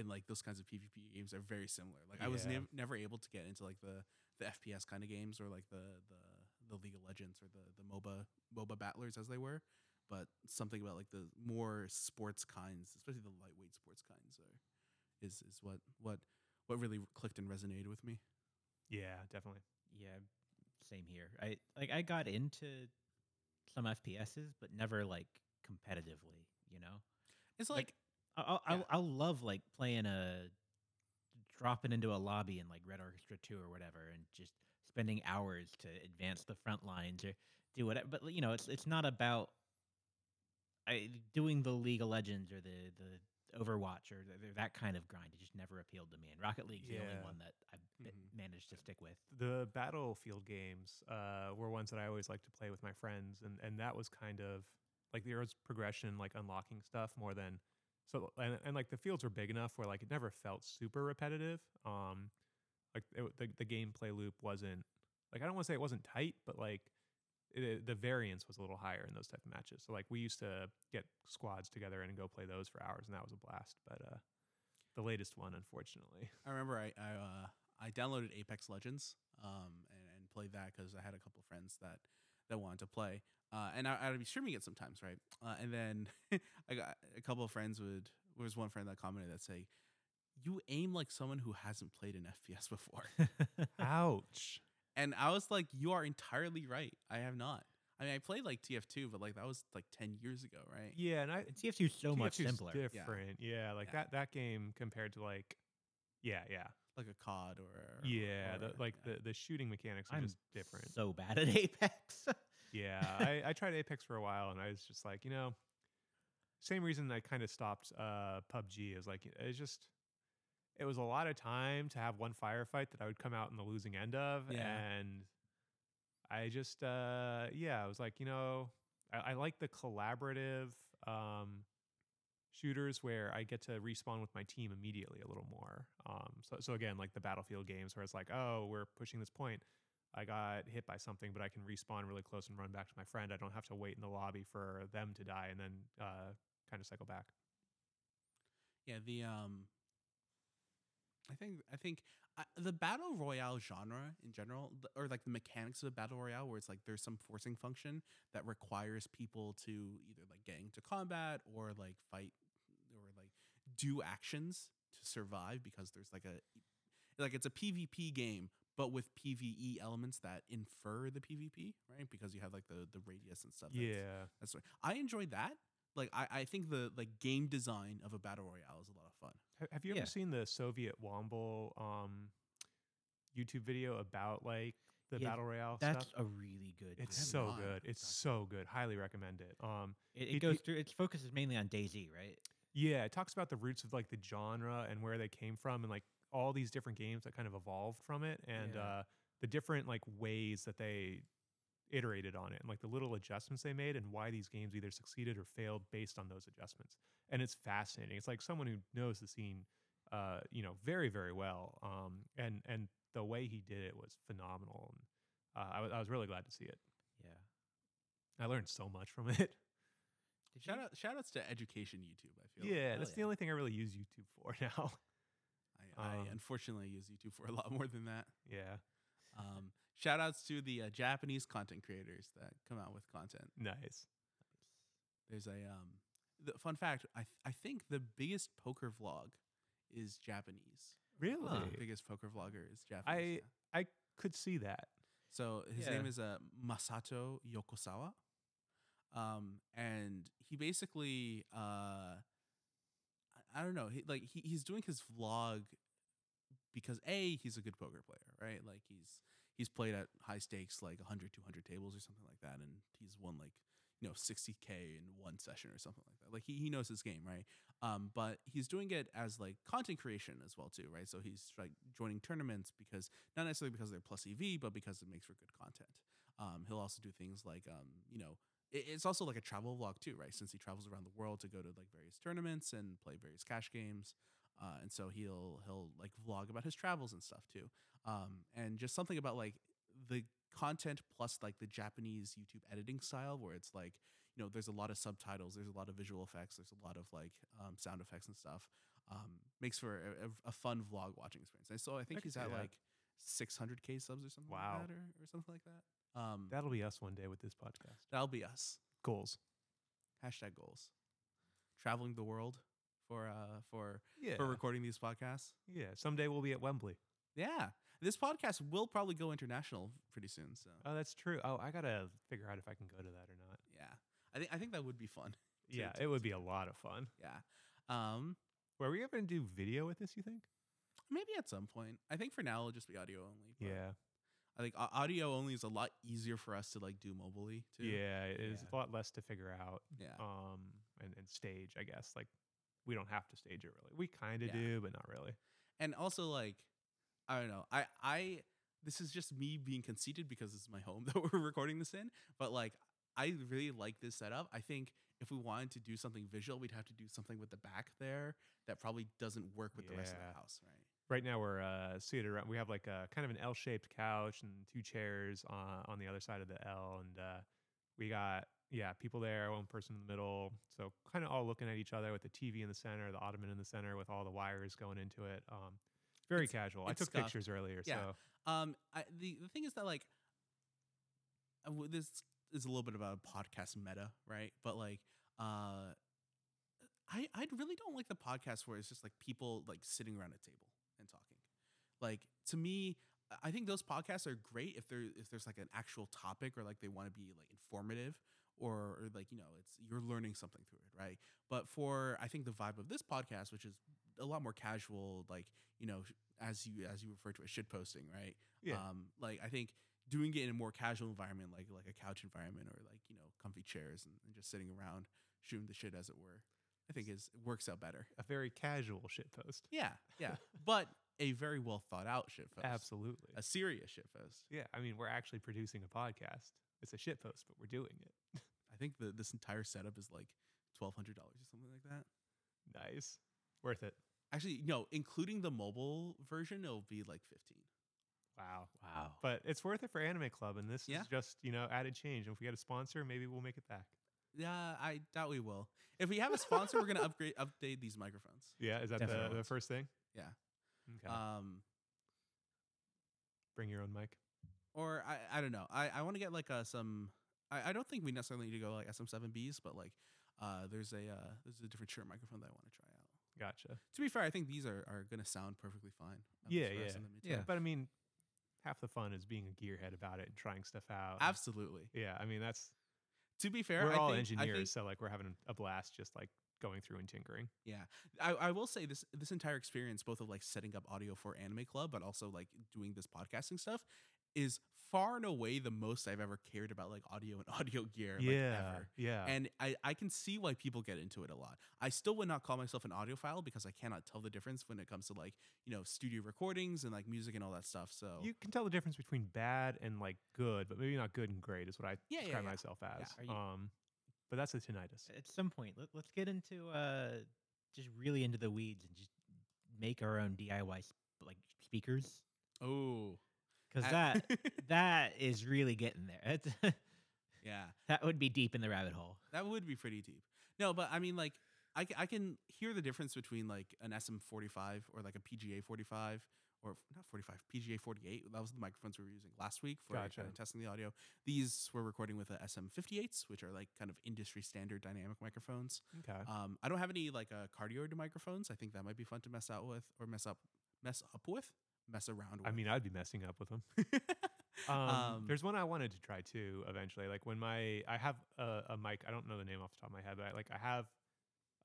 Speaker 3: in like those kinds of PvP games are very similar. Like I was
Speaker 2: Yeah.
Speaker 3: nev- never able to get into like the the FPS kind of games or like the the the League of Legends or the the MOBA MOBA battlers as they were. But something about like the more sports kinds, especially the lightweight sports kinds, are, is is what what what really clicked and resonated with me.
Speaker 2: Yeah, definitely.
Speaker 1: Yeah, same here. I like I got into some FPSs, but never like competitively. You know,
Speaker 3: It's
Speaker 1: Like,
Speaker 3: like,
Speaker 1: I- I'll
Speaker 3: Yeah.
Speaker 1: I'll, I'll love like playing a dropping into a lobby in like Red Orchestra Two or whatever, and just spending hours to advance the front lines or do whatever. But you know, it's it's not about I, doing the League of Legends or the the Overwatch or th- th- that kind of grind. It just never appealed to me. And Rocket League's the
Speaker 2: Yeah. Mm-hmm.
Speaker 1: only one that I b-
Speaker 3: Mhm.
Speaker 1: managed to stick with.
Speaker 2: the battlefield games uh, were ones that I always liked to play with my friends, and and that was kind of like there was progression, like unlocking stuff more than so, and, and like the fields were big enough where like it never felt super repetitive. Um, like it, w- the the gameplay loop wasn't like I don't want to say it wasn't tight, but like it, it- the variance was a little higher in those type of matches. So like we used to get squads together and go play those for hours, and that was a blast. But uh, the latest one, unfortunately,
Speaker 3: I remember I I, uh, I downloaded Apex Legends um and, and played that because I had a couple friends that that wanted to play. Uh, and I, I'd be streaming it sometimes, right? Uh, and then I got a couple of friends would. There was one friend that commented that say, "You aim like someone who hasn't played an FPS before."
Speaker 2: ouch.
Speaker 3: And I was like, you are entirely right. I have not. I mean, I played like TF2, but like that was like 10 years ago, right?
Speaker 2: Yeah, and I
Speaker 1: And TF2 is so much
Speaker 2: TF2 's
Speaker 1: simpler.
Speaker 2: Different, yeah. like
Speaker 3: Yeah.
Speaker 2: that that game compared to like, yeah, yeah,
Speaker 3: Like a COD or. or-
Speaker 2: yeah. The,
Speaker 3: or-
Speaker 2: like
Speaker 3: yeah.
Speaker 2: the the shooting mechanics are
Speaker 1: I'm
Speaker 2: just different.
Speaker 1: So bad at Apex.
Speaker 2: yeah, I, I tried Apex for a while, and I was just like, you know, same reason I kind of stopped uh, PUBG is like it's just. It was a lot of time to have one firefight that I would come out in the losing end of,
Speaker 3: Yeah.
Speaker 2: and I just, uh, yeah, I was like, you know, I, I like the collaborative um, shooters where I get to respawn with my team immediately a little more. Um, so, so again, like the battlefield games where it's like, oh, we're pushing this point. I got hit by something, but I can respawn really close and run back to my friend. I don't have to wait in the lobby for them to die and then uh, kind of cycle back.
Speaker 3: Yeah, the. um. I think I think uh, the battle royale genre in general, th- or like the mechanics of a battle royale, where it's like there's some forcing function that requires people to either like get into combat or like fight or like do actions to survive because there's like a like it's a PvP game but with PvE elements that infer the PvP, right? Because you have like the the radius and stuff. that's-
Speaker 2: Yeah.
Speaker 3: that's right. I enjoy that. Like I, I think the like game design of a battle royale is a lot of fun.
Speaker 2: Ha- Have you
Speaker 1: Yeah.
Speaker 2: ever seen the Soviet Womble um, YouTube video about like the
Speaker 1: Yeah,
Speaker 2: battle royale
Speaker 1: That's
Speaker 2: stuff?
Speaker 1: a really good.
Speaker 2: It's
Speaker 1: game.
Speaker 3: have
Speaker 2: so
Speaker 3: not
Speaker 2: good. It's
Speaker 3: done-
Speaker 2: so good. Highly recommend it. Um,
Speaker 1: It,
Speaker 2: It-
Speaker 1: it goes
Speaker 2: it-
Speaker 1: through. It focuses mainly on Daisy, right?
Speaker 2: Yeah, it talks about the roots of like the genre and where they came from and like all these different games that kind of evolved from it and
Speaker 3: Yeah.
Speaker 2: uh the different like ways that they iterated on it and like the little adjustments they made and why these games either succeeded or failed based on those adjustments. And it's fascinating. It's like someone who knows the scene uh you know very very well um and and the way he did it was phenomenal and uh, I, w- I was really glad to see it.
Speaker 1: Yeah.
Speaker 2: I learned so much from it.
Speaker 3: Shout out shout outs to education YouTube, I feel.
Speaker 2: Yeah,
Speaker 1: hell
Speaker 2: that's the
Speaker 1: yeah.
Speaker 2: only thing I really use YouTube for now.
Speaker 3: I,
Speaker 2: Um,
Speaker 3: I unfortunately use YouTube for a lot more than that.
Speaker 2: yeah.
Speaker 3: Um shout outs to the uh, Japanese content creators that come out with content.
Speaker 2: Nice.
Speaker 3: There's a um the fun fact, I th- I think the biggest poker vlog is Japanese.
Speaker 2: Really?
Speaker 1: Huh.
Speaker 3: The biggest poker vlogger is Japanese.
Speaker 2: I-
Speaker 3: yeah.
Speaker 2: Uh-huh. Could see that.
Speaker 3: So his
Speaker 1: Yeah.
Speaker 3: name is uh, Masato Yokosawa. Um, and he basically, uh, I, I don't know, he, like he, he's doing his vlog because a he's a good poker player, right? Like he's he's played at high stakes like 100, 200 tables or something like that, and he's won like you know 60k in one session or something like that. Like he, he knows his game, right? Um, but he's doing it as like content creation as well too, right? So he's like joining tournaments because not necessarily because they're plus EV, but because it makes for good content. Um, he'll also do things like, um, you know, it, it's also like a travel vlog too, right? Since he travels around the world to go to like various tournaments and play various cash games, uh, and so he'll he'll like vlog about his travels and stuff too, um, and just something about like the content plus like the Japanese YouTube editing style where it's like. You know, there's a lot of subtitles, there's a lot of visual effects, there's a lot of like um, sound effects and stuff. Um, makes for a, a- a fun vlog watching experience. And so I think
Speaker 2: could
Speaker 3: he's
Speaker 2: see
Speaker 3: at
Speaker 2: that.
Speaker 3: like 600k subs or something
Speaker 2: Wow.
Speaker 3: like that or, or something like that um
Speaker 2: That'll be us one day with this podcast.
Speaker 3: that'll be us
Speaker 2: Goals.
Speaker 3: hashtag goals traveling the world for uh for
Speaker 2: Yeah.
Speaker 3: for recording these podcasts
Speaker 2: yeah. Someday we'll be at Wembley.
Speaker 3: yeah This podcast will probably go international pretty soon. So
Speaker 2: Oh, that's true. Oh, I gotta figure out if I can go to that or not.
Speaker 3: yeah, I think I think that would be fun. to-
Speaker 2: Yeah,
Speaker 3: to-
Speaker 2: it would be a lot of fun.
Speaker 3: Yeah. Um,
Speaker 2: Were we ever gonna do video with this? You think?
Speaker 3: maybe at some point. I think for now it'll just be audio only. but
Speaker 2: Yeah,
Speaker 3: I think au- audio only is a lot easier for us to like do mobilely too.
Speaker 2: yeah. It is
Speaker 1: Yeah.
Speaker 2: a lot less to figure out.
Speaker 3: Yeah.
Speaker 2: Um, and, and stage, I guess. Like, we don't have to stage it really. We kind of
Speaker 3: Yeah.
Speaker 2: do, but not really.
Speaker 3: and also like i don't know i i this is just me being conceited because this is my home that we're recording this in but like i really like this setup i think if we wanted to do something visual we'd have to do something with the back there that probably doesn't work with the rest of
Speaker 2: Yeah.
Speaker 3: the house right
Speaker 2: Right now, we're uh, seated around. We have like a kind of an L-shaped couch and two chairs on on the other side of the L, and uh, we got yeah people there, one person in the middle. So kind of all looking at each other with the TV in the center, the ottoman in the center, with all the wires going into it. Um, very
Speaker 3: It's-
Speaker 2: casual. I
Speaker 3: it's
Speaker 2: took
Speaker 3: scuffed.
Speaker 2: pictures earlier,
Speaker 3: Yeah.
Speaker 2: so
Speaker 3: um I, the, the thing is that like I w- this is a little bit about a podcast meta right but like uh i i really don't like the podcast where it's just like people like sitting around a table and talking like to me I- i think those podcasts are great if there if there's like an actual topic or like they want to be like informative or, or like you know it's you're learning something through it right but for i think the vibe of this podcast which is a lot more casual like you know sh- as you as you refer to it shit posting right
Speaker 2: Yeah.
Speaker 3: um like i think doing it in a more casual environment like like a couch environment or like you know comfy chairs and, and just sitting around shooting the shit as it were i think is it works out better
Speaker 2: a very casual shit post.
Speaker 3: yeah yeah but a very well thought out shit post
Speaker 2: Absolutely.
Speaker 3: a serious shit post
Speaker 2: yeah, I mean, we're actually producing a podcast. It's a shit post, but we're doing it.
Speaker 3: i think the, this entire setup is like $1200 or something like that
Speaker 2: Nice, worth it.
Speaker 3: actually no including the mobile version it'll be like 15
Speaker 2: Wow.
Speaker 1: Wow.
Speaker 2: But it's worth it for Anime Club, and this
Speaker 3: Yeah.
Speaker 2: is just you know added change. And if we get a sponsor, maybe we'll make it back.
Speaker 3: yeah i doubt we will if we have a sponsor we're gonna upgrade update these microphones
Speaker 2: Yeah, is that the,
Speaker 1: Definitely.
Speaker 2: the first thing?
Speaker 3: Yeah.
Speaker 2: Okay.
Speaker 3: um
Speaker 2: Bring your own mic.
Speaker 3: or I, I don't know. I, I want to get like uh, some. I, I don't think we necessarily need to go like SM7Bs, but like uh, there's a uh, there's a different shirt microphone that I want to try out.
Speaker 2: Gotcha.
Speaker 3: To be fair, I think these are, are gonna sound perfectly fine. at
Speaker 2: Yeah,
Speaker 3: least for us
Speaker 2: yeah.
Speaker 3: in the midterm.
Speaker 1: Yeah.
Speaker 2: But I mean, half the fun is being a gearhead about it and trying stuff out. and-
Speaker 3: Absolutely.
Speaker 2: Yeah. I mean, that's
Speaker 3: To be fair,
Speaker 2: we're
Speaker 3: I
Speaker 2: all
Speaker 3: think, I
Speaker 2: engineers,
Speaker 3: think-
Speaker 2: so like we're having a blast just like going through and tinkering.
Speaker 3: I, I will say this this entire experience, both of like setting up audio for Anime Club, but also like doing this podcasting stuff, is far and away the most I've ever cared about like audio and audio gear. like, ever.
Speaker 2: yeah.
Speaker 3: And I, I can see why people get into it a lot. I still would not call myself an audiophile because I cannot tell the difference when it comes to like, you know, studio recordings and like music and all that stuff. So
Speaker 2: you can tell the difference between bad and like good, but maybe not good and great is what I
Speaker 3: Yeah, yeah,
Speaker 2: describe
Speaker 3: yeah. Uh,
Speaker 2: myself as.
Speaker 1: Are you-
Speaker 2: Um, but that's a tinnitus.
Speaker 1: At some point, let, let's get into uh, just really into the weeds and just make our own DIY s- like speakers
Speaker 3: oh
Speaker 1: because
Speaker 3: I-
Speaker 1: that that is really getting there. That's,
Speaker 3: yeah,
Speaker 1: that would be deep in the rabbit hole.
Speaker 3: that would be pretty deep. No, but I mean like I, c- I can hear the difference between like an SM45 or like a PGA 45 or f- not 45 PGA 48. That was the microphones we were using last week for
Speaker 2: Gotcha.
Speaker 3: kind of testing the audio. These we're recording with a SM58s, which are like kind of industry standard dynamic microphones.
Speaker 2: Okay.
Speaker 3: Um, I don't have any like uh, cardioid microphones. I think that might be fun to mess out with or mess up, mess up with, mess around with.
Speaker 2: I mean, I'd be messing up with them. Um,
Speaker 3: Um,
Speaker 2: there's one I wanted to try too eventually. Like when my I have a, a mic, I don't know the name off the top of my head, but I, like I have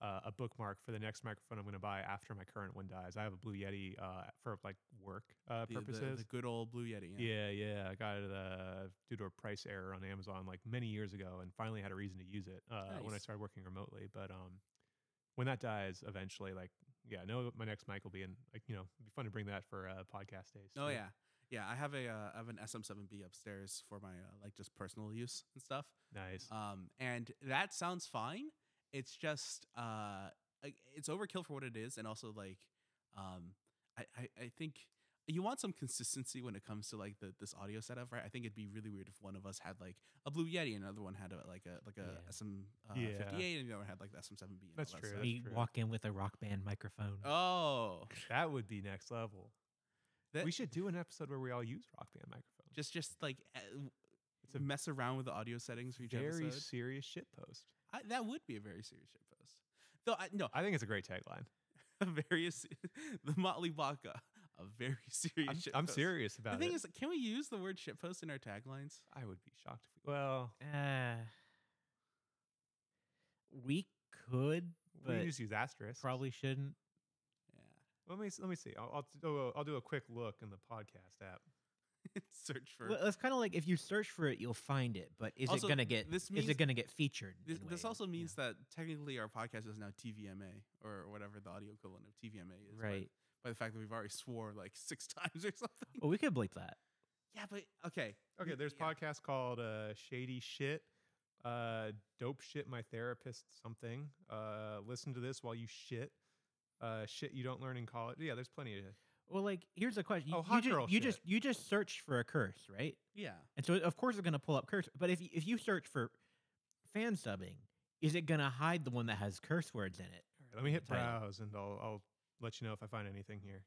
Speaker 2: uh, a bookmark for the next microphone I'm going to buy after my current one dies. I have a Blue Yeti uh, for like work uh,
Speaker 3: the, the- The,
Speaker 2: purposes.
Speaker 3: good old Blue Yeti.
Speaker 2: yeah. yeah, I got it uh, due to a price error on Amazon like many years ago, and finally had a reason to use it uh, when I
Speaker 3: Nice.
Speaker 2: started working remotely. But um, when that dies eventually, like yeah, I know what my next mic will be, and like you know, it'd be fun to bring that for uh, podcast days.
Speaker 3: Oh
Speaker 2: too.
Speaker 3: yeah, yeah. I have a uh, I have an SM7B upstairs for my uh, like just personal use and stuff.
Speaker 2: nice.
Speaker 3: Um, and that sounds fine. It's just uh, like, it's overkill for what it is, and also like, um, I, I, I think you want some consistency when it comes to like the, this audio setup, right? I think it'd be really weird if one of us had like a Blue Yeti, and another one had a, like a like a
Speaker 1: Yeah.
Speaker 3: SM uh,
Speaker 2: Yeah.
Speaker 3: 58, and the other one had like the SM7B. And
Speaker 2: That's
Speaker 3: all that
Speaker 2: true.
Speaker 3: stuff.
Speaker 1: We
Speaker 2: true.
Speaker 1: walk in with a rock band microphone.
Speaker 3: Oh,
Speaker 2: That would be next level.
Speaker 3: that,
Speaker 2: we should do an episode where we all use rock band microphones.
Speaker 3: just just like uh, w-
Speaker 2: It's a
Speaker 3: mess around with the audio settings for each
Speaker 2: very
Speaker 3: episode.
Speaker 2: serious shit post.
Speaker 3: I, that would be a very serious shit post. Though I, no,
Speaker 2: I think it's a great tagline.
Speaker 3: various the Motley Vodka a very serious.
Speaker 2: I'm,
Speaker 3: shitpost.
Speaker 2: I'm serious
Speaker 3: The
Speaker 2: about
Speaker 3: thing
Speaker 2: it.
Speaker 3: is, can we use the word shitpost in our taglines?
Speaker 2: I would be shocked. If we, well,
Speaker 1: Uh, we could,
Speaker 2: we
Speaker 1: But
Speaker 2: just use asterisk.
Speaker 1: probably shouldn't.
Speaker 3: Yeah.
Speaker 2: Let me s- let me see. I'll I'll, t- oh, I'll do a quick look in the podcast app.
Speaker 3: Search for.
Speaker 1: Well, it's kind of like if you search for it, you'll find it. But is
Speaker 3: Also,
Speaker 1: it gonna get?
Speaker 3: this
Speaker 1: is
Speaker 3: means-
Speaker 1: it gonna get featured?
Speaker 3: This,
Speaker 1: in
Speaker 3: this
Speaker 1: ways?
Speaker 3: also
Speaker 1: Yeah.
Speaker 3: means that technically our podcast is now TVMA or whatever the audio equivalent of TVMA is. by-
Speaker 1: right.
Speaker 3: By, the fact that we've already swore like six times or something.
Speaker 1: Well, we could bleep that.
Speaker 3: Yeah, but okay.
Speaker 2: Oh. Okay,
Speaker 3: y-
Speaker 2: there's
Speaker 3: yeah.
Speaker 2: podcasts called uh, Shady Shit, uh, Dope Shit My Therapist Something. Uh, listen to this while you shit. Uh, shit you don't learn in college. Yeah, there's plenty of.
Speaker 1: Well, like here's the question. You,
Speaker 2: Oh, hot
Speaker 1: you, ju-
Speaker 2: girl
Speaker 1: you
Speaker 2: shit.
Speaker 1: just you just search for a curse, right?
Speaker 3: Yeah.
Speaker 1: And so of course it's gonna pull up curse. But if y- if you search for fan subbing, is it gonna hide the one that has curse words in it?
Speaker 2: Let me hit
Speaker 1: Title.
Speaker 2: browse and I'll I'll let you know if I find anything here.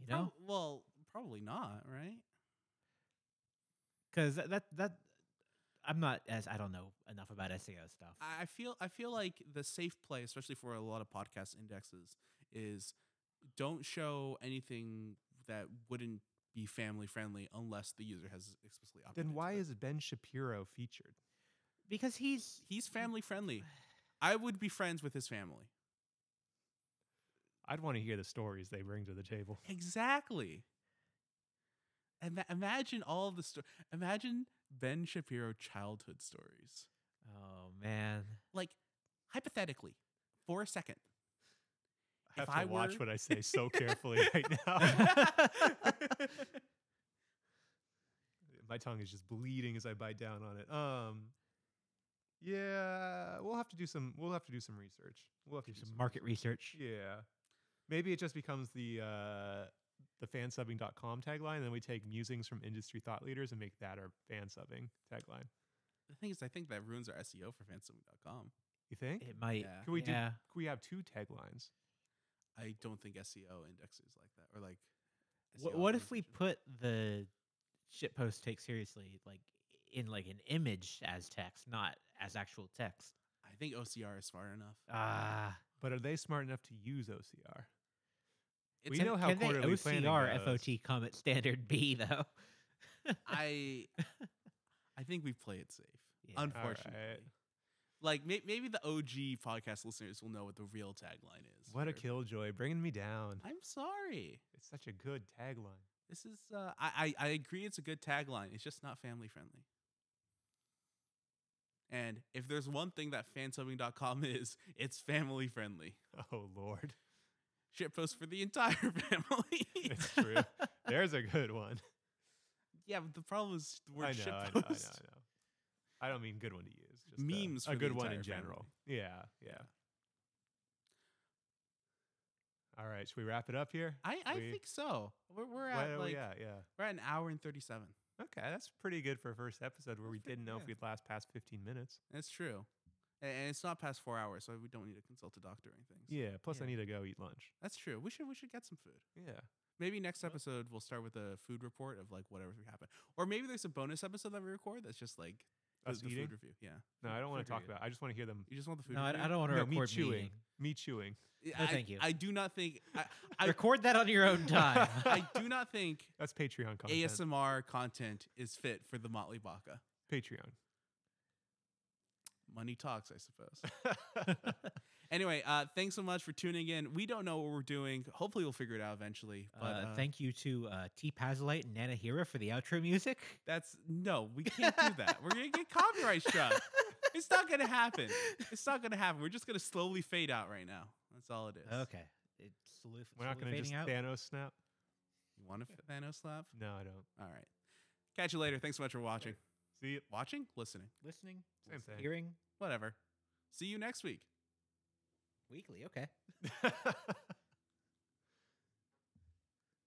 Speaker 1: You
Speaker 3: Prob-
Speaker 1: know,
Speaker 2: Oh.
Speaker 3: well, probably not, right?
Speaker 1: because that, that that I'm not as I don't know enough about SEO stuff.
Speaker 3: I I feel I feel like the safe play, especially for a lot of podcast indexes, is don't show anything that wouldn't be family friendly unless the user has explicitly opted.
Speaker 2: Then
Speaker 3: into
Speaker 2: why
Speaker 3: it.
Speaker 2: is Ben Shapiro featured?
Speaker 1: because he's
Speaker 3: he's family friendly? I would be friends with his family.
Speaker 2: I'd want to hear the stories they bring to the table.
Speaker 3: Exactly. And imagine all the sto- imagine Ben Shapiro childhood stories.
Speaker 1: Oh man,
Speaker 3: Like hypothetically, for a second.
Speaker 2: I have
Speaker 3: If
Speaker 2: to
Speaker 3: I
Speaker 2: watch
Speaker 3: were-
Speaker 2: what I say so carefully right now.
Speaker 3: okay,
Speaker 2: My tongue is just bleeding as I bite down on it. Um, yeah, we'll have to do some. We'll have to do some research. We'll have
Speaker 1: do
Speaker 2: to
Speaker 1: some market research.
Speaker 2: Yeah, maybe it just becomes the uh, the fansubbing.com tagline, and then we take musings from industry thought leaders and make that our fansubbing tagline.
Speaker 3: The thing is, I think that ruins our SEO for fansubbing.com.
Speaker 2: You think?
Speaker 1: It might.
Speaker 3: Yeah.
Speaker 2: Can we do-
Speaker 1: yeah.
Speaker 2: Could we have two taglines?
Speaker 3: I don't think SEO indexes like that or like. E
Speaker 1: What,
Speaker 3: SEO
Speaker 1: what if we
Speaker 3: optimization.
Speaker 1: put the shitpost take seriously, like in like an image as text, not as actual text?
Speaker 3: I think OCR is smart enough.
Speaker 1: Ah,
Speaker 2: But are they smart enough to use OCR?
Speaker 3: It's
Speaker 2: we
Speaker 3: an-
Speaker 2: know how
Speaker 1: can they
Speaker 2: quarterly planning
Speaker 1: OCR
Speaker 2: goes.
Speaker 1: FOT come at standard B though?
Speaker 3: I I think we play it safe.
Speaker 1: Yeah. All
Speaker 3: Unfortunately.
Speaker 2: right.
Speaker 3: Like may- maybe the OG podcast listeners will know what the real tagline is.
Speaker 2: What a
Speaker 3: for-
Speaker 2: killjoy, bringing me down.
Speaker 3: I'm sorry.
Speaker 2: It's such a good tagline.
Speaker 3: This is uh I, I I agree it's a good tagline. It's just not family friendly. And if there's one thing that fansubbing.com is, it's family friendly.
Speaker 2: Oh Lord,
Speaker 3: Shitpost for the entire family.
Speaker 2: it's true. There's a good one.
Speaker 3: yeah, but the problem is the
Speaker 2: I
Speaker 3: word
Speaker 2: know,
Speaker 3: shitpost.
Speaker 2: I know, I know, I know. I don't mean good one to use. Just a-
Speaker 3: Memes
Speaker 2: a,
Speaker 3: for the
Speaker 2: good one in
Speaker 3: entire
Speaker 2: general. Yeah, yeah. All right, should we wrap it up here?
Speaker 3: I, I
Speaker 2: We-
Speaker 3: think so. We're, we're
Speaker 2: Why
Speaker 3: at
Speaker 2: don't we-
Speaker 3: like
Speaker 2: yeah, yeah.
Speaker 3: we're at an hour and thirty seven.
Speaker 2: Okay, that's pretty good for a first episode where we
Speaker 3: pretty
Speaker 2: didn't know if
Speaker 3: good.
Speaker 2: we'd last past 15 minutes.
Speaker 3: That's true, A- and, it's not past four hours, so we don't need to consult a doctor or anything. so-
Speaker 2: Yeah. Plus, I
Speaker 1: Yeah.
Speaker 2: need to go eat lunch.
Speaker 3: that's true. We should we should get some food.
Speaker 2: Yeah.
Speaker 3: Maybe next episode we'll start with a food report of like whatever happened, or maybe there's a bonus episode that we record that's just like the,
Speaker 2: Us
Speaker 3: the
Speaker 2: eating?
Speaker 3: food review. Yeah,
Speaker 2: No, I don't want
Speaker 3: food
Speaker 2: to talk
Speaker 3: review.
Speaker 2: about. It. I just want to hear them.
Speaker 3: You just want the food.
Speaker 1: no, I,
Speaker 3: review?
Speaker 1: I don't want to
Speaker 2: No, me
Speaker 1: record
Speaker 2: chewing.
Speaker 1: meeting.
Speaker 2: Me chewing.
Speaker 3: Yeah,
Speaker 1: No,
Speaker 3: I-
Speaker 1: thank you.
Speaker 3: I do not think. I, I,
Speaker 1: record that on your own time.
Speaker 3: I do not think
Speaker 2: That's Patreon content.
Speaker 3: ASMR content is fit for the Motley Baca.
Speaker 2: Patreon.
Speaker 3: Money talks, I suppose. Anyway, uh, thanks so much for tuning in. We don't know what we're doing. Hopefully, we'll figure it out eventually. But
Speaker 1: uh,
Speaker 3: uh,
Speaker 1: thank you to uh, T. Pazolite and Nana Hira for the outro music.
Speaker 3: that's no, we can't do that. We're gonna get copyright struck. It's not gonna happen. It's not gonna happen. We're just gonna slowly fade out right now. That's all it is.
Speaker 1: Okay. It's salute,
Speaker 2: We're not
Speaker 1: salute
Speaker 2: going to
Speaker 1: fading
Speaker 2: just
Speaker 1: out.
Speaker 2: Thanos snap.
Speaker 3: You want a Thanos slap?
Speaker 2: No, I don't.
Speaker 3: All right. Catch you later. Thanks so much for watching.
Speaker 2: See you.
Speaker 3: Watching, listening,
Speaker 1: Listening,
Speaker 2: Same thing.
Speaker 1: hearing
Speaker 3: whatever. See you next week.
Speaker 1: weekly. Okay.